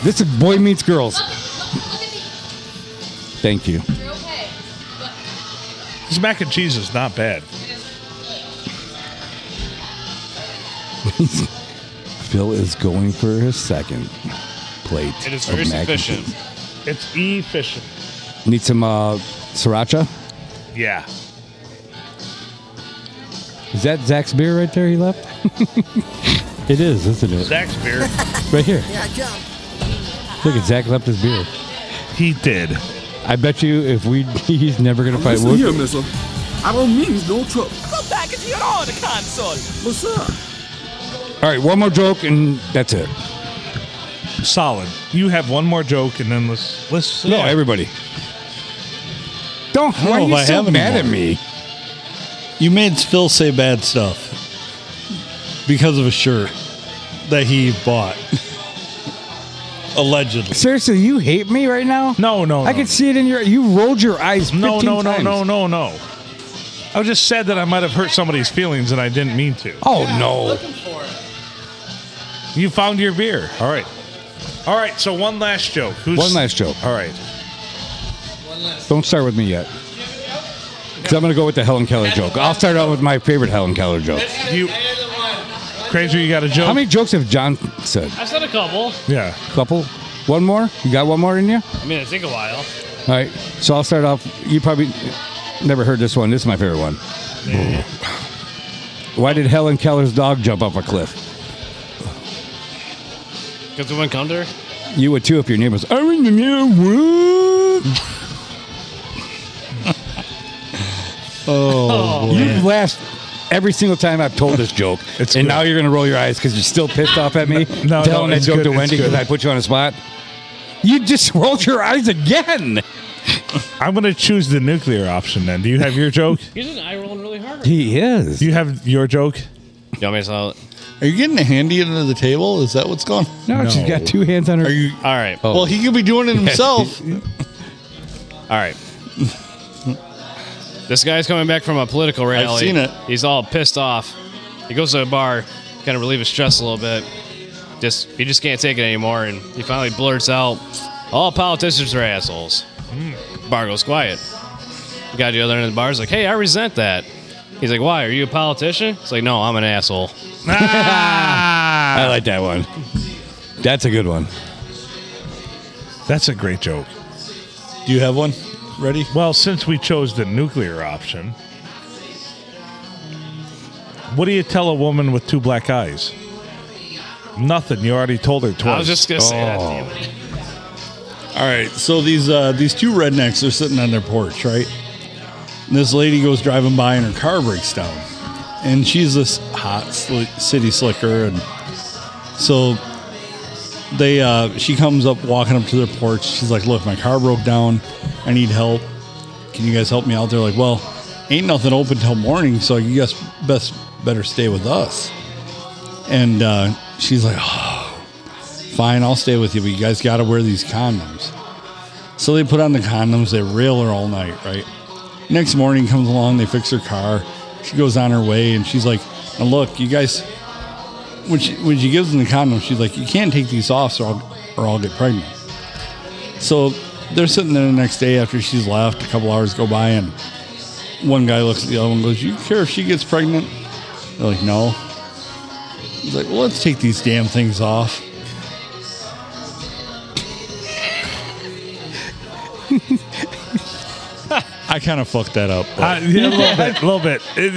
This is Boy Meets Girls. Thank you.
This mac and cheese is not bad.
Phil is going for his second plate.
It is
of
very
mac and
sufficient.
cheese.
It's efficient.
Need some uh, sriracha?
Yeah.
Is that Zach's beer right there he left? it is, isn't it?
Zach's beer.
Right here. Look at Zach left his beer.
he did.
I bet you if we he's never gonna fight
Listen
Wook.
here, missile. I don't mean no trouble. What's up?
All right, one more joke and that's it.
Solid. You have one more joke, and then let's let's.
No, everybody. Don't.
don't
Why
know
are
if
you
I
so
have any
mad
more.
at me?
You made Phil say bad stuff because of a shirt that he bought. Allegedly.
Seriously, you hate me right now?
No, no,
I
no.
can see it in your. You rolled your eyes. 15
No, no, no,
times.
no, no, no. I was just sad that I might have hurt somebody's feelings, and I didn't mean to.
Oh no.
You found your beer. All right. All right. So one last joke. Who's,
One last joke.
All right.
Don't start with me yet. 'Cause I'm gonna go with the Helen Keller joke. I'll start out with my favorite Helen Keller joke.
Do you, Crazy, you got a joke?
How many jokes have John said?
I said a couple.
Yeah.
Couple. One more. You got one more in you?
I mean, it take a while.
All right. So I'll start off. You probably never heard this one. This is my favorite one. Why did Helen Keller's dog jump off a cliff?
Because it went under.
You would too if your name was Owen the Mirror Wood. Oh, you've laughed every single time I've told this joke,
It's
and
good.
now you're gonna roll your eyes because you're still pissed off at me
no,
telling that
it's
joke
good,
to
it's
Wendy
good.
because I put you on the spot. You just rolled your eyes again.
I'm going to choose the nuclear option then. Do you have your joke?
He's an eye rolling really hard.
He is.
Do you have your joke?
You want me to sell it?
Are you getting a handy under the table? Is that what's going on?
no, she's got two hands on her.
Are you
All right.
Well, he could be doing it himself.
All right. this guy's coming back from a political rally.
seen it.
He's all pissed off. He goes to a bar, kind of relieve his stress a little bit. Just he just can't take it anymore, and he finally blurts out, "All politicians are assholes." Bar goes quiet. The guy at the other end of the bar is like, "Hey, I resent that." He's like, "Why? Are you a politician?" It's like, "No, I'm an asshole."
I like that one. That's a good one.
That's a great joke.
Do you have one ready?
Well, since we chose the nuclear option, What do you tell a woman with two black eyes? Nothing. You already told her twice. Oh,
I was just gonna say that. Damn it.
All right, so these uh, these two rednecks are sitting on their porch, right? And this lady goes driving by, and her car breaks down, and she's this hot sli- city slicker, and so they uh, she comes up walking up to their porch. She's like, "Look, my car broke down. I need help. Can you guys help me out?" They're like, "Well, ain't nothing open till morning, so you guys best better stay with us." And uh, she's like, fine, I'll stay with you, but you guys got to wear these condoms. So they put on the condoms, they rail her all night, right? Next morning comes along, they fix her car. She goes on her way, and she's like, now look, you guys, when she, when she gives them the condoms, she's like, you can't take these off or I'll, or I'll get pregnant. So they're sitting there the next day after she's left, a couple hours go by, and one guy looks at the other one and goes, you care if she gets pregnant? They're like, no. He's like, well, let's take these damn things off. I kind of fucked that up. but-
Uh, yeah, a little bit. A little bit. It-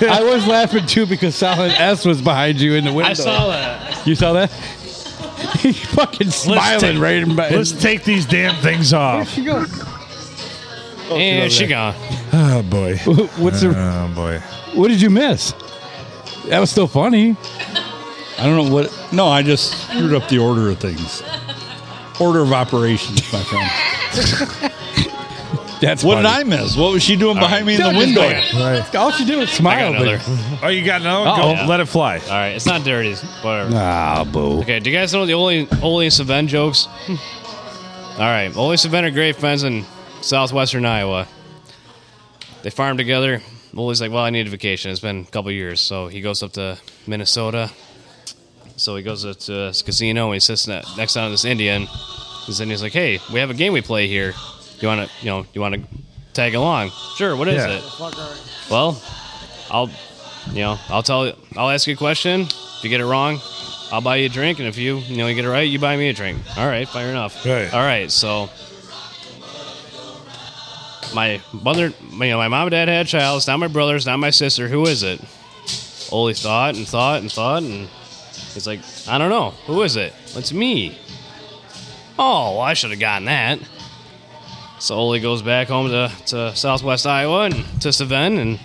yeah.
I was laughing too because Solid S was behind you in the window.
I saw that.
You saw that? He's fucking smiling
take-
right in my.
Let's take these damn things off.
She goes,
and she gone.
Oh boy.
What's the,
Oh boy.
what did you miss? That was still funny.
I don't know what. No, I just screwed up the order of things. Order of operations, my friend.
That's
What did
funny.
I miss? What was she doing behind me in the
Don't just
window?
look at it. All she did was
I got
smile.
another.
but-
All
Oh, you got another? one? Go,
Uh-oh.
let it fly.
right, it's not dirty. Whatever.
Ah, boo.
Okay, do you guys know the Ole, Ole and Savin jokes? Hmm. All right, Ole and Savin are great friends in southwestern Iowa. They farm together. Ole's like, well, I need a vacation. It's been a couple years. So he goes up to Minnesota. So he goes up to this casino and he sits ne- next down to this Indian. This Indian's like, hey, we have a game we play here. You want to, you know, you want to tag along? Sure, what is
Yeah.
it? Well, I'll, you know, I'll tell you, I'll ask you a question. If you get it wrong, I'll buy you a drink, and if you, you know, you get it right, you buy me a drink. All right, fair enough.
Right.
All right, so my mother, you know, my mom and dad had a child. It's not my brother. It's not my sister. Who is it? Oli thought and thought and thought, and it's like, I don't know. Who is it? It's me. Oh, well, I should have gotten that. So Oli goes back home to, to Southwest Iowa and to Savin, and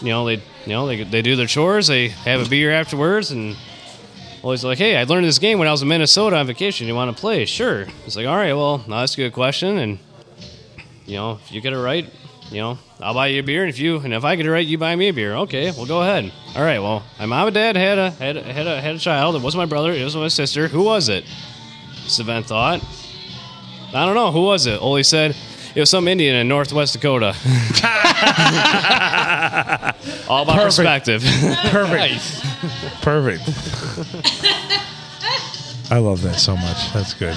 you know they you know they they do their chores. They have a beer afterwards, and Oli's like, "Hey, I learned this game when I was in Minnesota on vacation. You want to play? Sure." It's like, "All right, well, now that's a good question, and you know if you get it right, you know I'll buy you a beer, and if you and if I get it right, you buy me a beer. Okay, well go ahead. All right, well my mom and dad had a had a, had a, had a child. It wasn't my brother. It was my sister. Who was it? Savin thought. I don't know. Who was it? Oli said it was some Indian in Northwest Dakota. All about
Perfect.
perspective.
Perfect. Perfect. I love that so much. That's good.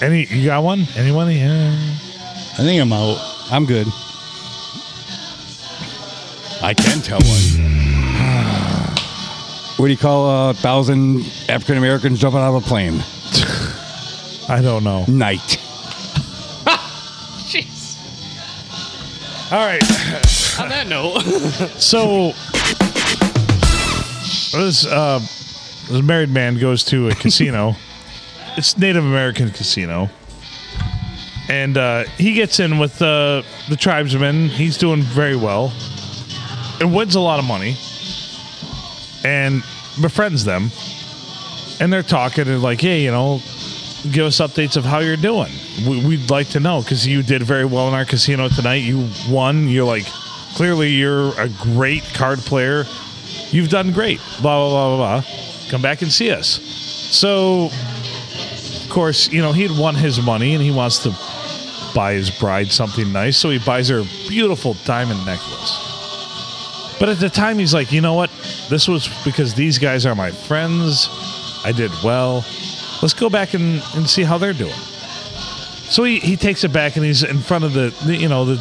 Any you got one? Anyone? Yeah.
I think I'm out.
I'm good. I can tell one. What do you call a thousand African Americans jumping out of a plane?
I don't know.
Night.
All right.
On that note,
So this uh, this married man goes to a casino. it's Native American casino, and uh, he gets in with uh, the tribesmen. He's doing very well, and wins a lot of money, and befriends them, and they're talking and like, hey, you know. Give us updates of how you're doing. We, we'd like to know because you did very well in our casino tonight. You won. You're like, clearly, you're a great card player you've done great. Blah blah blah blah blah. Come back and see us. So, of course, you know he'd won his money and he wants to buy his bride something nice, so he buys her a beautiful diamond necklace. But at the time, he's like, you know what? This was because these guys are my friends. I did well. Let's go back and, and see how they're doing. So he, he takes it back and he's in front of the, the you know the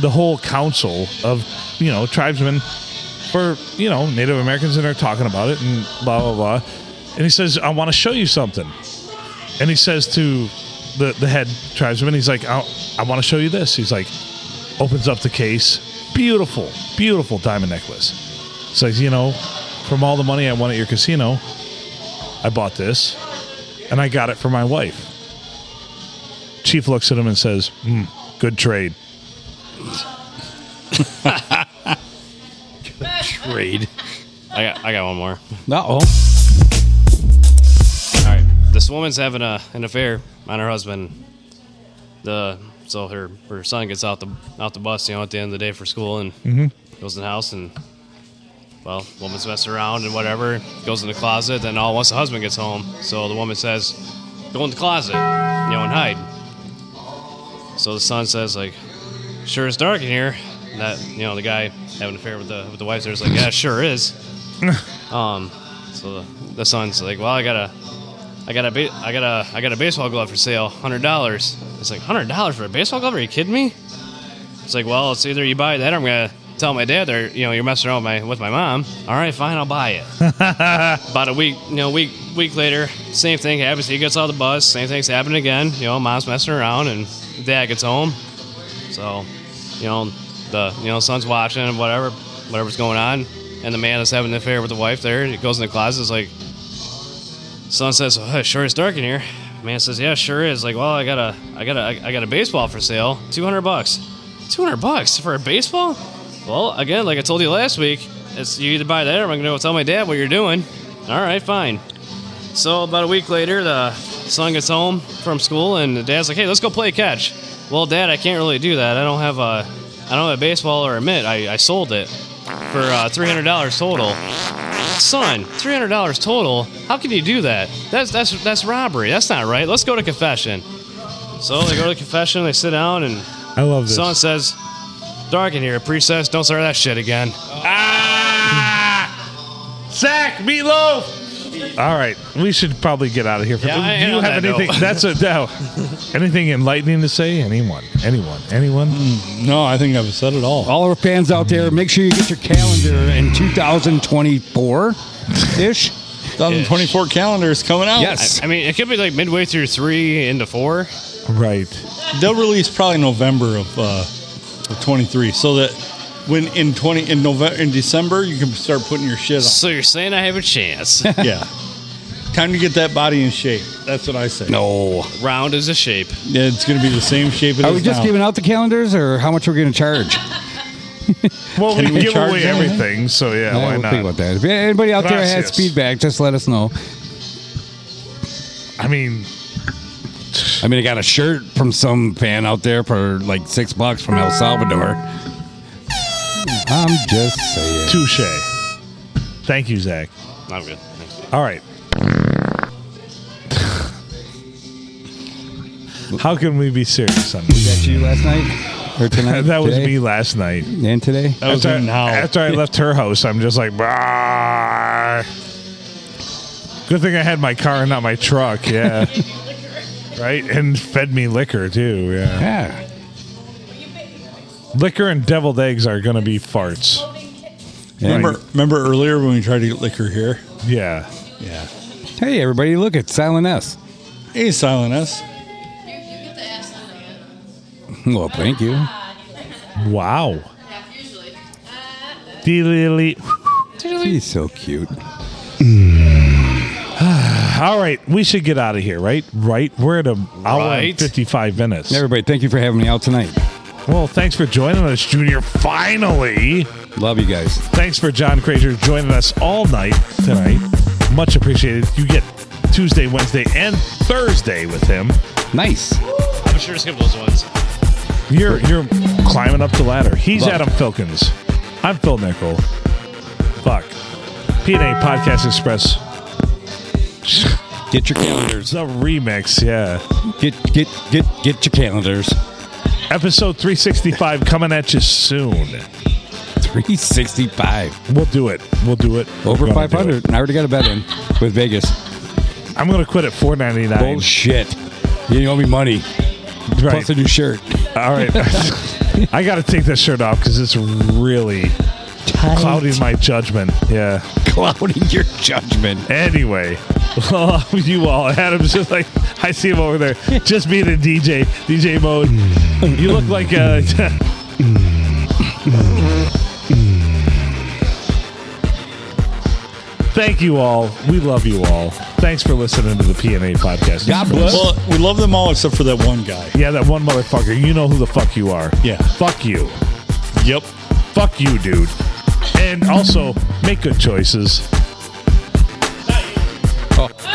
the whole council of you know tribesmen for you know Native Americans and they're talking about it and blah blah blah. And he says, "I want to show you something." And he says to the the head tribesman, he's like, "I, I want to show you this." He's like, opens up the case, beautiful, beautiful diamond necklace. It's like, you know, from all the money I won at your casino, I bought this and I got it for my wife. Chief looks at him and says, mm, Good trade.
Trade.
I got, I got one more.
Uh oh.
All right, this woman's having a an affair on her husband. The so her her son gets out the out the bus, you know, at the end of the day for school, and goes in the house and. Well, woman's messing around and whatever, goes in the closet, then all once the husband gets home, so the woman says, Go in the closet, you know, and hide. So the son says, like, sure it's dark in here. And that you know, the guy having an affair with the with the wife there's like, Yeah, it sure is. um so the, the son's like, Well I got a I got a ba- I got a I got a baseball glove for sale, hundred dollars. It's like hundred dollars for a baseball glove? Are you kidding me? It's like, well, it's either you buy that or I'm gonna tell my dad or you know you're messing around with my with my mom. All right, fine, I'll buy it. About a week, you know, week week later, same thing happens. He gets on the bus. Same thing's happening again. You know, mom's messing around and dad gets home. So, you know, the you know son's watching and whatever whatever's going on, and the man is having an affair with the wife there. And he goes in the closet. It's like Son says, "Oh, it sure is dark in here." Man says, "Yeah, sure is." Like, well, I got a, I got a, I got a baseball for sale, two hundred bucks. Two hundred bucks for a baseball? Well, again, like I told you last week, it's you either buy that or I'm gonna go tell my dad what you're doing. All right, fine. So about a week later, the son gets home from school, and the dad's like, "Hey, let's go play catch." Well, dad, I can't really do that. I don't have a, I don't have a baseball or a mitt. I, I sold it for uh, three hundred dollars total son, three hundred dollars total. How can you do that? That's that's that's robbery. That's not right. Let's go to confession. So they go to confession. They sit down, and
I love this.
son says, "Dark in here, priestess. Don't start that shit again."
Zach Meatloaf. All right, we should probably get out of here. For
Yeah, I- I
do you
know
have
that
anything?
note.
That's a no. Anything enlightening to say? Anyone? Anyone? Anyone?
No, I think I've said it all.
All our fans out there, make sure you get your calendar in 2024 ish.
2024 calendar is coming out.
Yes.
I mean, it could be like midway through three into four.
Right.
they'll release probably November of, uh, of 23, so that when in 20 in November in December you can start putting your shit
So you're saying I have a chance?
on. yeah, time to get that body in shape. That's what I say.
No.
Round is a shape.
Yeah, it's going to be the same shape. It
Are
is
we just
now.
giving out the calendars or how much we're going to charge?
Well, we,
Can we
give
charge
away
anything?
everything, so yeah,
I
why
don't
not?
think about that. If anybody out there has
Gracias.
feedback, just let us know.
I mean,
I mean, I got a shirt from some fan out there for like six bucks from El Salvador. I'm just saying.
touche. Thank you, Zach.
I'm good. Thanks.
All right. How can we be serious on this?
That you last night or tonight?
That was
today,
me last night.
And today?
That was
After,
in now.
after I left her house, I'm just like, "Brrr." good thing I had my car and not my truck. Yeah, right, and fed me liquor too. Yeah,
Yeah.
liquor and deviled eggs are gonna be farts.
Remember, remember earlier when we tried to get liquor here?
Yeah,
Yeah.
Hey, everybody, look at Silent S.
Hey, Silent S.
Well, thank you.
wow.
Usually.
Dilly-dilly.
He's so cute.
All right, we should get out of here, right? Right, we're at an hour and
Right.
fifty-five minutes.
Everybody, thank you for having me out tonight.
Well, thanks for joining us, Junior. Finally.
Love you guys.
Thanks for John Crazier joining us all night tonight. Much appreciated. You get Tuesday, Wednesday, and Thursday with him.
Nice.
I'm sure skip those ones.
You're you're climbing up the ladder. He's
Fuck.
Adam Filkins. I'm Phil Nickel. Fuck. PNA Podcast Express.
Get your calendars.
The remix, yeah.
Get get get get your calendars.
Episode 365 coming at you soon.
365
We'll do it. We'll do it.
over
We're gonna do
500. I already got a bet in with Vegas.
it. I'm gonna quit at 499.
Bullshit. You owe me money.
Right.
Plus a new shirt.
All right. I got to take this shirt off because it's really clouding my judgment. Yeah.
Clouding your judgment.
Anyway, love you all. Adam's just like, I see him over there, uh, just being in DJ, DJ mode. You look like a. Thank you all. We love you all. Thanks for listening to the PNA podcast.
God bless.
Well, we love them all except for that one guy.
Yeah, that one motherfucker. You know who the fuck you are.
Yeah.
Fuck you.
Yep.
Fuck you, dude. And also, make good choices.
Oh.